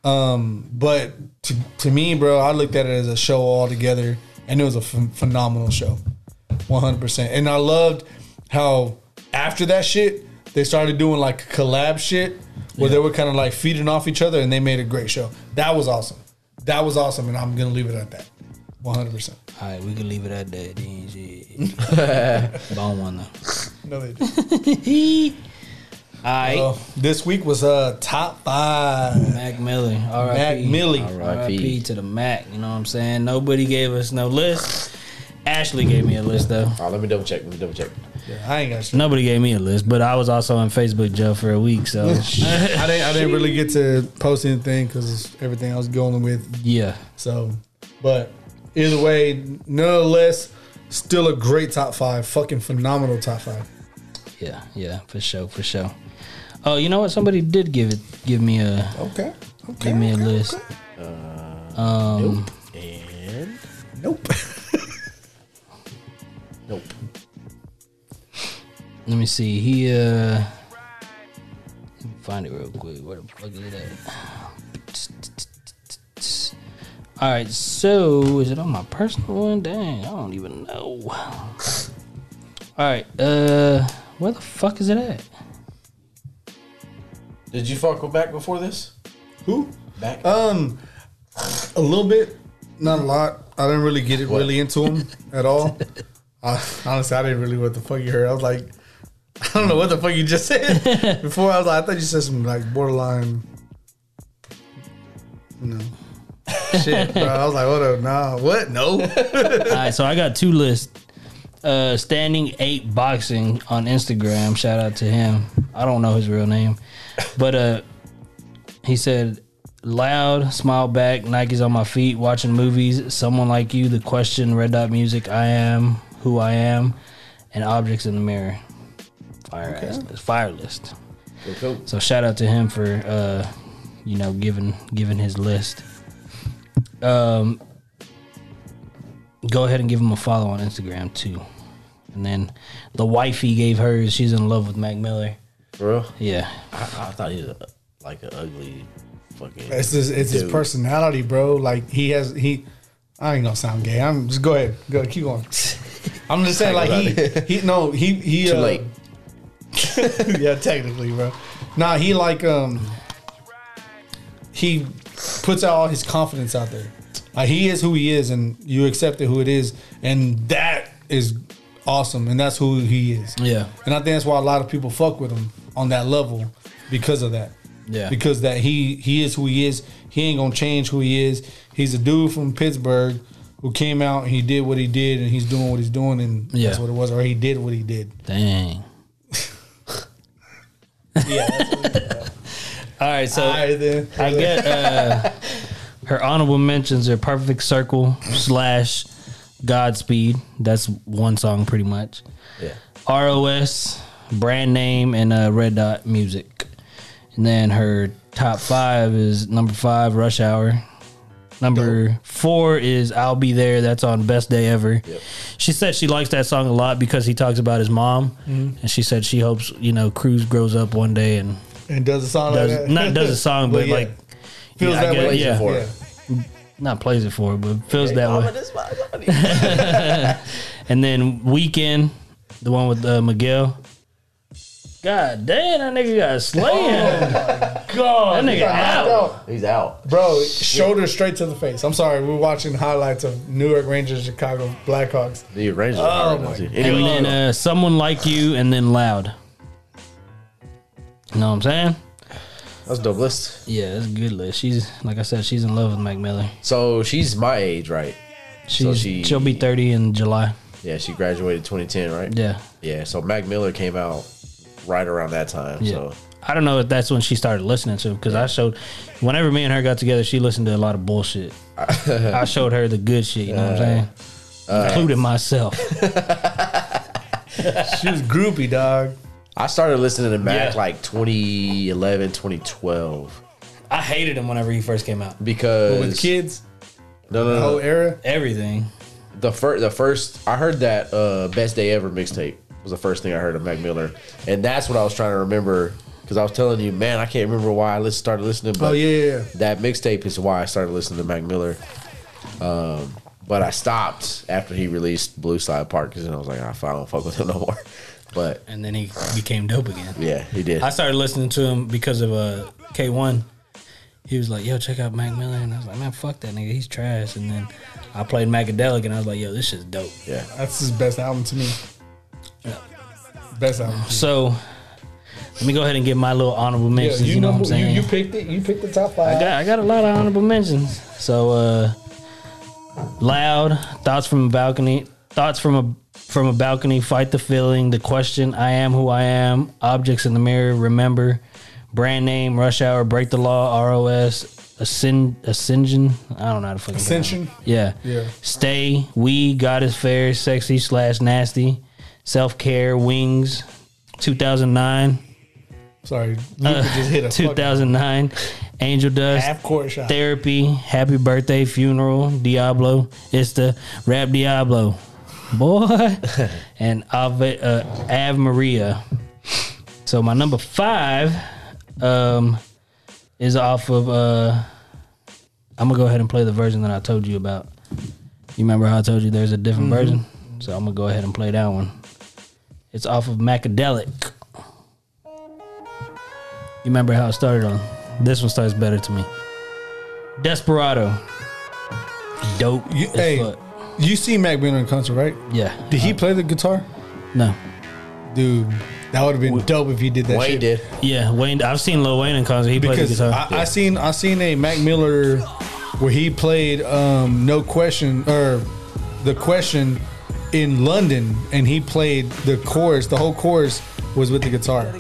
S2: Um, but to, to me, bro, I looked at it as a show altogether, and it was a ph- phenomenal show, one hundred percent. And I loved how after that shit they started doing like collab shit where they were kind of like feeding off each other, and they made a great show. That was awesome. That was awesome, and I'm gonna leave it at that, one hundred percent.
S3: All right, we can leave it at that then. Shit. Don't wanna.
S2: No, they did.
S3: All right,
S2: Well, this week was uh top five.
S3: Mac Miller. All right,
S2: Mac Millie.
S3: R.I.P. to the Mac. You know what I'm saying? Nobody gave us no list. Ashley gave me a list though.
S4: All right, let me double check. Let me double check.
S2: I ain't got shit.
S3: Nobody gave me a list, but I was also on Facebook jail for a week. So
S2: I didn't. I didn't really get
S3: <laughs>
S2: to post anything because everything I was going with.
S3: yeah,
S2: So, but either way, nonetheless, still a great top five. Fucking phenomenal top five.
S3: yeah, yeah, for sure, for sure. Oh, you know what? Somebody did give it, give me a,
S2: Okay. Okay.
S3: give me a list. Um,
S2: Nope. <laughs>
S3: let me see. He uh, let me find it real quick. Where the fuck is it at? All right, so is it on my personal one? Dang, I don't even know. All right, uh, where the fuck is it at?
S4: Did you fuck with back before this?
S2: Who?
S4: Back.
S2: Um, a little bit, not a lot. I didn't really get it really into him at
S4: <laughs>
S2: all. I, honestly, I didn't really what the fuck you heard. I was like, <laughs> I don't know what the fuck you just
S4: <laughs>
S2: said. Before I was like, I thought you said some like borderline, you know, shit, bro. I was like, what? up? Nah, what? No.
S3: All right, so I got two lists. Uh, Standing Eight Boxing on Instagram. Shout out to him. I don't know his real name, but uh, he said, "Loud, smile back, Nikes on my feet, watching movies, someone like you, the question, red dot music, I am who I am, and objects in the mirror." Fire ass list. Fire list. So shout out to him for uh, you know giving giving his list. Um, go ahead and give him a follow on Instagram too. And then the wifey gave hers. She's in love with Mac Miller.
S4: Bro,
S3: Yeah.
S4: I, I thought he was a, like an ugly fucking.
S2: It's his, it's his
S4: Dude.
S2: personality, bro. Like he has he. I ain't gonna sound gay. I'm just go ahead, go keep
S4: <laughs>
S2: going. I'm just saying, like he he no he he
S4: Too
S2: uh,
S4: late.
S2: <laughs> yeah, technically, bro. Nah, he like um he puts out all his confidence out there. Like he is who he is, and you accept it who it is, and that is awesome, and that's who he is.
S3: Yeah.
S2: And I think that's why a lot of people fuck with him on that level because of that.
S3: Yeah.
S2: Because that he he is who he is. He ain't gonna change who he is. He's a dude from Pittsburgh who came out and he did what he did and he's doing what he's doing and
S3: Yeah.
S2: that's what it was. Or he did what he did.
S3: Dang.
S2: Yeah.
S3: <laughs> All right. So
S2: All right then.
S3: I
S2: <laughs>
S3: get uh, her honorable mentions are Perfect Circle slash Godspeed. That's one song pretty much.
S4: Yeah.
S3: ROS, brand name, and uh, Red Dot Music. And then her top five is number five, Rush Hour. Number four is I'll Be There. That's on Best Day Ever. She said she likes that song a lot because he talks about his mom. And she said she hopes, you know, Cruz grows up one day and
S2: and does a song
S3: does,
S2: like that.
S3: not does a
S2: <laughs>
S3: song,
S2: Well,
S3: but
S2: yeah.
S3: like,
S2: feels
S3: yeah, I
S2: that
S3: guess-
S2: way.
S3: yeah.
S4: for
S2: Yeah.
S3: not plays it for her, but feels that way. <laughs> And then Weekend, the one with uh, Miguel. God damn, that nigga got slaying.
S2: God,
S3: That nigga out.
S4: He's out.
S2: Bro, shoulder straight to the face. I'm sorry, we're watching highlights of Newark Rangers, Chicago Blackhawks.
S4: The Rangers. Oh
S2: my
S4: Anyway,
S3: and then uh, Someone Like You, and then Loud. You know what I'm saying?
S4: that's a dope list.
S3: Yeah, that's a good list. She's like I said, she's in love with Mac Miller.
S4: So she's my age, right?
S3: She's,
S4: she-
S3: she'll be 30 in July.
S4: Yeah, she graduated 2010, right?
S3: Yeah,
S4: Yeah. So Mac Miller came out right around that time.
S3: yeah.
S4: So
S3: I don't know if that's when she started listening to because I showed whenever me and her got together, she listened to a lot
S2: <laughs>
S3: of bullshit. I showed her the good shit. You know what I'm saying?
S2: Uh, <laughs>
S3: Including myself.
S2: She was groupie, dog.
S4: I started listening to Mac
S3: Yeah.
S4: like 2011, 2012
S3: I hated him whenever he first came out.
S4: because
S2: With kids,
S4: no,
S10: Uh-huh.
S4: no,
S2: the
S4: no,
S2: whole era.
S3: Everything.
S4: the first, the first I heard that uh, best day ever mixtape was the first thing I heard of Mac Miller, and that's what I was trying to remember because I was telling you, man, I can't remember why I lis- started listening. But
S10: Oh, yeah, yeah, yeah.
S4: that mixtape is why I started listening to Mac Miller. Um, but I stopped after he released Blue Slide Park because I was like, "Ah, I don't fuck with him no more. <laughs> But
S3: and then he became dope again.
S4: yeah, he did.
S3: I started listening to him because of uh, K1. He was like, yo, check out Mac Miller. And I was like, man, fuck that nigga. He's trash. And then I played Macadelic and I was like, yo, this shit's dope.
S4: yeah,
S2: That's his best album to me. Best album.
S3: So let me go ahead and get my little honorable
S2: Yeah,
S3: mentions.
S2: you,
S3: you, know, what
S2: who-
S3: I'm
S2: you,
S3: saying?
S2: you picked it. You picked the top five.
S3: I, got, I got a lot of honorable mentions. So uh, loud thoughts from a balcony. Thoughts from a from a balcony. Fight the feeling. The question. I am who I am. Objects in the mirror. Remember. Brand name. Rush hour. Break the law. ROS. Ascend. Ascension. I don't know how to fucking. pronounce it.
S2: Ascension.
S3: Yeah.
S2: Yeah.
S3: Stay, we, God is fair, sexy slash nasty, self care, wings, 2009,
S2: Sorry, Luca
S3: Uh,
S2: just
S3: <laughs>
S2: hit a fucking
S3: 2009, angel dust,
S2: half court shot.
S3: therapy, happy birthday, funeral, Diablo, it's the rap Diablo, boy, and Ave, uh, Ave Maria. So my number five um, is off of. Uh, I'm gonna go ahead and play the version that I told you about. You remember how I told you there's a different
S10: Mm-hmm.
S3: version? So I'm gonna go ahead and play that one. It's off of Macadelic. You remember how it started on? This one starts better to me. Desperado. Dope.
S10: You-
S3: as
S10: hey.
S3: fuck.
S10: You see Mac Miller in concert, right?
S3: Yeah.
S10: Did he play the guitar?
S3: No.
S10: Dude, that would have been dope if he did that.
S4: Wayne
S10: shit.
S4: did.
S3: Yeah, Wayne. I've seen Lil Wayne in concert. He plays
S10: because
S3: guitar.
S10: I, I seen I seen a Mac Miller where he played um, No Question or the Question in London, and he played the chorus. The whole chorus was with the guitar. I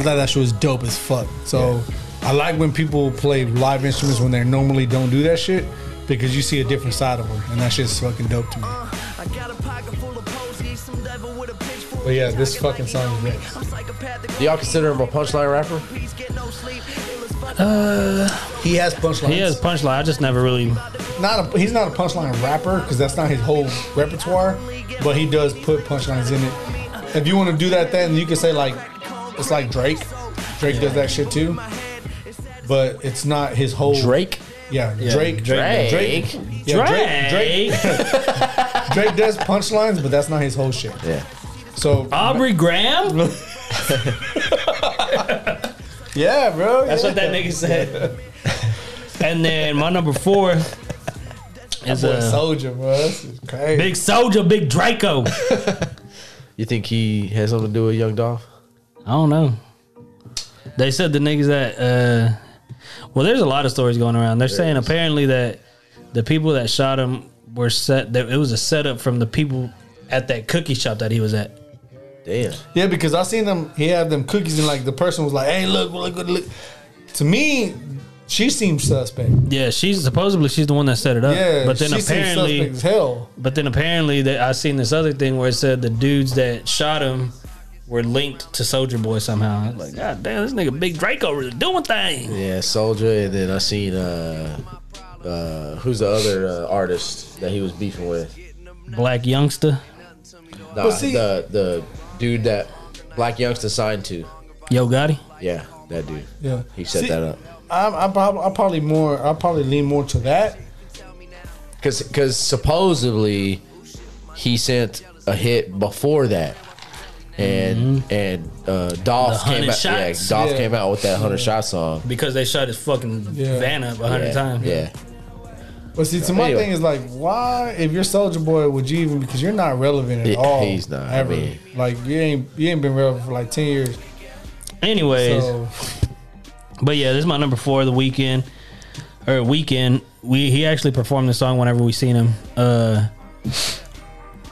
S10: thought that shit was dope as fuck. So I like when people play live instruments when they normally don't do that shit because you see a different side of them, and that shit's fucking dope to me.
S11: I got a pocket full of posies, some devil with a pitchfork.
S2: But yeah, this fucking song is next.
S11: I'm psychopathic.
S4: Do y'all consider him a punchline rapper?
S11: Please get no sleep. Ill as fuck.
S2: He has punchlines.
S3: he has punchline. I just never really.
S2: not a, he's not a punchline rapper because that's not his whole repertoire, but he does put punchlines in it. If you want to do that, then you can say like it's like Drake. Drake does that shit too, but it's not his whole.
S4: Drake.
S2: yeah, Drake, Drake, Drake, yeah, Drake, Drake, Drake does punchlines, but that's not his whole shit.
S4: Yeah.
S2: So
S10: <laughs>
S3: Aubrey Graham?
S2: yeah, bro,
S3: That's
S2: yeah.
S3: what that nigga said. <laughs> and then my number four is
S2: Boy,
S3: a
S2: soldier, bro. This is crazy.
S3: big soldier, big Draco. I
S4: You think he has something to do with Young Dolph?
S3: don't know. They said the niggas that. Uh, well, there's a lot of stories going around. They're saying apparently that the people that shot him were set. That it was a setup from the people at that cookie shop that he was at.
S4: Damn.
S2: Yeah, because I seen them. He had them cookies, and like the person was like, "Hey, look, look, look." look. To me, she seemed suspect.
S3: Yeah, she's supposedly she's the one that set it up.
S2: Yeah,
S3: but then
S2: she seemed
S3: apparently
S2: suspect as hell.
S3: But then apparently that I seen this other thing where it said the dudes that shot him were linked to Soldier Boy somehow. I was like, God damn, this nigga Big Draco really doing things.
S4: Yeah, Soldier, and then I seen uh, uh, who's the other uh, artist that he was beefing with?
S3: Black youngster,
S4: Nah,
S2: see-
S4: the the dude that Black Youngster signed to.
S3: Yo Gotti.
S4: Yeah, that dude.
S2: Yeah,
S4: He set
S2: See,
S4: that uh, up.
S2: I'm, I'm, probably, I'm probably more. I probably lean more to that.
S4: Cause, cause supposedly he sent a hit before that, and and uh,
S3: The
S4: Dolph came
S3: 100
S4: out. Yeah,
S3: shots.
S4: Dolph
S2: Mm-hmm. Yeah.
S4: came out with that hundred shot song.
S3: Because they shot his fucking
S2: Yeah.
S3: van up a hundred
S4: yeah,
S3: times.
S4: Yeah,
S2: But see, to my
S4: Anyway.
S2: thing is like, why if you're Soldier Boy, would you even? Because you're not relevant at
S4: Yeah,
S2: all.
S4: he's not, I
S2: ever.
S4: mean-
S2: Like you ain't you ain't been relevant for like ten years.
S3: Anyways,
S2: So
S3: but yeah, this is my number four of the weekend. Or weekend. We he actually performed this song whenever we seen him. Uh <laughs>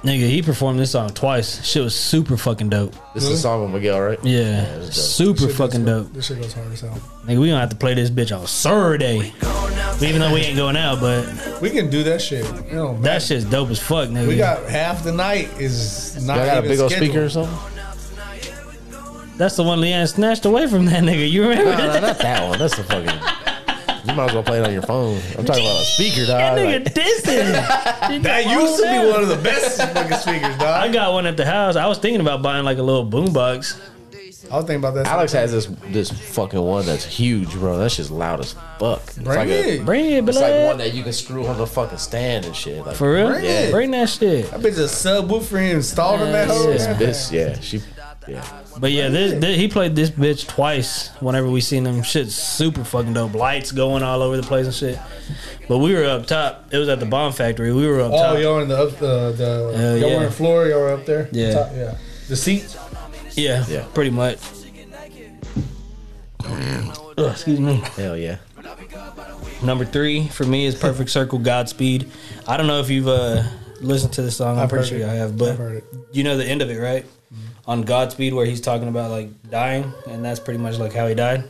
S3: Nigga, he performed this song twice. Shit was super fucking dope.
S4: this is a song with Miguel, right?
S3: Yeah,
S4: was dope.
S3: super fucking dope.
S2: this shit goes hard as hell.
S3: Nigga, we gonna have to play this bitch on Saturday. Even though we ain't going out, but
S2: We can do that shit. You know, man.
S3: that shit's dope as fuck, nigga.
S2: we got half the night is not.
S4: Y'all got a
S2: even
S4: big old
S2: scheduled.
S4: speaker or something?
S3: That's the one Leanne snatched away from that nigga. You remember?
S2: <laughs>
S4: Oh, No, no, not that one. That's the fucking. You might as well play it on your phone. I'm talking about a speaker, dog.
S2: <laughs>
S3: Nigga, dissing. that
S2: used to be one of the best fucking speakers, dog.
S3: I got one at the house. I was thinking about buying like a little boombox.
S2: I was thinking about that.
S4: Alex has this this fucking one that's huge, bro. That's just loud as fuck. It's
S2: Bring
S4: like
S2: it.
S4: A,
S3: Bring it,
S4: it's like one
S3: blood.
S4: that you can screw on the fucking stand and shit. Like
S3: For real?
S2: Bring it.
S3: Bring that shit.
S2: that bitch a subwoofer installed in that hole.
S4: This, this, yeah, she, yeah.
S3: But yeah, this, thi- he played this bitch twice. Whenever we seen them, shit super fucking dope. Lights going all over the place and shit. But we were up top. It was at the bomb factory. We were up
S2: Oh,
S3: top.
S2: y'all in the up the, the
S3: Hell
S2: y'all
S3: yeah.
S2: were in floor, y'all were up there.
S3: Yeah.
S2: Top, yeah. The seats.
S3: Yeah,
S4: Yeah.
S3: pretty much. Ugh, excuse me.
S4: Hell yeah.
S3: Number three for me is Perfect Circle Godspeed. I don't know if you've uh, listened to this song. I'm
S2: I've
S3: pretty
S2: heard
S3: sure
S2: it.
S3: I have, but
S2: I've heard it.
S3: you know the end of it, right? On Godspeed, where he's talking about like dying, and that's pretty much like how he died.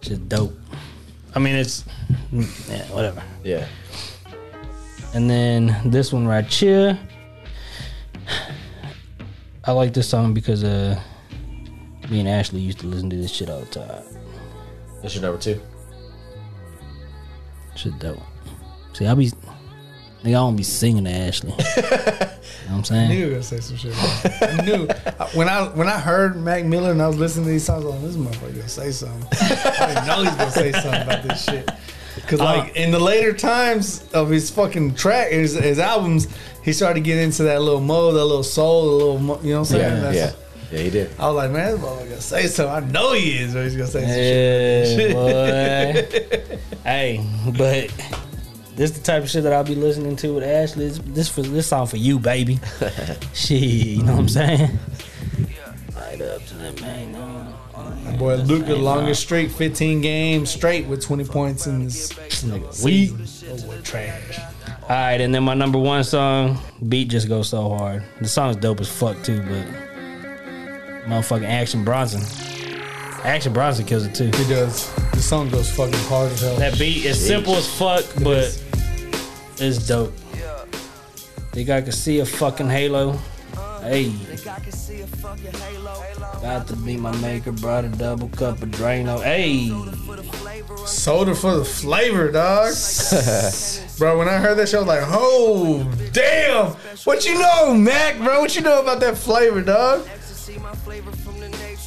S3: It's just dope. I mean, it's yeah, whatever.
S4: Yeah.
S3: And then this one right here. I like this song because uh, me and Ashley used to listen to this shit all the time.
S4: That's your number two.
S3: Shit dope. See, I be, nigga, I don't be singing to <laughs> Ashley. you know what I'm
S2: I knew
S3: saying?
S2: you were gonna say some shit. I knew when I when I heard Mac Miller and I was listening to these songs, I was like, this motherfucker gonna say something. I know he's gonna say something about this shit. Cause like
S3: Uh,
S2: in the later times of his fucking track, his, his albums, he started getting into that little mode, that little soul, the little mo- you know what I'm saying?
S4: Yeah. Yeah. Yeah, he did.
S2: I was like, man, this motherfucker gonna say something. I know he is, but he's gonna say some shit.
S3: Yeah, boy. <laughs> hey, but this the type of shit that I'll be listening to with Ashley. This, this for this song for you, <laughs> baby. shit, you know what I'm saying? Right up to the main. uh, uh,
S2: Boy, Luca
S3: ain't
S2: longest streak, 15 games straight with 20 points in this
S3: nigga.
S2: week. Oh, boy, trash.
S3: All right, and then my number one song, beat just goes so hard. The song's dope as fuck too, but motherfucking Action Bronson, Action Bronson kills it too.
S2: He does. The song goes fucking hard as hell.
S3: That beat is simple as fuck, but
S2: is.
S3: it's dope. Think I can see a fucking halo. Hey, about to be my maker. Brought a double cup of Drano. Hey,
S2: Soda for the flavor, dog. bro, when I heard that shit, I was like, oh, damn. What you know, Mac, bro? What you know about that flavor, dog?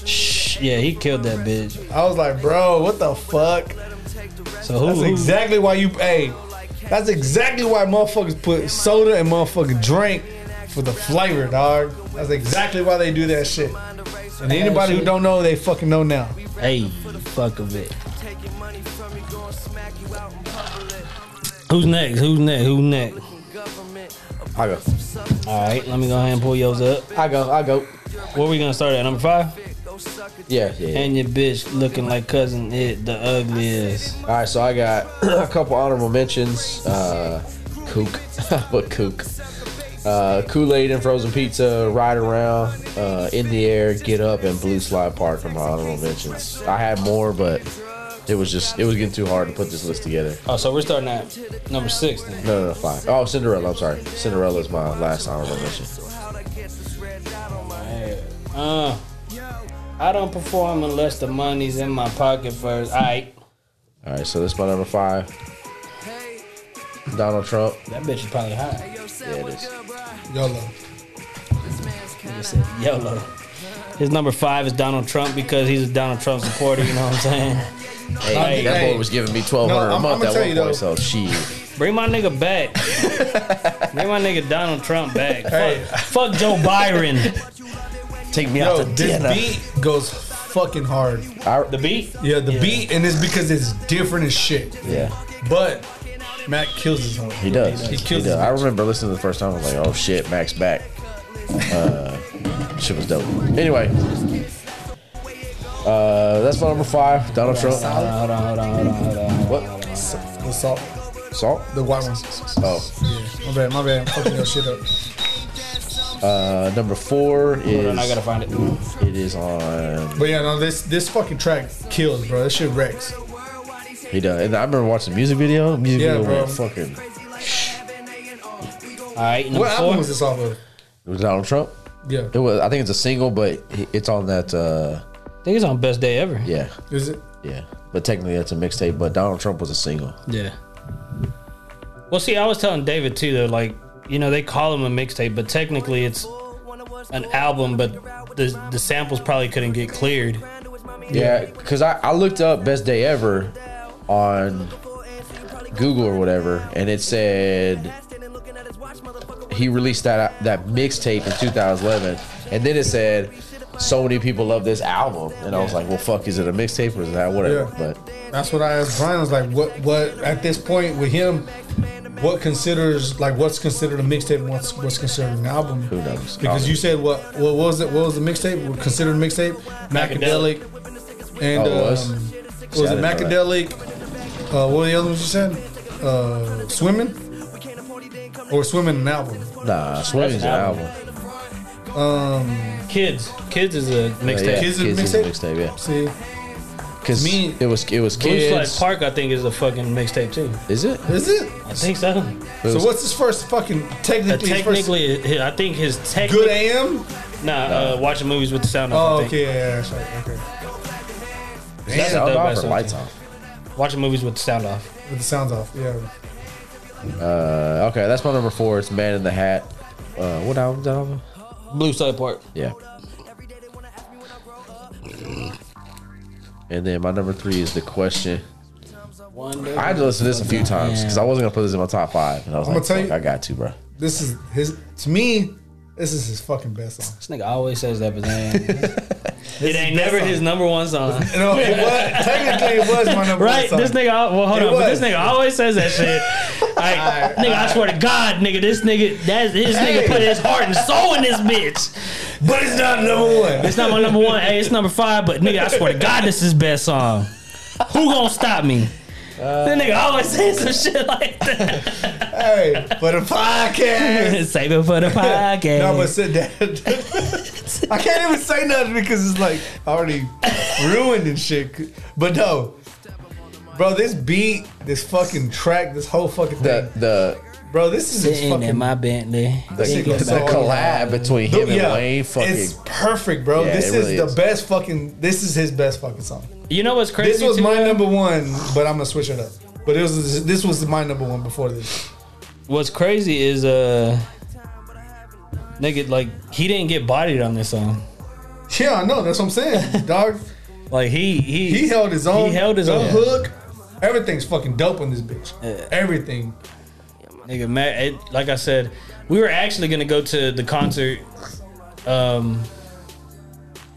S3: Shh, yeah, he killed that bitch.
S2: I was like, bro, what the fuck?
S3: So who?
S2: That's
S3: who-
S2: exactly why you, hey, that's exactly why motherfuckers put soda and motherfucking drink for the flavor, dog. That's exactly why they do that shit. And anybody who don't know, they fucking know now.
S3: Hey, fuck of it. Who's next? Who's next? Who's next?
S4: I go.
S3: All right, let me go ahead and pull yours up.
S4: I go. I go.
S3: Where we gonna start at? Number five.
S4: Yeah. Yeah. yeah.
S3: And your bitch looking like cousin it, the ugliest.
S4: All right. So I got <clears throat> a couple honorable mentions. Uh, kook. <laughs> but kook. Uh, Kool Aid and frozen pizza. Ride around. Uh, in the air. Get up and blue slide park are my honorable mentions. I had more, but it was just it was getting too hard to put this list together.
S3: Oh, so we're starting at number six then.
S4: No, no, no, five. Oh, Cinderella. I'm sorry. Cinderella is my last honorable mention.
S3: Uh, I don't perform unless the money's in my pocket first. All right,
S4: All right. So this is my number five. Donald Trump.
S3: that bitch is probably high.
S4: Yeah, it is.
S2: YOLO.
S3: Nigga said YOLO. His number five is Donald Trump because he's a Donald Trump supporter. You know what I'm saying?
S4: Hey,
S3: Hey,
S4: that
S2: hey.
S4: boy was giving me twelve hundred
S2: No,
S4: a
S2: I'm-
S4: month
S2: I'ma
S4: at
S2: tell
S4: one
S2: you
S4: point.
S2: though.
S4: So she,
S3: Bring my nigga back. Bring my nigga Donald Trump back.
S2: Hey.
S3: Fuck, fuck Joe Byron.
S4: take me
S2: Yo, this beat goes fucking hard.
S3: The beat.
S2: Yeah, the beat, and it's because it's different as shit.
S4: yeah,
S2: But Mac kills his own.
S4: he does. He,
S2: He kills
S4: does.
S2: his
S4: I remember listening to the first time. I was like, oh shit, Max back. Uh, shit was dope. Anyway, uh, that's my number five, Donald Trump.
S3: Hold on, hold on, hold on, hold on, hold on. hold on.
S4: What
S2: The salt,
S4: salt?
S2: the white ones.
S4: Oh,
S2: Yeah, my bad, my bad. I'm fucking your shit up.
S4: uh, number four
S3: Hold on, I gotta
S4: is
S3: find it.
S4: it is on.
S2: But yeah, no, this this fucking track kills, bro. That shit wrecks.
S4: He does. And I remember watching the music video. Music
S2: Yeah,
S4: video
S2: bro.
S4: went fucking
S3: All right, number
S2: What album
S3: four.
S2: was this off of?
S4: Donald Trump.
S2: Yeah,
S4: It was. I think it's a single, but it's on that. uh
S3: I think it's on Best Day Ever.
S4: Yeah,
S2: is it?
S4: Yeah, but technically that's a mixtape. But Donald Trump was a single.
S3: Yeah. Well, see, I was telling David too though, like you know they call them a mixtape, but technically it's an album, but the the samples probably couldn't get cleared.
S4: Yeah, because I, I looked up best day ever on Google or whatever, and it said he released that that mixtape in 2011, and then it said so many people love this album, and I was like, well, fuck, is it a mixtape or is that whatever?
S2: Yeah.
S4: But
S2: That's what I asked Brian. I was like, what, what, at this point with him, what considers, like, what's considered a mixtape and what's, what's considered an album? Who
S4: knows?
S2: Because you said, what, what was it? What was the mixtape? What Considered mixtape? Macadelic. And,
S4: Oh, it was?
S2: um, was
S4: See, I
S2: it
S4: didn't know that.
S2: Macadelic? Uh, what were the other ones you said? Uh, swimming? Or swimming an album?
S4: nah, Swimming's an album.
S3: Kids, kids is a mixtape.
S4: Yeah,
S2: Kids is a
S4: is a
S2: mixtape?
S4: mixtape, yeah.
S2: See?
S4: Because
S2: Me-
S4: it was it was
S3: Blue Slide
S4: kids.
S3: Park, I think, is a fucking mixtape too.
S4: Is it?
S2: Is it?
S3: I think so.
S2: <laughs> So what's his first fucking
S3: Uh,
S2: technically, his first
S3: technically, hi- I think his
S2: good
S3: technical.
S2: AM?
S3: Nah, uh, watching movies with the sound off.
S2: Oh,
S3: I think.
S2: okay, yeah, yeah, that's right, okay.
S3: That's a
S4: Sound
S3: dope
S4: off
S3: ass
S4: or
S3: song,
S4: lights
S3: too.
S4: off?
S3: Watching movies with the sound off.
S2: With the sounds off, yeah.
S4: Uh, okay, that's my number four. It's Man in the Hat. Uh, what album is that album?
S3: Blue Slide Park.
S4: Yeah. And then my number three is the question. I had to listen to this a few times because I wasn't gonna put this in my top five, and I was
S2: I'm
S4: like,
S2: gonna tell
S4: "Fuck,
S2: you-
S4: I got to, bro."
S2: This is his, to me, this is his fucking best song.
S3: This nigga always says that, but <laughs> man, it
S2: best
S3: ain't never
S2: song.
S3: his number one song.
S2: <laughs> No, it was, technically it was my number one
S3: Right,
S2: song.
S3: this nigga. al- Well, hold
S2: It
S3: on, but this
S2: was.
S3: nigga always says that shit.
S2: <laughs>
S3: Like, nigga, I swear to God, nigga, this nigga, that's his nigga put his heart and soul in this bitch.
S2: but it's not number one.
S3: It's not my number one. Hey, it's number five, but nigga, I swear to God, this is best song. Who gonna stop me?
S2: Uh,
S3: that nigga always says some shit
S2: <laughs>
S3: like that.
S2: Hey, for the podcast.
S3: Save it for the podcast.
S2: No, but sit down. <laughs> I can't even say nothing because it's like already ruined and shit. But no, bro, this beat, this fucking track, this whole fucking
S4: The
S2: thing,
S4: the
S2: bro, this is his
S3: Sitting in
S2: fucking.
S3: my Bentley.
S4: the,
S2: Thinking
S4: the
S2: about-
S4: collab between him and
S2: Oh, yeah,
S4: Wayne, fucking
S2: it's perfect, bro.
S4: Yeah,
S2: this
S4: it
S2: is
S4: really
S2: the
S4: is.
S2: best fucking. This is his best fucking song.
S3: You know what's crazy?
S2: This was
S3: too,
S2: my
S3: though?
S2: number one, but I'm gonna switch it up. But it was this was my number one before this.
S3: What's crazy is uh, nigga, like he didn't get bodied on this song.
S2: Yeah, I know. That's what I'm
S3: <laughs>
S2: saying, dog.
S3: Like he he
S2: He held his own.
S3: He held his
S2: the
S3: own.
S2: hook. Everything's fucking dope on this bitch. Everything.
S3: Nigga, ma it, like I said, we were actually gonna go to the concert um,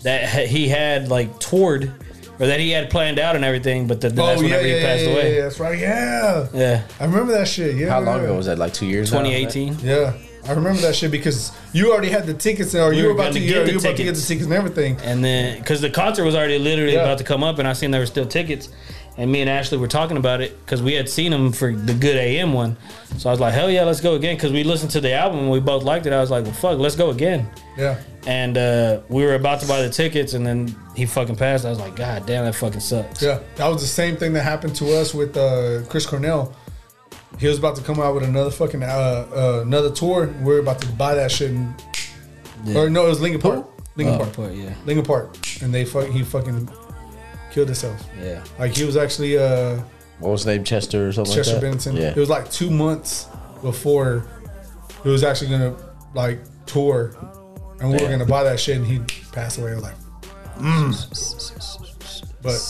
S3: that ha- he had like toured or that he had planned out and everything, but the, the- that's whenever he passed
S2: Oh, yeah,
S3: away.
S2: yeah,
S3: Yeah,
S2: that's right. Yeah, I remember that shit. Yeah,
S4: how long ago was that? Like two years. now?
S3: 2018.
S2: Yeah, I remember that shit because you already had the tickets, or you
S3: were
S2: were about to
S3: gonna
S2: get,
S3: get the
S2: you were about to get the
S3: tickets.
S2: tickets and everything.
S3: And then, because the concert was already literally
S2: Yeah.
S3: about to come up, and I seen there were still tickets. And me and Ashley were talking about it because we had seen him for the Good AM one. So I was like, hell yeah, let's go again. Because we listened to the album and we both liked it. I was like, well, fuck, let's go again.
S2: Yeah,
S3: and uh, we were about to buy the tickets, and then he fucking passed. I was like, God damn, that fucking sucks.
S2: yeah, that was the same thing that happened to us with uh, Chris Cornell. He was about to come out with another fucking uh, uh, another tour. We were about to buy that shit, and, or no, it was Lincoln Park, Lincoln Park,
S3: But yeah,
S2: Lincoln Park, and they fuck, he fucking killed himself.
S4: Yeah.
S2: Like he was actually uh,
S4: What was his name? Chester or something.
S2: Chester
S4: like that?
S2: Bennington.
S4: Yeah.
S2: It was like two months before he was actually gonna like tour, and we
S4: Yeah.
S2: were gonna buy that shit, and he passed away. I was like, mm. but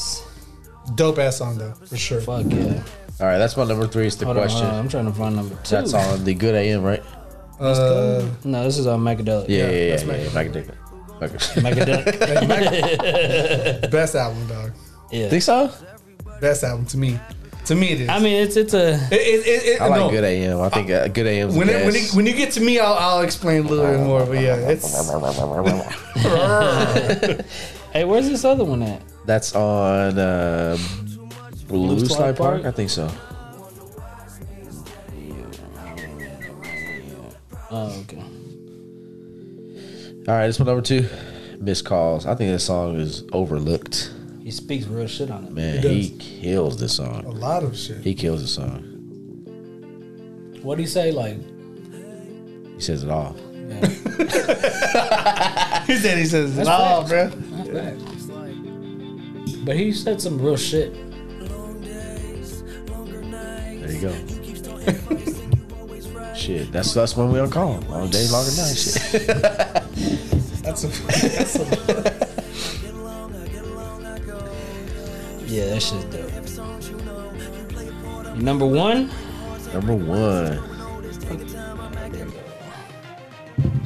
S2: dope ass song though for sure.
S3: fuck yeah.
S4: All right, that's my number three. It's the
S3: Hold on,
S4: question.
S3: hold on, I'm trying to find number two.
S4: that's on the Good AM, right?
S2: Uh,
S3: No, this is on Macadelic.
S4: Yeah, yeah, yeah.
S2: that's
S4: yeah,
S2: my-
S4: yeah, I can dig it. Okay.
S3: Macadelic.
S2: best album, dog.
S3: yeah.
S4: Think so?
S2: Best album to me. To me, it is.
S3: I mean, it's it's a.
S2: it, it, it, it,
S4: I like
S2: no.
S4: Good AM. I think uh, Good AM's
S2: When,
S4: the
S2: it, when,
S4: best.
S2: it, when you get to me, I'll, I'll explain a little bit more. But yeah,
S4: <laughs>
S2: it's <laughs>
S3: Hey, where's this other one at?
S4: That's on uh, Blue
S3: Slide
S4: Slide Park?
S3: Park?
S4: I think so.
S3: Oh, okay.
S4: All right, this one number two, Missed Calls. I think this song is overlooked.
S3: He speaks real shit on it.
S4: Man, he kills this
S2: a
S4: song.
S2: lot of shit.
S4: He kills this song.
S3: What do you say? Like,
S4: He says it
S3: <laughs>
S4: all.
S2: he said he says, "Nah, bro."
S9: But he said some real shit.
S4: There you go. Shit, that's that's when we don't call him. Long day, longer night. Shit.
S2: That's a, that's a
S9: Yeah, that shit's dope. Number one?
S4: Number one.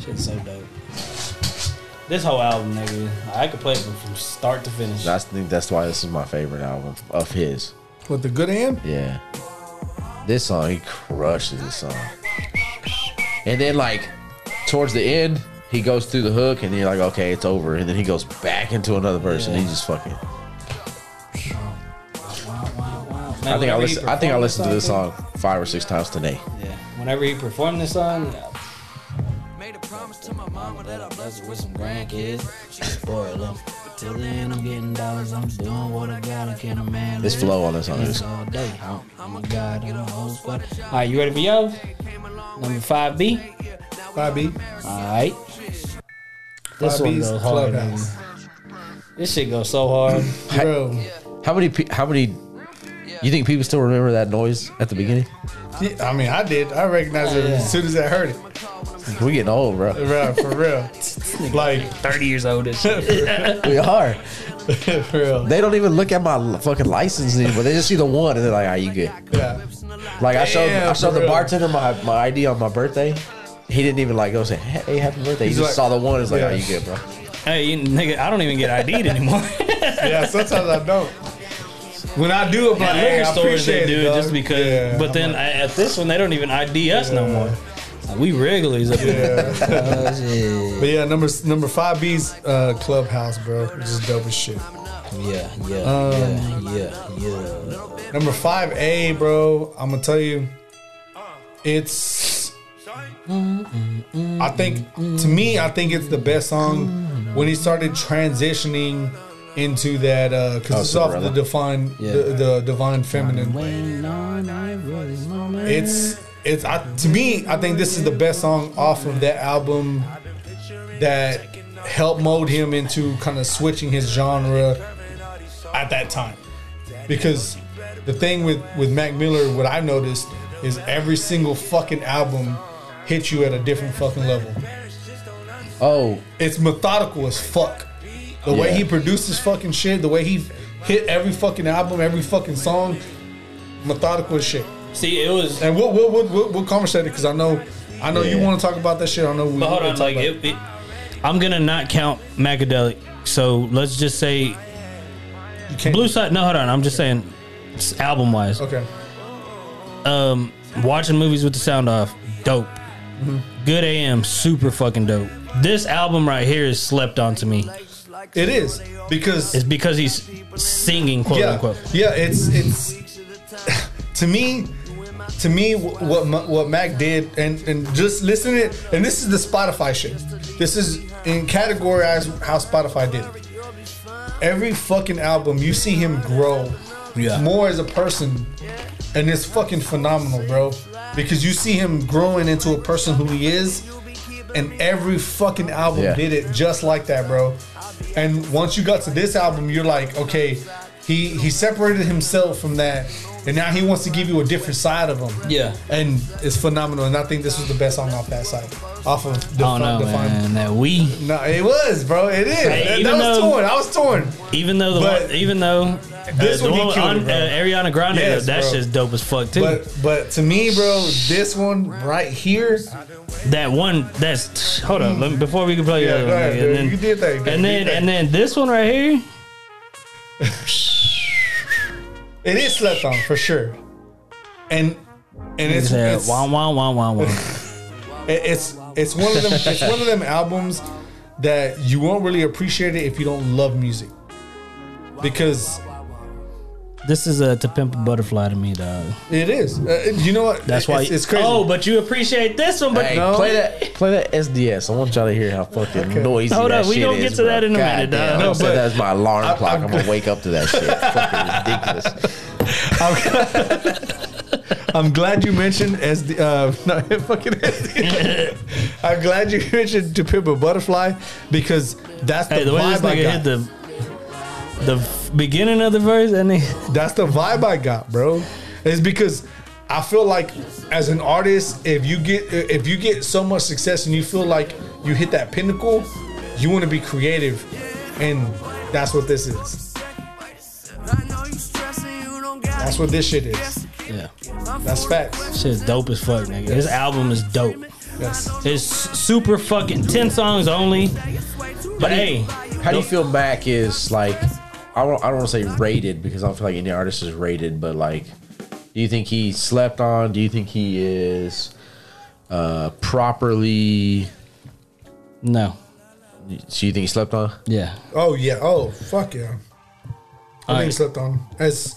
S9: Shit's so dope. This whole album, nigga, I could play it from, from start to finish.
S4: I think that's why this is my favorite album of his.
S2: with the good hand.
S4: Yeah. This song, he crushes this song. And then like towards the end, he goes through the hook and you're like, okay, it's over. And then he goes back into another verse and he just fucking I think I listen, I think I listened to this song five or six times today.
S9: Yeah. Whenever he performed this song, yeah,
S12: Made a promise to my mama that I bless her with some
S9: grandkids, spoil them. Till then, I'm getting dollars. I'm doing what I gotta. Can a man
S4: This
S9: live?
S4: flow on this song is
S9: It's all day. I'm a god in a whole spot. All right, you ready for yours? Number five B.
S2: Five B.
S9: All right. This
S2: Five
S9: one
S2: B's
S9: goes hard.
S2: clubhouse.
S9: man. This shit goes so hard.
S2: Bro.
S4: How many? pe- How many? You think people still remember that noise at the beginning?
S2: Yeah, I mean, I did. I recognized it as soon as I heard it.
S4: We getting old, bro.
S2: Right, for real. like,
S9: <laughs> Thirty years old. This
S3: <laughs>
S9: shit.
S4: We are.
S2: for real.
S4: They don't even look at my li- fucking license anymore. They just see the one and they're like, "Are you good?"
S2: Yeah.
S4: Like I showed, I
S2: Damn,
S4: showed the
S2: bro.
S4: bartender my, my ID on my birthday. He didn't even like go say, "Hey, happy birthday." He
S2: He's
S4: just
S2: like-
S4: saw the one. It's like,
S2: Yeah.
S4: "Are you good, bro?"
S3: Hey, you, nigga, I don't even
S2: <laughs>
S3: get ID'd anymore.
S2: Yeah, sometimes I don't. When I do, I'm like,
S3: At
S2: hey,
S3: liquor
S2: I
S3: stores
S2: appreciate
S3: they
S2: it,
S3: do it
S2: dog.
S3: just because.
S2: Yeah,
S3: but then I- at this one, they don't even ID us no more. Like, we regulars up here.
S2: Yeah. but yeah, number number five B's uh, clubhouse, bro, which is dope as shit.
S9: yeah, yeah,
S2: Um,
S9: yeah, yeah, yeah.
S2: Number five A, bro. I'm gonna tell you, it's. I think to me, I think it's the best song when he started transitioning into that because
S4: Oh,
S2: it's off the
S4: Cinderella.
S2: divine, the, the divine feminine. It's it's I, to me. I think this is the best song off of that album that helped mold him into kind of switching his genre at that time. Because the thing with with Mac Miller, what I noticed is every single fucking album hits you at a different fucking level.
S4: Oh,
S2: It's methodical as fuck. The way
S4: Yeah.
S2: he produces fucking shit, the way he hit every fucking album, every fucking song, methodical as shit.
S3: See, it was.
S2: And we'll we'll we'll, we'll, we'll conversate it because I know I know you
S4: Yeah.
S2: want to talk about that shit. I know we.
S3: But hold
S2: we
S3: on,
S2: talk
S3: like,
S2: about
S3: it, it, I'm gonna not count Macadelic. So let's just say
S2: You can't-
S3: Blue Side. No, hold on. I'm just saying, album wise,
S2: Okay.
S3: um, watching movies with the sound off, dope.
S2: Mm-hmm.
S3: Good AM, super fucking dope. This album right here is slept on to me.
S2: It is because
S3: It's because he's singing, quote
S2: yeah,
S3: unquote.
S2: yeah. It's it's to me, to me wh- what Ma- what Mac did and and just listen to it. And this is the Spotify shit. This is in categorize how Spotify did it. Every fucking album you see him grow more as a person, and it's fucking phenomenal, bro. Because you see him growing into a person who he is, and every fucking album
S4: Yeah.
S2: did it just like that, bro. And once you got to this album, you're like, okay, he he separated himself from that, and now he wants to give you a different side of him.
S9: Yeah.
S2: and it's phenomenal. And I think this was the best song off that side, off of Defi-
S3: Oh no, man! That we
S2: No, it was, bro. It is.
S3: Hey,
S2: that, that
S3: even
S2: was
S3: though-
S2: torn. I was torn.
S3: even though the
S2: But
S3: one, even though
S2: this
S3: uh, the
S2: one he
S3: one with
S2: killed it,
S3: An-
S2: bro.
S3: uh, Ariana Grande,
S2: Yes,
S3: that
S2: bro.
S3: shit's dope as fuck too.
S2: But but to me, bro, this one right here,
S3: that one, that's hold up. Let me, before we can play
S2: Yeah,
S3: the other
S2: go
S3: one,
S2: ahead,
S3: nigga,
S2: dude.
S3: and then,
S2: You did that, dude.
S3: and
S2: You
S3: then
S2: did
S3: and
S2: that.
S3: then this one right here,
S2: it is slept on for sure. And and it's
S3: is that
S2: it's,
S3: wah wah wah wah wah.
S2: it- it's it's one of them it's one of them albums that you won't really appreciate it if you don't love music. Because
S3: This is a to pimp a butterfly to me, dog.
S2: it is. Uh, you know what?
S3: That's why
S2: it's, it's crazy.
S3: Oh, but you appreciate this one, but
S4: hey,
S2: no.
S4: play that, play that SDS. I want y'all to hear how fucking noisy
S3: Hold
S4: that
S3: up, we
S4: shit
S3: gonna
S4: is,
S3: get to
S4: bro.
S3: that in a
S4: God
S3: minute,
S4: damn,
S3: dog.
S4: I
S2: No,
S4: said
S2: but-
S4: that's my alarm
S2: I-
S4: clock.
S2: I'm
S4: I'm, gonna wake up to that
S2: <laughs>
S4: shit. fucking ridiculous.
S2: I'm glad you mentioned as the uh, <laughs> no fucking. SD.
S3: <laughs>
S2: I'm glad you mentioned to pimp a butterfly because that's the
S3: hey, the way
S2: vibe
S3: this
S2: I
S3: nigga
S2: got.
S3: hit the the f- beginning of the verse and they
S2: That's the vibe I got, bro. It's because I feel like as an artist, if you get if you get so much success and you feel like you hit that pinnacle, you want to be creative, and that's what this is. That's what this shit is.
S3: <laughs> yeah,
S2: That's facts.
S3: shit's dope as fuck, nigga. This album is dope.
S2: Yes.
S3: It's super fucking ten songs only. But hey,
S4: How do you feel Mac is like? I don't. I don't want to say rated because I don't feel like any artist is rated, but like, do you think he slept on? Do you think he is uh properly?
S3: no,
S4: Do you think he slept on?
S3: yeah,
S2: Oh yeah. Oh fuck yeah. I think
S3: Alright.
S2: slept on. As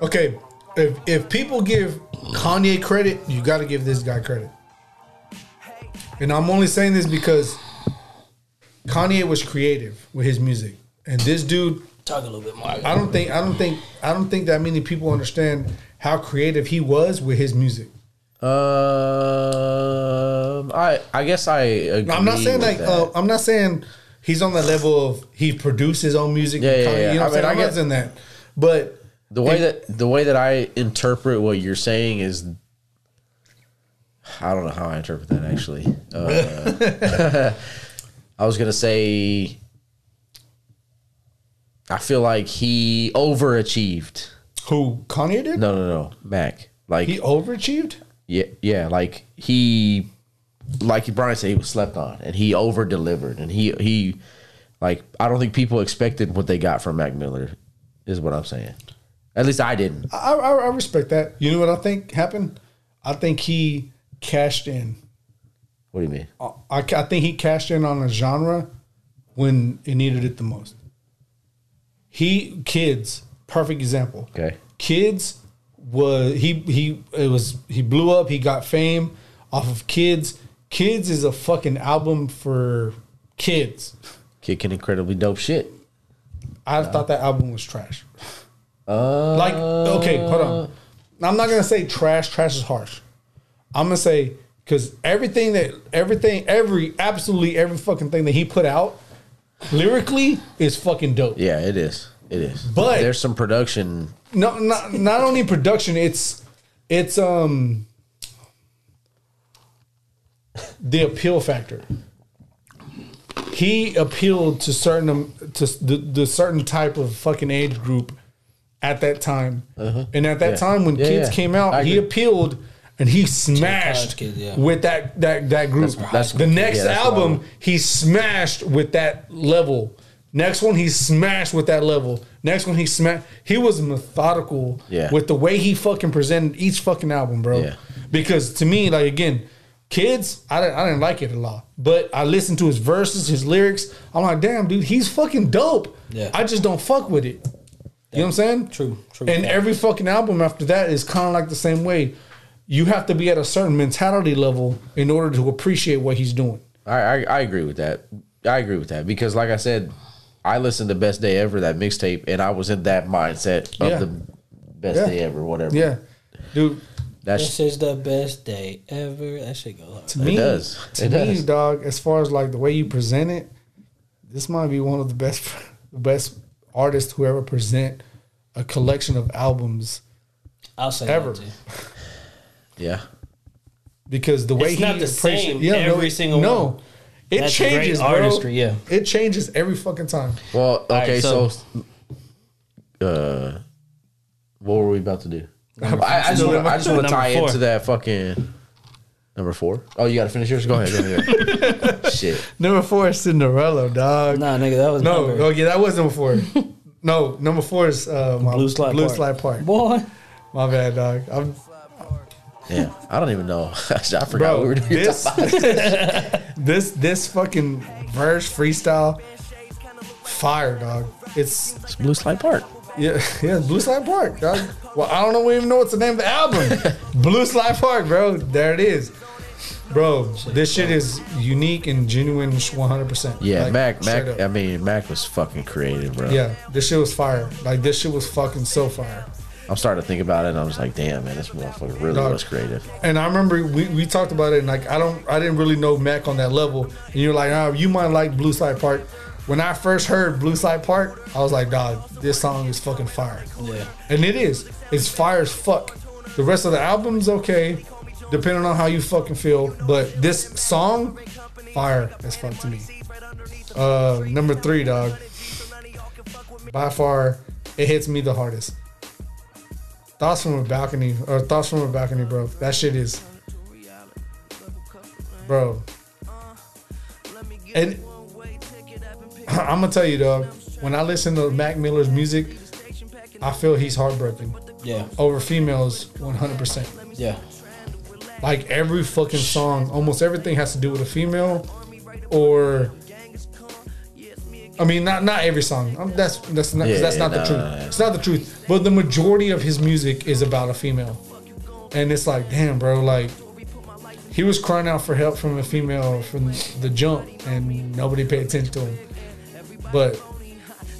S2: okay, if if people give Kanye credit, you got to give this guy credit. And I'm only saying this because Kanye was creative with his music, and this dude.
S3: talk a little bit more.
S2: I don't think I don't think I don't think that many people understand how creative he was with his music.
S4: Um, I I guess I. Agree
S2: Now, I'm not saying
S4: with
S2: like
S4: that.
S2: uh, I'm not saying he's on the level of he produced his own music.
S4: Yeah, yeah, yeah.
S2: You know
S4: I
S2: what
S4: mean, I
S2: I'm saying? I'm
S4: get-
S2: not saying that, but
S4: the way that the way that I interpret what you're saying is. I don't know how I interpret that actually. Uh, <laughs> I was gonna say. I feel like he overachieved.
S2: who Kanye did?
S4: No, no, no, Mac. Like
S2: He overachieved.
S4: yeah, yeah. Like he, like Brian said, he was slept on, and he over delivered, and he he, like I don't think people expected what they got from Mac Miller, is what I'm saying. At least I didn't.
S2: I, I, I respect that. You know what I think happened? I think he cashed in. Uh,
S4: What do you mean?
S2: I, I think he cashed in on a genre when it needed it the most. He kids perfect example.
S4: Okay.
S2: kids was he he it was he blew up. He got fame off of kids. Kids is a fucking album for kids.
S4: Kid can incredibly dope shit.
S2: I thought that album was trash. like, okay, hold on. I'm not gonna say trash. Trash is harsh. I'm gonna say because everything that everything every absolutely every fucking thing that he put out lyrically is fucking dope.
S4: Yeah, it is. It is.
S2: But-
S4: there's some production.
S2: No, not not only production. It's it's um the appeal factor. He appealed to certain um, to s- the, the certain type of fucking age group at that time, and at that
S4: Uh-huh. Yeah.
S2: time when
S4: Yeah,
S2: kids
S4: yeah.
S2: came
S4: I
S2: out, he
S4: agree.
S2: appealed and he smashed
S9: kids, yeah.
S2: with that that that group.
S4: that's-
S2: the next
S4: yeah, that's what I
S2: album,
S4: want.
S2: he smashed with that level. Next one, he smashed with that level. Next one, he smashed. He was methodical
S4: Yeah.
S2: with the way he fucking presented each fucking album, bro.
S4: Yeah.
S2: Because to me, like again, kids, I didn't, I didn't like it a lot, but I listened to his verses, his lyrics. I'm like, damn, dude, he's fucking dope.
S9: Yeah.
S2: I just don't fuck with it. You know what I'm saying?
S9: True, true.
S2: And every fucking album after that is kind of like the same way. You have to be at a certain mentality level in order to appreciate what he's doing.
S4: I, I I agree with that. I agree with that because, like I said, I listened to Best Day Ever that mixtape, and I was in that mindset of
S2: Yeah.
S4: the best
S2: Yeah.
S4: day ever, whatever.
S2: Yeah, dude.
S4: that's
S9: This is the best day ever. That shit go hard.
S2: To me,
S4: does.
S2: To
S4: It
S2: me,
S4: does.
S2: dog. As far as like the way you present it, this might be one of the best, <laughs> the best artists who ever present a collection of albums
S9: I'll say
S2: Ever.
S9: That too.
S4: yeah.
S2: because the way
S9: It's
S2: he
S9: not the
S2: appreciate-
S9: same
S2: no,
S9: every
S2: it-
S9: single
S2: no.
S9: one.
S2: It
S9: That's great
S2: changes, bro.
S9: artistry, yeah.
S2: It changes every fucking time.
S4: Well, okay,
S9: right,
S4: so,
S9: so-
S4: uh, what were we about to do? I, I just want to I just want to
S3: Number
S4: tie
S3: four.
S4: into that fucking number four. Oh, you got to finish yours. Go ahead. Go ahead. Shit.
S2: Number four is Cinderella, dog.
S9: Nah, nigga, that was
S2: No,
S9: number.
S2: oh yeah, that was number
S9: <laughs>
S2: four. no, number four is uh, my
S9: Blue Slide Park.
S2: Park.
S9: Boy,
S2: My bad, dog. I'm,
S4: Yeah, I don't even know. <laughs> I forgot what we
S2: bro,
S4: were doing.
S2: this, <laughs> this, this fucking verse freestyle, fire, dog. It's
S4: <laughs> It's Blue Slide Park.
S2: yeah, yeah, Blue Slide Park, dog. Well, I don't know, even know what's the name of the album.
S4: <laughs>
S2: Blue Slide Park, bro. There it is, bro. This shit is unique and genuine, 100. percent
S4: Yeah, Mac. Mac. I mean, Mac was fucking creative, bro.
S2: Yeah, this shit was fire. Like this shit was fucking so fire.
S4: I'm starting to think about it, and I was like, damn, man, this motherfucker really
S2: Dog.
S4: was creative.
S2: And I remember we, we talked about it, and like I don't, I didn't really know Mac on that level. And you're like, ah, you might like Blue Side Park. when I first heard Blue Slide Park, I was like, dog, this song is fucking fire. Yeah. And it is. It's fire as fuck. The rest of the album's okay, depending on how you fucking feel. But this song, fire as fuck to me. Uh, number three, dog. By far, it hits me the hardest. Thoughts from a balcony, or thoughts from a balcony, bro. That shit is, bro. And <clears throat> I'm gonna tell you, dog. When I listen to Mac Miller's music, I feel he's heartbroken
S3: Yeah,
S2: over females 100%.
S3: yeah.
S2: Like every fucking song, almost everything has to do with a female, or I mean, not not every song. Um, that's that's not 'cause that's
S4: Yeah,
S2: not the truth.
S4: nah.
S2: It's not the truth. But the majority of his music is about a female, and it's like, damn, bro, like. He was crying out for help from a female from the jump, and nobody paid attention to him. But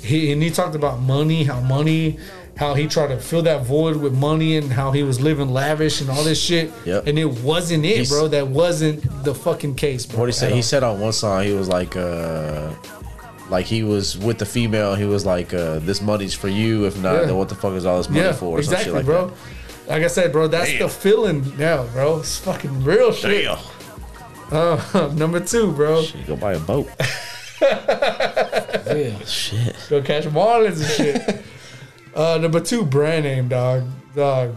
S2: he and he talked about money, how money, how he tried to fill that void with money and how he was living lavish and all this shit.
S4: Yep.
S2: And it wasn't it,
S4: He's-
S2: bro. That wasn't the fucking case, bro.
S4: What he
S2: at
S4: said?
S2: all.
S4: He said on one song he was like, uh, like he was with the female. He was like, uh, "This money's for you. If not,
S2: Yeah.
S4: then what the fuck is all this money
S2: yeah,
S4: for?" Or some
S2: exactly,
S4: shit like
S2: bro.
S4: That.
S2: Like I said, bro, that's the feeling now, bro. It's fucking real shit.
S4: Damn.
S2: Uh, <laughs> number two, bro.
S4: Shit, go buy a boat.
S3: Real.
S4: shit.
S2: Go catch Marlins and shit. uh, number two, brand name, dog. Dog.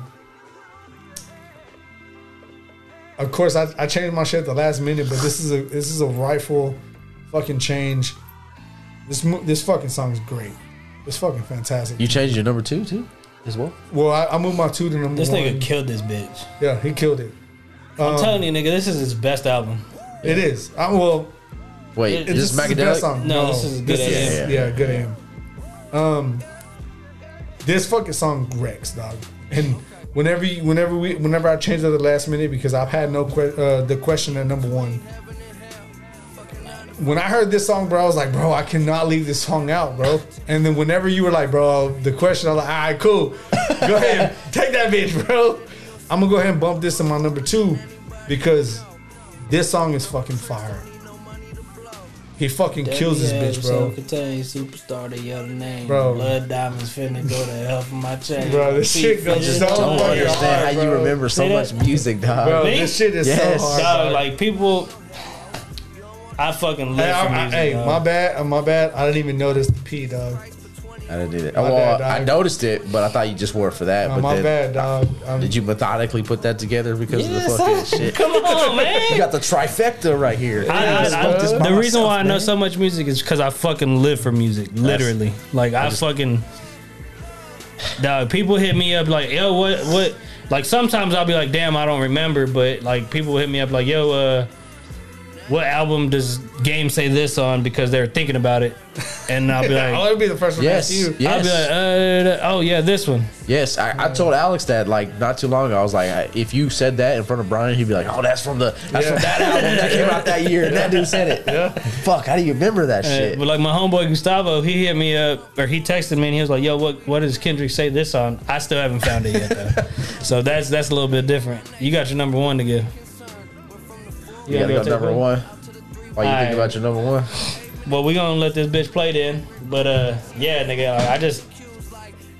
S2: Of course, I, I changed my shit at the last minute, but this is a this is a rifle, fucking change. This mo- this fucking song is great. It's fucking fantastic.
S4: You changed your number two too, as well.
S2: well, I, I moved my two to number
S3: This
S2: one.
S3: nigga killed this bitch.
S2: yeah, he killed it.
S3: I'm
S2: Um,
S3: telling you, nigga, this is his best album.
S2: It is. I, well,
S4: Wait,
S2: it,
S4: is
S2: this
S4: this
S2: is the best
S4: Macadelic?
S2: song.
S3: No, this is Good
S4: AM.
S2: yeah, good AM. Um, this fucking song wrecks, dog. And whenever, you, whenever we, whenever I change it at the last minute because I've had no que- uh, the question at number one. When I heard this song, bro, I was like, bro, I cannot leave this song out, bro. And then whenever you were like, bro, the question, I was like, all right, cool, go
S3: <laughs>
S2: ahead, take that bitch, bro. I'm gonna go ahead and bump this to my number two because this song is fucking fire. He fucking kills this bitch, bro.
S3: Self-contained superstar to yell the name.
S2: Bro.
S3: Blood diamonds finna go to hell for my chain.
S2: Bro, this
S3: Feet
S2: shit goes
S3: finna
S2: so
S3: go to
S4: I don't
S2: hard,
S3: hell.
S4: understand how you
S2: Oh bro.
S4: remember so
S3: Say
S4: much
S3: that-
S4: music, dog.
S2: Bro,
S3: Me?
S2: this shit is
S4: Yes.
S2: so hard.
S3: Dog, like people, I fucking
S2: Hey,
S3: live
S2: I-
S3: for
S2: I-
S3: music.
S2: hey,
S3: dog.
S2: my bad, uh, my bad. I didn't even notice the P, dog. Uh,
S4: I didn't do that.
S2: My
S4: well,
S2: bad, dog.
S4: I noticed it, but I thought you just wore it for that.
S2: Uh,
S4: but
S2: my
S4: then,
S2: bad, dog. Um,
S4: Did you methodically put that together because
S3: Yes,
S4: of the fucking
S3: I-
S2: <laughs>
S4: shit?
S3: Come on, man.
S4: You got the trifecta right here.
S3: I- I-
S4: just
S3: I-
S4: wrote this by
S3: the reason
S4: myself,
S3: why I know
S4: man.
S3: so much music is because I fucking live for music, literally. like I, fucking. Dog, people hit me up like, yo, what, what? Like sometimes I'll be like, damn, I don't remember, but like people hit me up like, yo, uh, what album does Game say this on? Because they're thinking about it, and I'll
S4: <laughs>
S3: be like,
S2: I would be the first one
S4: Yes,
S2: to ask you.
S4: yes,
S3: I'll be like, uh, oh yeah, this one.
S4: yes. I, I told Alex that like not too long ago. I was like, I- if you said that in front of Brian, he'd be like, "Oh, that's from the that's from that album that came out that year." And that dude said it. Fuck, how do you remember that
S3: Uh,
S4: shit?
S3: But like my homeboy Gustavo, he hit me up or he texted me and he was like, "Yo, what what does Kendrick say this on?" I still haven't found it yet though,
S4: <laughs>
S3: so that's that's a little bit different. You got your number one to give.
S4: You gotta go
S3: take
S4: number
S3: one?
S4: one. Why you
S3: Alright.
S4: think about your number one?
S3: Well, we gonna let this bitch play then, but uh, yeah, nigga, like, I just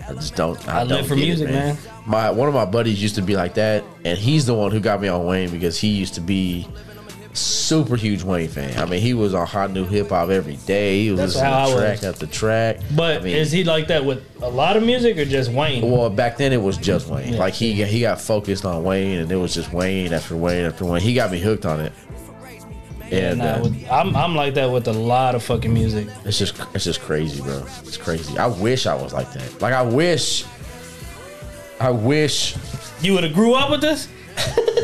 S4: I just don't. I,
S3: I
S4: don't
S3: live for
S4: get it,
S3: music, man.
S4: My one of my buddies used to be like that, and he's the one who got me on Wayne because he used to be super huge Wayne fan. I mean, he was on hot new hip hop every day. He was
S3: That's how
S4: listening
S3: I
S4: to
S3: was.
S4: track after track.
S3: but
S4: I mean,
S3: is he like that with a lot of music or just Wayne?
S4: Well, back then it was just Wayne. Like he he got focused on Wayne, and it was just Wayne after Wayne after Wayne. He got me hooked on it, and
S3: Nah,
S4: uh,
S3: with- I'm I'm like that with a lot of fucking music.
S4: it's just it's just crazy, bro. It's crazy. I wish I was like that. Like I wish, I wish
S3: You would have grew up with this.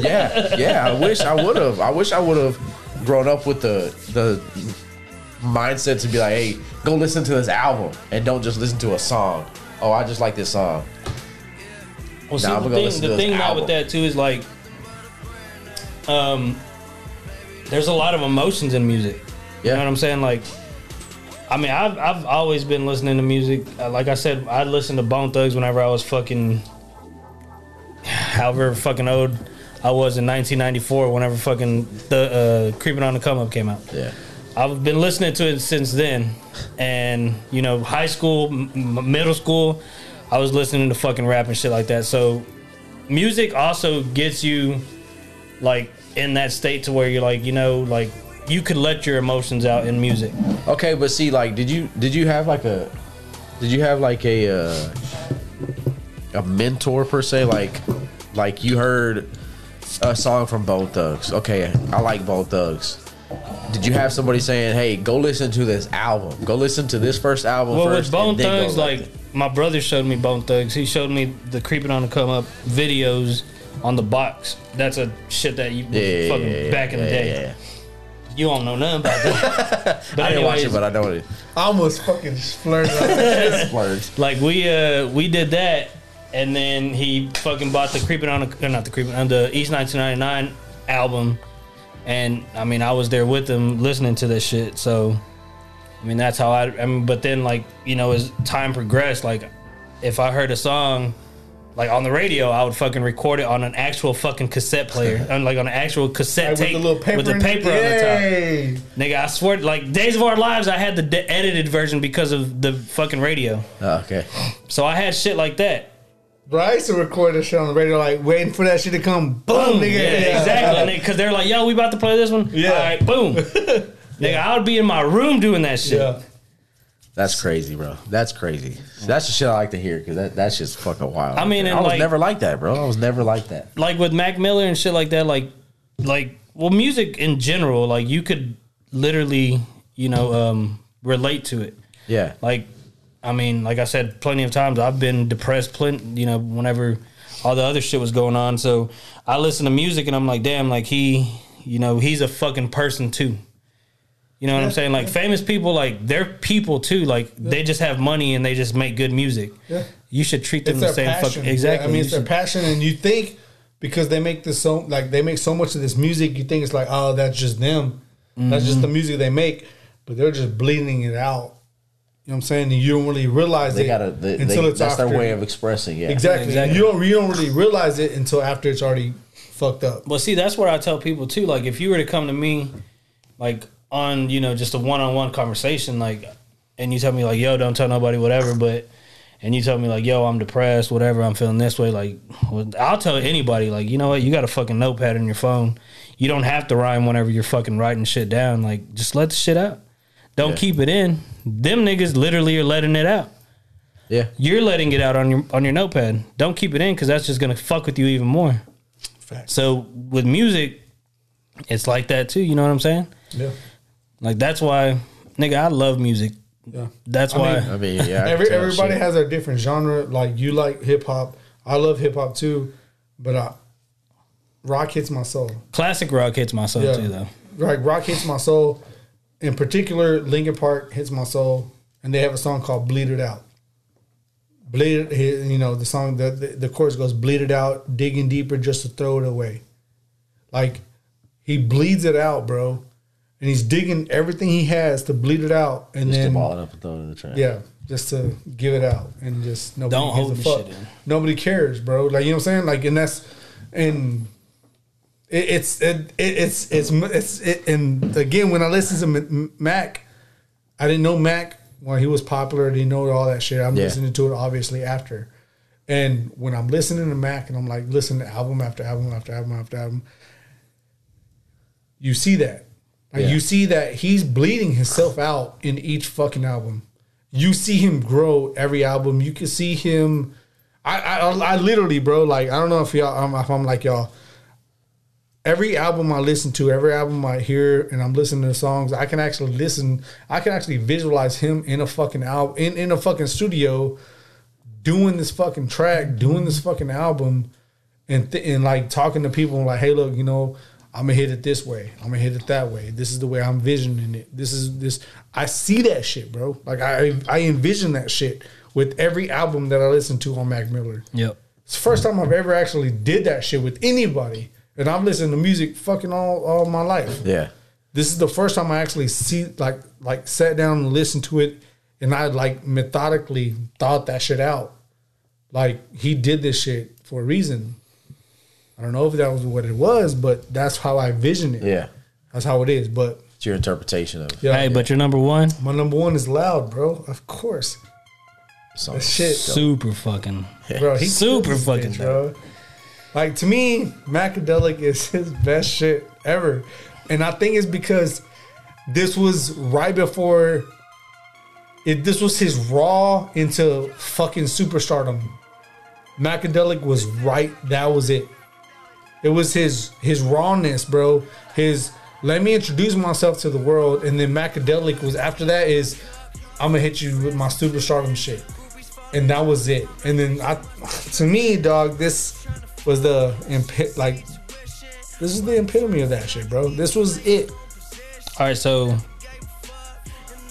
S4: yeah, yeah. I wish I would have. I wish I would have grown up with the the mindset to be like, hey, go listen to this album and don't just listen to a song. Oh, I just like this song.
S3: Well,
S4: Nah, I'm
S3: see,
S4: gonna
S3: the thing,
S4: listen to
S3: the
S4: this
S3: thing now
S4: album.
S3: with that too is like, um, there's a lot of emotions in music. You know what
S4: Yeah,
S3: I'm saying? Like, I mean, I've I've always been listening to music. Uh, Like I said, I listened to Bone Thugs whenever I was fucking, however fucking old I was in 1994. Whenever fucking the uh, Creeping on the Come Up came out,
S4: yeah.
S3: I've been listening to it since then, and you know, high school, m- m- middle school, I was listening to fucking rap and shit like that. So, music also gets you like in that state to where you're like, you know, like you could let your emotions out in music.
S4: Okay, but see, like, did you did you have like a did you have like a uh, a mentor per se? Like, like you heard a song from Bone Thugs. Okay, I like Bone Thugs. Did you have somebody saying, "Hey, go listen to this album. Go listen to this first album
S3: Well,
S4: first,
S3: with Bone
S4: and then go
S3: Thugs, like my brother showed me Bone Thugs. He showed me the creeping on the come up videos on the box. That's a shit that you
S4: Yeah,
S3: fucking
S4: yeah,
S3: back in the
S4: yeah,
S3: day.
S4: yeah, yeah.
S3: You don't know nothing about that.
S4: <laughs>
S3: but
S4: I didn't watch it,
S3: anyways,
S4: but I know it.
S3: <laughs>
S2: I almost fucking flirted.
S4: Splurge.
S3: like we uh we did that, and then he fucking bought the creeping on the not the creeping on the East 1999 album, and I mean I was there with him listening to this shit. So, I mean that's how I. I mean, but then like you know as time progressed, like if I heard a song. Like on the radio, I would fucking record it on an actual fucking cassette
S2: <laughs>
S3: player, on like on an actual
S2: Like,
S3: cassette
S2: with
S3: tape
S2: the little paper
S3: with the
S2: in-
S3: paper on the top.
S2: Yay.
S3: Nigga, I swear, like Days of Our Lives, I had the de- edited version because of the fucking radio.
S4: Oh, okay.
S3: So I had shit like that.
S2: Bro, I used to record that shit on the radio, like waiting for that shit to come. Boom,
S3: Boom,
S2: nigga.
S3: yeah, exactly. Because they're like, "Yo, we about to play this one."
S2: Yeah.
S3: All
S2: <laughs>
S3: right, boom. Nigga, I would be in my room doing that shit.
S2: Yeah.
S4: That's crazy, bro. That's crazy. That's the shit I like to hear because that, that's just fucking wild.
S3: I mean,
S4: I
S3: and,
S4: was
S3: like-
S4: never like that, bro. I was never like that.
S3: Like with Mac Miller and shit like that. Like, like well, music in general, like you could literally, you know, um, relate to it.
S4: Yeah.
S3: like I mean, like I said plenty of times, I've been depressed plenty you know, whenever all the other shit was going on. So I listen to music and I'm like, damn, like he you know, he's a fucking person too. You know what I'm saying? Like famous people, like they're people too. Like they just have money and they just make good music.
S2: Yeah.
S3: You should treat them
S2: It's
S3: the
S2: their
S3: same
S2: passion.
S3: fucking exactly.
S2: I mean,
S3: You
S2: it's their
S3: should-
S2: passion, and you think because they make this so like they make so much of this music, you think it's like, oh, that's just them. That's just
S3: Mm-hmm.
S2: the music they make, but they're just bleeding it out. You know what I'm saying? And you don't really realize
S4: They
S2: it
S4: gotta. They,
S2: until
S4: they,
S2: it's
S4: that's
S2: after.
S4: their way of expressing. Yeah.
S2: exactly.
S3: Exactly.
S2: You don't you don't really realize it until after it's already fucked up.
S3: Well, see, that's what I tell people too. Like, if you were to come to me, like on you know just a one on one conversation, like, and you tell me like, "Yo, don't tell nobody," whatever, but. And you tell me like, yo, I'm depressed, whatever. I'm feeling this way. Like, well, I'll tell anybody like, you know what? You got a fucking notepad in your phone. You don't have to rhyme whenever you're fucking writing shit down. Like, just let the shit out. Don't keep it in. Them niggas literally are letting it out.
S4: Yeah.
S3: You're letting it out on your on your notepad. Don't keep it in because that's just gonna fuck with you even more. So with music, it's like that too. You know what I'm saying?
S2: Yeah.
S3: Like that's why, nigga, I love music.
S2: Yeah. uh,
S3: That's why.
S4: I mean, yeah. I can
S2: Every,
S4: tell
S2: everybody
S4: shit.
S2: has their different genre. Like you like hip hop. I love hip hop too, but I, rock hits my soul.
S3: classic rock hits my soul
S2: Yeah.
S3: too, though.
S2: Like rock hits my soul. In particular, Linkin Park hits my soul, and they have a song called "Bleed It Out." Bleed, it, you know the song. The, the the chorus goes "Bleed it out, digging deeper just to throw it away." Like he bleeds it out, bro, and he's digging everything he has to bleed it out, and
S4: Just
S2: then
S4: to ball it up and throw it in the trash.
S2: yeah, just to give it out and just nobody
S3: Don't hold
S2: gives
S3: the
S2: a fuck.
S3: shit in.
S2: Nobody cares, bro. Like you know what I'm saying. Like and that's and it, it's it, it it's it's it's it, and again when I listen to M- Mac, I didn't know Mac when he was popular. I didn't know all that shit. I'm
S4: Yeah.
S2: listening to it obviously after. And when I'm listening to Mac and I'm like listening to album after album after album after album, you see that. Like
S4: Yeah.
S2: you see that he's bleeding himself out in each fucking album. You see him grow every album. You can see him. I I, I literally, bro. Like I don't know if y'all. I'm, if I'm like y'all. Every album I listen to, every album I hear, and I'm listening to songs, I can actually listen. I can actually visualize him in a fucking album, in, in a fucking studio, doing this fucking track, doing this fucking album, and th- and like talking to people like, hey, look, you know, I'm gonna hit it this way, I'm gonna hit it that way. This is the way I'm visioning it. This is this. I see that shit, bro. Like I I envision that shit with every album that I listen to on Mac Miller.
S3: Yep.
S2: It's the first time I've ever actually did that shit with anybody, and I've listened to music fucking all all my life
S4: Yeah.
S2: this is the first time I actually see like like sat down and listened to it and I like methodically thought that shit out. Like he did this shit for a reason. I don't know if that was what it was, but that's how I vision it.
S4: Yeah.
S2: That's how it is. But
S4: It's your interpretation of
S2: Yeah.
S3: Hey, but your number one,
S2: my number one is loud, bro. Of course,
S4: something.
S2: that shit,
S3: super fucking.
S2: <laughs> bro. He
S3: Super
S2: kills this
S3: fucking
S2: bro. Like to me, Macadelic is his best shit ever, and I think it's because this was right before. It, this was his raw into fucking superstardom. Macadelic was right. That was it. It was his his rawness, bro. His let me introduce myself to the world, and then Macadelic was after that. Is I'm gonna hit you with my superstardom shit and that was it. And then I, to me, dog, this was the impi- like, this is the epitome of that shit, bro. This was it.
S3: All right, so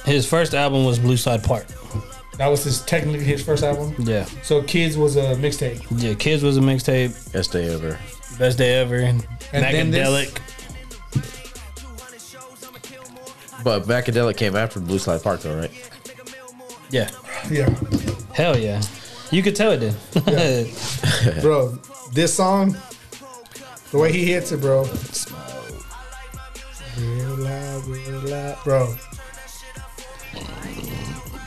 S3: his first album was Blue Side Park.
S2: That was his technically his first album.
S3: Yeah,
S2: So Kids was a mixtape,
S3: yeah. Kids was a mixtape,
S4: Best day ever.
S3: best day ever.
S2: then this-
S3: Macadelic.
S4: But Macadelic came after Blue Slide Park, though, right?
S3: Yeah,
S2: yeah,
S3: hell yeah. You could tell it did. <laughs>
S2: bro. This song, the way he hits it, bro. Real loud, real loud, bro.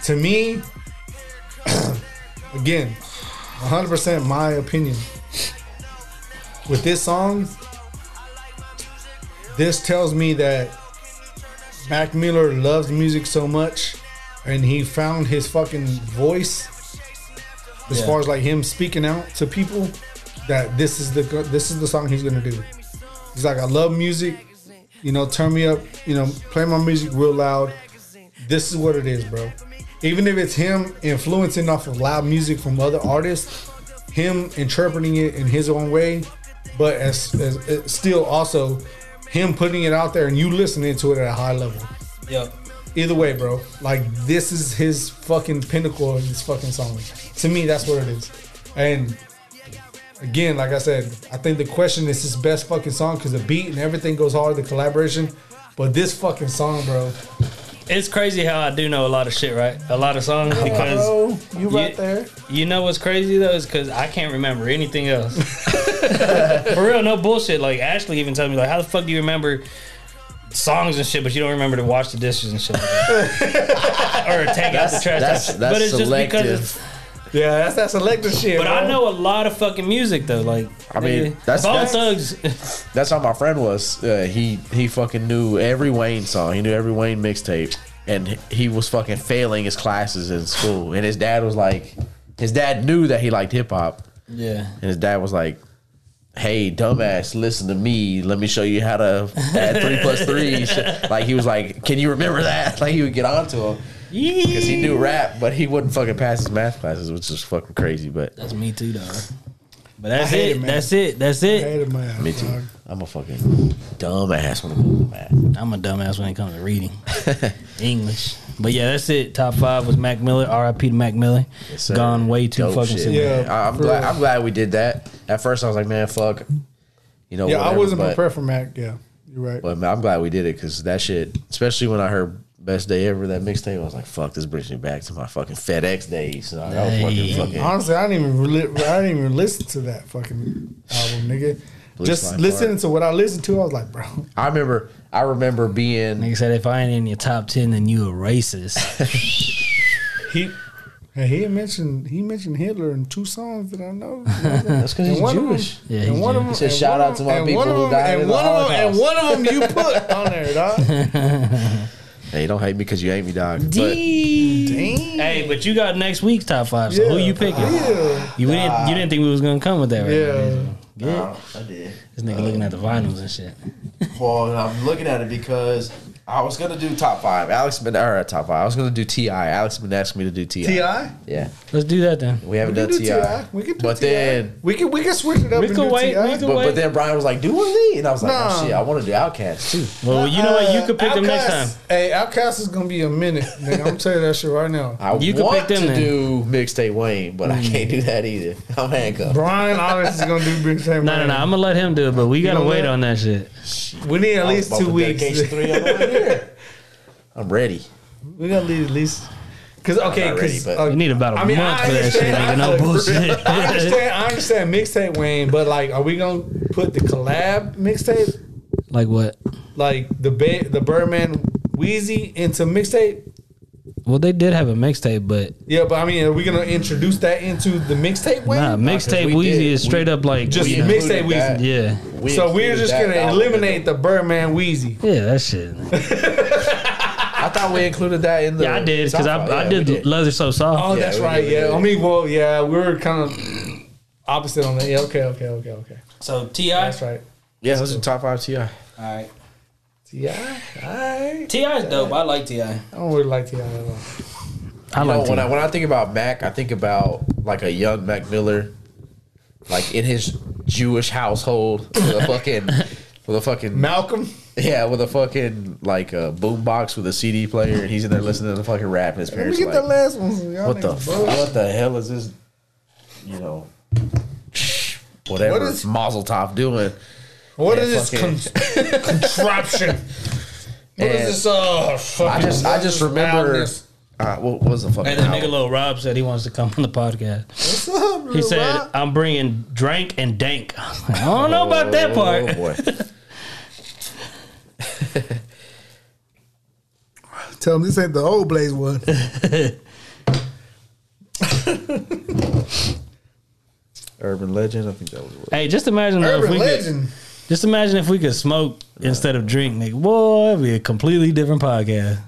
S2: To me, <clears throat> again, 100% my opinion. With this song, this tells me that Mac Miller loves music so much and he found his fucking voice as
S3: Yeah.
S2: far as like him speaking out to people that this is the this is the song he's going to do. He's like I love music, you know, turn me up, you know, play my music real loud. This is what it is, bro. Even if it's him influencing off of loud music from other artists, him interpreting it in his own way, but as, as, as still also him putting it out there and you listening to it at a high level.
S3: Yep.
S2: Either way, bro, like this is his fucking pinnacle in this fucking song. To me, that's what it is. And again, like I said, I think the question is his best fucking song because the beat and everything goes hard, the collaboration. But this fucking song, bro,
S3: It's crazy how I do know a lot of shit, right? A lot of songs because
S2: you
S3: right
S2: there.
S3: You know what's crazy though is because I can't remember anything
S4: <laughs>
S3: else. For real, no bullshit. Like Ashley even told me, like, how the fuck do you remember songs and shit, but you don't remember to wash the dishes and shit, like
S4: <laughs>
S3: that? or take out the trash.
S4: That's that's
S3: but it's
S4: selective.
S3: just because. It's,
S2: Yeah, that's that selective shit.
S3: but I
S2: bro.
S3: know a lot of fucking music though. Like,
S4: I mean,
S3: nigga,
S4: that's-
S3: Bone
S4: that's-
S3: Thugs. <laughs>
S4: That's how my friend was. Uh, he he fucking knew every Wayne song. He knew every Wayne mixtape, and he was fucking failing his classes in school. And his dad was like, his dad knew that he liked hip hop,
S3: yeah,
S4: and his dad was like. Hey, dumbass, listen to me. Let me show you how to add three plus
S3: <laughs>
S4: three. Like he was like, "Can you remember that?" <laughs> Like he would get onto him because he knew rap, but he wouldn't fucking pass his math classes, which is fucking crazy. But
S3: that's me too, dog. But that's
S2: hate
S3: it.
S2: it, man.
S3: that's it. That's it.
S2: Hated my ass,
S4: Me too.
S2: dog.
S4: I'm a fucking dumbass when it comes to math.
S3: I'm a dumbass when it comes
S2: <laughs>
S3: to reading English. But yeah, that's it. Top five was Mac Miller. R.I.P. to Mac Miller.
S4: Yes, sir.
S3: Gone way too
S4: Dope
S3: fucking
S4: shit,
S3: soon.
S2: Yeah,
S4: man. I- I'm
S2: for
S4: glad.
S2: real.
S4: I'm glad we did that. At first, I was like, man, fuck. You know,
S2: Yeah, I
S4: whatever,
S2: wasn't
S4: but,
S2: prepared for Mac. Yeah, you're right.
S4: But man, I'm glad we did it because that shit, especially when I heard "Best Day Ever" that mixtape, I was like, fuck, this brings me back to my fucking FedEx days. So I was fucking fucking.
S2: Honestly, I didn't even really, I didn't even listen to that fucking album, nigga.
S4: Blue
S2: Just
S4: Slide
S2: listening
S4: Park.
S2: to what I listened to, I was like, bro,
S4: I remember. I remember being.
S3: Nigga said, if I ain't in your top ten, then you
S2: <laughs>
S3: a racist.
S2: he. And he mentioned he mentioned Hitler in two songs that I know.
S4: That's because <laughs> he's
S2: And one of 'em-
S4: Jewish.
S3: Yeah,
S2: and
S3: he's
S2: one of
S3: Jewish.
S2: them,
S4: He said, "Shout out to my people who died in
S2: and
S4: the
S2: one of 'em- and
S4: Holocaust."
S2: one of 'em
S4: <laughs>
S2: you put on there, dog.
S4: Hey, don't hate me because you hate me, dog. But
S2: Damn.
S3: hey, but you got next week's top five. So who you picking?
S2: Yeah.
S3: You didn't. You didn't think we was gonna come with that, right?
S2: Yeah.
S4: Nah, I did.
S3: This nigga looking at the vinyls and shit.
S4: Well, I'm looking at it because I was gonna do top five. Alex been or uh, top five. I was gonna do Ti. Alex been asking me to do Ti.
S2: Ti,
S4: Yeah,
S3: Let's do that then.
S4: we haven't
S2: We
S4: done
S2: can do
S4: Ti.
S2: T.I.. We can do
S4: but
S2: T.I..
S4: then,
S2: we can we can switch it up.
S3: We
S2: and
S3: can
S2: do
S3: wait,
S2: T.I..
S3: we can
S4: but,
S3: Wait.
S4: but then Brian was like, "Do one of these," and I was like,
S2: Nah.
S4: "Oh shit, I want to do Outcast too."
S3: Well, you know what? You could pick them next time.
S2: Outkast- Hey, Outcast is gonna be a minute. Nigga. I'm telling you that shit right now.
S4: I
S3: You could
S4: want
S3: pick them
S4: to
S3: then.
S4: do mixtape Wayne, but I can't do that either. <laughs> I'm handcuffed.
S2: Brian Onyx is gonna do big time.
S3: No, no, no. I'm gonna let him do it, but we gotta
S2: know
S3: wait
S2: what?
S3: on that shit.
S2: We need at least
S4: About
S2: two
S4: the
S2: weeks.
S4: dedication three on the way here. I'm ready.
S2: <laughs> We gotta leave at least. Cause okay,
S4: not ready,
S2: cause
S4: but-
S2: uh,
S3: You need about a
S2: I mean,
S3: month
S2: I
S3: for that shit, nigga.
S2: understand.
S3: No
S2: I-
S3: bullshit.
S2: I understand. I understand mixtape Wayne, but like, are we gonna put the collab mixtape
S3: <laughs> Like what?
S2: Like the ba- the Birdman Wheezy into mixtape.
S3: Well, they did have a mixtape, but
S2: Yeah, but I mean, are we gonna introduce that into the mixtape way?
S3: nah, mixtape
S4: we
S3: Weezy
S4: did.
S3: is straight up like
S2: Just
S3: yeah.
S2: mixtape
S4: included that.
S2: Wheezy.
S3: yeah,
S4: We
S2: So we're
S4: included
S2: just
S4: that
S2: gonna
S4: dollar
S2: eliminate the Birdman Wheezy.
S3: yeah, that shit.
S4: I thought we included that in the.
S3: Yeah, I did because I,
S4: sci-fi.
S3: I
S4: Yeah,
S3: did,
S4: we
S3: leather so soft.
S2: Oh, that's
S4: we
S2: right.
S4: did, we
S2: Yeah.
S4: did.
S2: I mean, well, yeah, we were kind of opposite on that. Yeah. Okay. Okay. Okay. Okay.
S13: So Ti,
S2: That's right.
S14: Yeah, those are top five Ti.
S13: all right.
S2: Yeah. All right.
S13: Ti is dope. I like Ti.
S2: I don't really like T.I. at all.
S3: I
S4: You know,
S3: like
S4: when
S3: that.
S4: I when I think about Mac, I think about like a young Mac Miller, like in his Jewish household with a
S2: <laughs>
S4: fucking with a fucking
S2: Malcolm.
S4: yeah with a fucking like a boombox with a CD player, and he's in there listening to the fucking rap. And his
S2: Let me
S4: parents
S2: get
S4: like,
S2: that last one. Y'all
S4: what the
S2: niggas
S4: fuck?
S2: bullshit.
S4: what the hell is this? You know, whatever
S2: What is-
S4: Mazel Tov doing.
S2: What
S4: Yeah,
S2: is
S4: fuck
S2: this con-
S4: <laughs>
S2: contraption? What is
S4: And
S2: this? Uh,
S4: I
S2: fucking-
S4: just I just remember. Uh, what was the fucking?
S3: Hey, that
S4: album?
S3: nigga Lil Rob said he wants to come on the podcast. He
S2: He
S3: said, I'm bringing drink and dank. <laughs> I was like, I don't know about that part.
S4: Oh boy.
S15: Tell him this ain't the old Blaze one.
S4: Urban Legend. I think that was.
S3: Hey, just imagine though, <laughs> if
S2: "Urban
S3: we could,
S2: legend."
S3: just imagine if we could smoke instead of drink, nigga. Boy, it'd be a completely different podcast.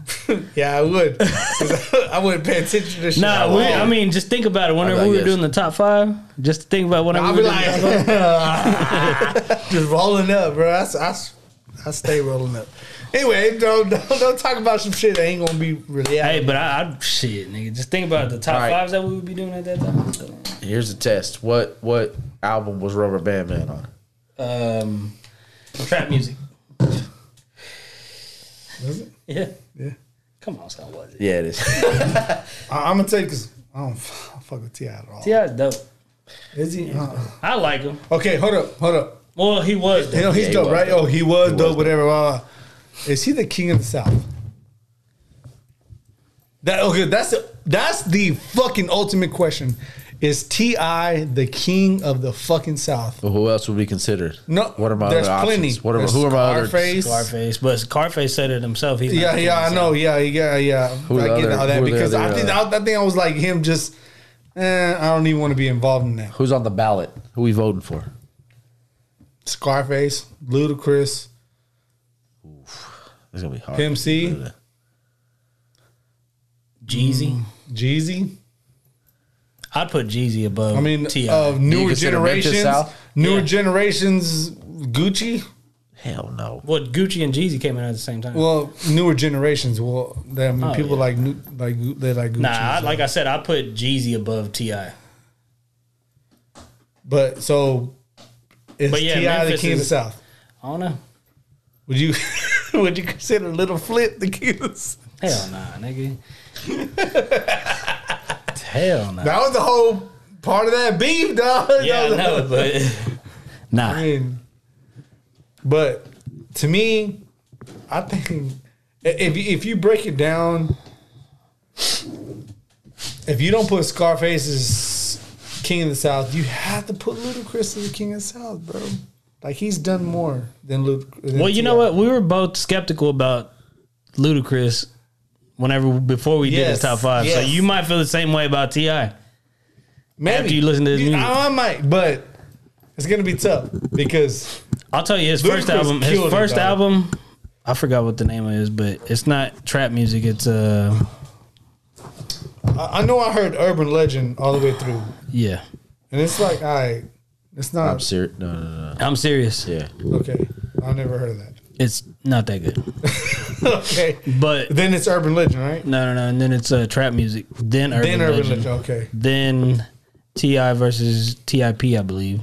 S2: Yeah, I would. 'Cause <laughs> I wouldn't pay attention to this shit.
S3: Nah, <laughs> we, I mean, just think about it. Whenever
S4: I
S3: we were
S4: guess.
S3: doing the top five, just think about whenever
S2: I'll
S3: we
S2: be
S3: were doing the top five.
S2: like, just rolling up, bro. I, s- I s- I stay rolling up. Anyway, don't, don't don't talk about some shit that ain't gonna be really. out.
S3: Hey, but I, I shit, nigga. Just think about the top
S4: All right.
S3: fives that we would be doing at that time.
S4: Here's the test. What what album was Rubber Band Man on?
S3: Um, trap music. Was it? Yeah. Yeah. Come on, son. Was it?
S4: Yeah, it <laughs> is.
S2: I, I'm gonna tell you because I don't f- I don't fuck with Ti at all.
S3: Yeah, dope.
S2: Is he? Uh-uh.
S3: I like him.
S2: Okay, hold up, hold up.
S3: Well, he was.
S2: You
S3: Dope.
S2: know, he's
S4: Yeah, he
S2: dope,
S4: was
S2: right?
S4: dope.
S2: Oh, he was
S4: He was
S2: dope.
S4: dope.
S2: whatever. Blah, blah. Is he the king of the South? That okay? That's the that's the fucking ultimate question. Is Ti the king of the fucking South?
S4: Who else would be considered?
S2: No,
S4: What are my
S2: there's
S4: other
S2: plenty.
S4: options? What are,
S2: There's
S4: who are my other?
S2: Scarface.
S3: Scarface, but Scarface said it himself. He's not
S2: Yeah,
S3: the
S2: yeah, I
S3: king, so-
S2: know. Yeah, yeah, yeah. I
S4: are the
S2: get
S4: other-
S2: all
S4: who
S2: that
S4: are the
S2: because I
S4: other, uh,
S2: think I, I think I was like him. Just eh, I don't even want to be involved in that.
S4: Who's on the ballot? Who we voting for?
S2: Scarface, Ludacris,
S4: It's gonna be hard.
S2: Pimp C, Mm.
S3: Jeezy.
S2: Jeezy.
S3: I'd put Jeezy above.
S2: I mean, um,
S3: Ti.
S2: of newer
S4: consider Memphis
S2: generations,
S4: South?
S2: newer
S3: Yeah.
S2: generations, Gucci.
S4: Hell no.
S3: well, Gucci and Jeezy came in at the same time.
S2: Well, newer generations. Well, they, I mean,
S3: Oh,
S2: people
S3: yeah.
S2: like new, like Gu- they like Gucci.
S3: nah, I,
S2: so-
S3: like I said, I put Jeezy above Ti.
S2: but so is
S3: But yeah,
S2: Ti the
S3: Memphis
S2: king of the
S3: is-
S2: South?
S3: I don't know.
S2: Would you <laughs> would you consider Little Flip the king of the South?
S3: Hell nah, nigga. Hell nah.
S2: That was the whole part of <laughs> that beef, dog.
S3: Yeah, I know, but <laughs>
S2: I <laughs>
S3: nah.
S2: mean, but to me, I think i- if you, if you break it down, if you don't put Scarface as King of the South, you have to put Ludacris as the King of the South, bro. Like he's done more than Ludacris.
S3: Well, you know what? We were both skeptical about Ludacris whenever before we did his
S2: Yes,
S3: top five. So
S2: yes.
S3: you might feel the same way about Ti.
S2: Maybe
S3: after you listen to his
S2: You-
S3: music.
S2: I, I might, but it's gonna be tough because
S3: I'll tell you his first
S2: Ludacris
S3: album. His
S2: killed it,
S3: first
S2: dog.
S3: album, I forgot what the name is, but it's not trap music. It's uh,
S2: I, I know I heard Urban Legend all the way through,
S3: yeah.
S2: and it's like, all right, it's not
S4: I'm serious. No, no, no. no.
S3: I'm serious.
S4: Yeah.
S2: okay. I never heard of that.
S3: It's not that good.
S2: <laughs> Okay.
S3: But
S2: Then it's urban legend, right?
S3: no, no, no. And then it's uh, trap music. Then urban
S2: Then urban
S3: legend.
S2: legend. Okay.
S3: Then Ti versus Tip, I believe.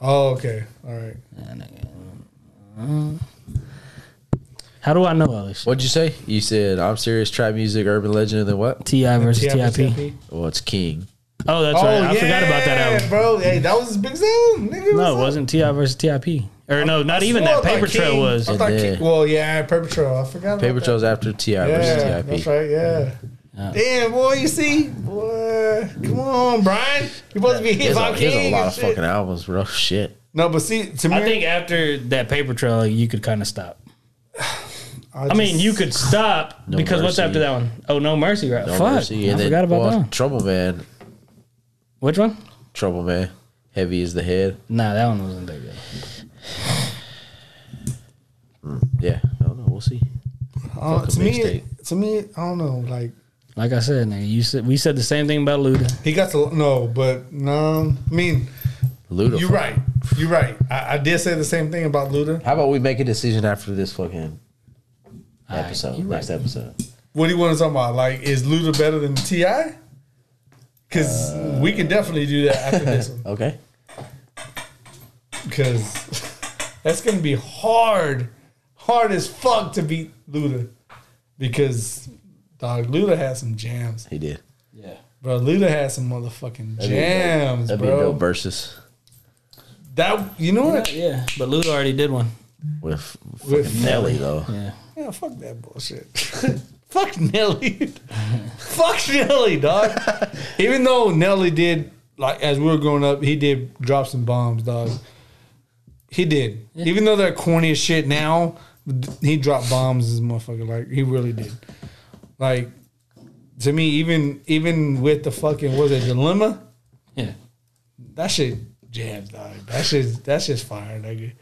S2: Oh, okay. All right.
S3: How do I know all this?
S4: What'd you say? You said I'm serious. Trap music, urban legend, and then what?
S3: Ti versus
S2: Yeah,
S3: Tip.
S2: TIP.
S4: Well, it's King.
S3: Oh, that's
S2: Oh,
S3: right. I
S2: yeah,
S3: forgot about that album.
S2: bro. Hey, that was his big sound, nigga.
S3: No, it
S2: What's
S3: wasn't Ti versus Tip. Or no, not
S2: up?
S3: even
S2: Swore I thought
S3: that. Paper Trail
S2: King-
S3: was.
S2: I
S4: And
S2: thought
S4: then-
S2: King- well, yeah, paper trail. I forgot.
S4: Paper
S2: about
S4: Trail's after Ti
S2: that. Yeah,
S4: versus
S2: that's
S4: Tip.
S2: right. Yeah. Damn, boy, you see? Boy, come on, Brian. You're supposed to be hip
S4: There's a,
S2: hop
S4: there's
S2: king.
S4: a lot
S2: and
S4: of
S2: shit.
S4: fucking albums, bro. Shit.
S2: No, but see, to me,
S3: I think after that paper trail, you could kind of stop. I mean, you could stop
S4: No
S3: because what's
S4: Mercy.
S3: after that one? Oh, no mercy, right?
S4: No
S3: Fuck,
S4: Mercy,
S3: I
S4: and then-
S3: forgot about
S4: well,
S3: that.
S4: Trouble Man.
S3: Which one?
S4: Trouble Man. Heavy is the head.
S3: Nah, that one wasn't that good.
S4: Yeah. I don't know. We'll see.
S2: uh,
S4: fuck a
S2: to me,
S4: mixtape.
S2: to me, I don't know. Like
S3: Like I said, nigga, you said we said the same thing about Luda.
S2: he got to no, but no. I mean,
S4: Luda.
S2: you're right. You're right. I, I did say the same thing about Luda.
S4: How about we make a decision after this fucking episode? next episode.
S2: What do you want to talk about? Like, is Luda better than Ti? Because
S4: Uh,
S2: we can definitely do that after this one.
S4: <laughs> Okay.
S2: Because that's gonna be hard, hard as fuck to beat Luda. Because dog, Luda has some jams,
S4: He did.
S2: bro. Luda has some motherfucking
S4: be dope.
S2: jams,
S4: That'd be a dope
S2: bro.
S4: versus
S2: That you know what?
S3: Yeah, but Luda already did one.
S4: with
S2: With
S4: Nelly though.
S2: Yeah, fuck that bullshit. <laughs> fuck Nelly. <laughs> fuck Nelly, dog. <laughs> Even though Nelly did, like, as we were growing up, he did drop some bombs, dog. He did. Even though they're corny as shit now, th- he dropped bombs as a motherfucker. Like, he really did. Like, to me, even even with the fucking, what was it, Dilemma?
S3: Yeah.
S2: That shit jams, dog. That shit, that's just fire, nigga.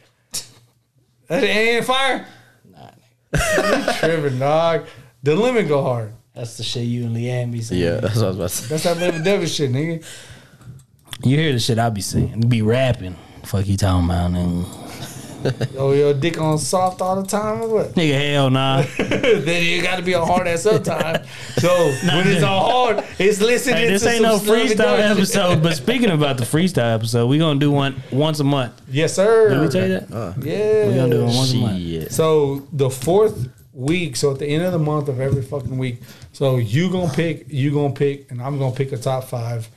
S2: That shit ain't fire. Tripping, dog. The lemon go hard.
S3: That's the shit you and Leanne be saying.
S4: Yeah, that's what I was about to say.
S2: That's that living devil shit, nigga.
S3: You hear the shit I be saying. Be rapping. Fuck you talking about, nigga.
S2: Oh, your dick on soft all the time or what? <laughs>
S3: Nigga, hell <laughs> nah.
S2: then you got to be a hard ass sometime. So when it's all hard, it's listening.
S3: Hey, this
S2: to
S3: ain't
S2: some
S3: no freestyle
S2: lovey-dovey shit.
S3: episode. But speaking about the freestyle episode, we gonna do one once a month.
S2: Yes, sir.
S3: Let me tell you that.
S2: yeah,
S3: we gonna do it once a month.
S4: Shit.
S2: So the fourth week, so at the end of the month of every fucking week, so you gonna pick, you gonna pick, and I'm gonna pick a top five.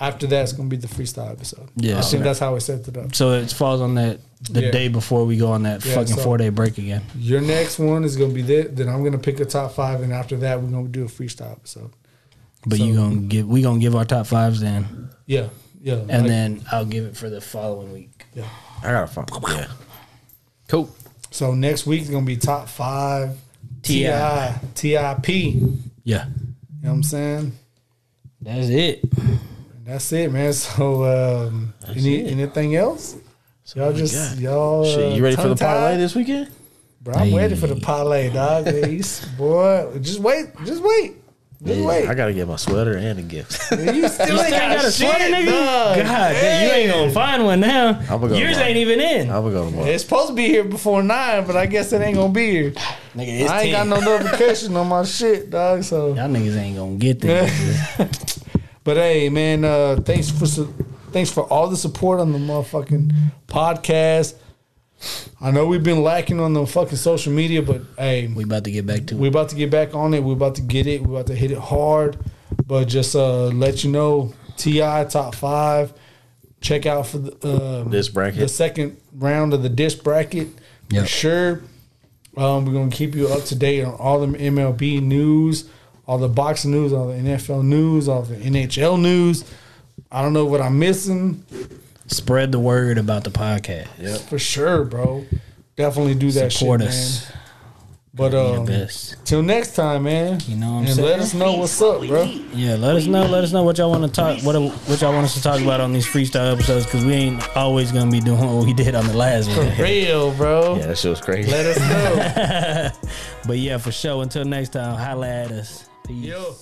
S2: After that, it's gonna be the freestyle episode.
S3: Yeah,
S2: I
S3: okay.
S2: think that's how we set it up.
S3: So it falls on that the
S2: Yeah.
S3: day before we go on that
S2: Yeah,
S3: fucking
S2: so-
S3: four day break again.
S2: Your next one is gonna be that. Then I'm gonna pick a top five, and after that, we're gonna do a freestyle episode.
S3: But you gonna give we gonna give our top fives then,
S2: Yeah, yeah.
S3: and
S2: like-
S3: then I'll give it for the following week.
S4: I gotta fuck. Yeah. Cool.
S2: so next week's gonna be top five.
S3: T.I..
S2: Ti TIP. You
S3: Yeah,
S2: know what I'm saying? <laughs>
S3: that's it.
S2: And that's it, man. <laughs> So um, any, anything else? y'all just y'all.
S4: Shit, you ready for the parlay
S2: This?
S4: this weekend?
S2: Bro, I'm ready for the parlay, dog. Yeah, you s- boy, just wait, just wait, just wait.
S4: I gotta get my sweater and a gift. <laughs>
S2: You still ain't got,
S3: got a
S2: shit,
S3: sweater, nigga?
S2: dog.
S3: God, damn, you ain't gonna find one now.
S4: I'ma go
S3: Yours
S4: tomorrow.
S3: ain't even in.
S4: I'm gonna go tomorrow.
S2: It's supposed to be here before nine, but I guess it ain't gonna be here.
S3: Nigga, it's
S2: I ain't got no notification on my shit, dog. <laughs> So,
S3: Y'all niggas ain't gonna get that.
S2: but hey, man, uh, thanks for su- thanks for all the support on the motherfucking podcast. I know we've been lacking on the fucking social media, but hey,
S3: we about to get back to
S2: we're
S3: it.
S2: about to get back on it. We're about to get it. We're about to hit it hard. But just uh, let you know, Ti top five. Check out for the um,
S4: This bracket.
S2: the second round of the disc bracket.
S3: Yep.
S2: Be sure. Um, we're gonna keep you up to date on all the MLB news, all the boxing news, all the NFL news, all the NHL news. I don't know what I'm missing
S3: Spread the word about the podcast.
S2: for sure, bro. Definitely do that
S3: Support
S2: shit,
S3: us.
S2: man. But
S3: Be the
S2: um,
S3: best.
S2: till next time, man.
S3: You know what I'm
S2: and
S3: saying?
S2: let us know what's up, bro.
S3: Yeah, let us know. Let us know what y'all want to talk. What what y'all want us to talk about on these freestyle episodes? Because we ain't always gonna be doing what we did on the last one.
S2: Real, bro.
S4: Yeah, that shit
S2: <laughs>
S4: was crazy.
S2: Let us know.
S3: But yeah, for sure. Until next time, holla at us. Peace.
S2: <laughs> Yo.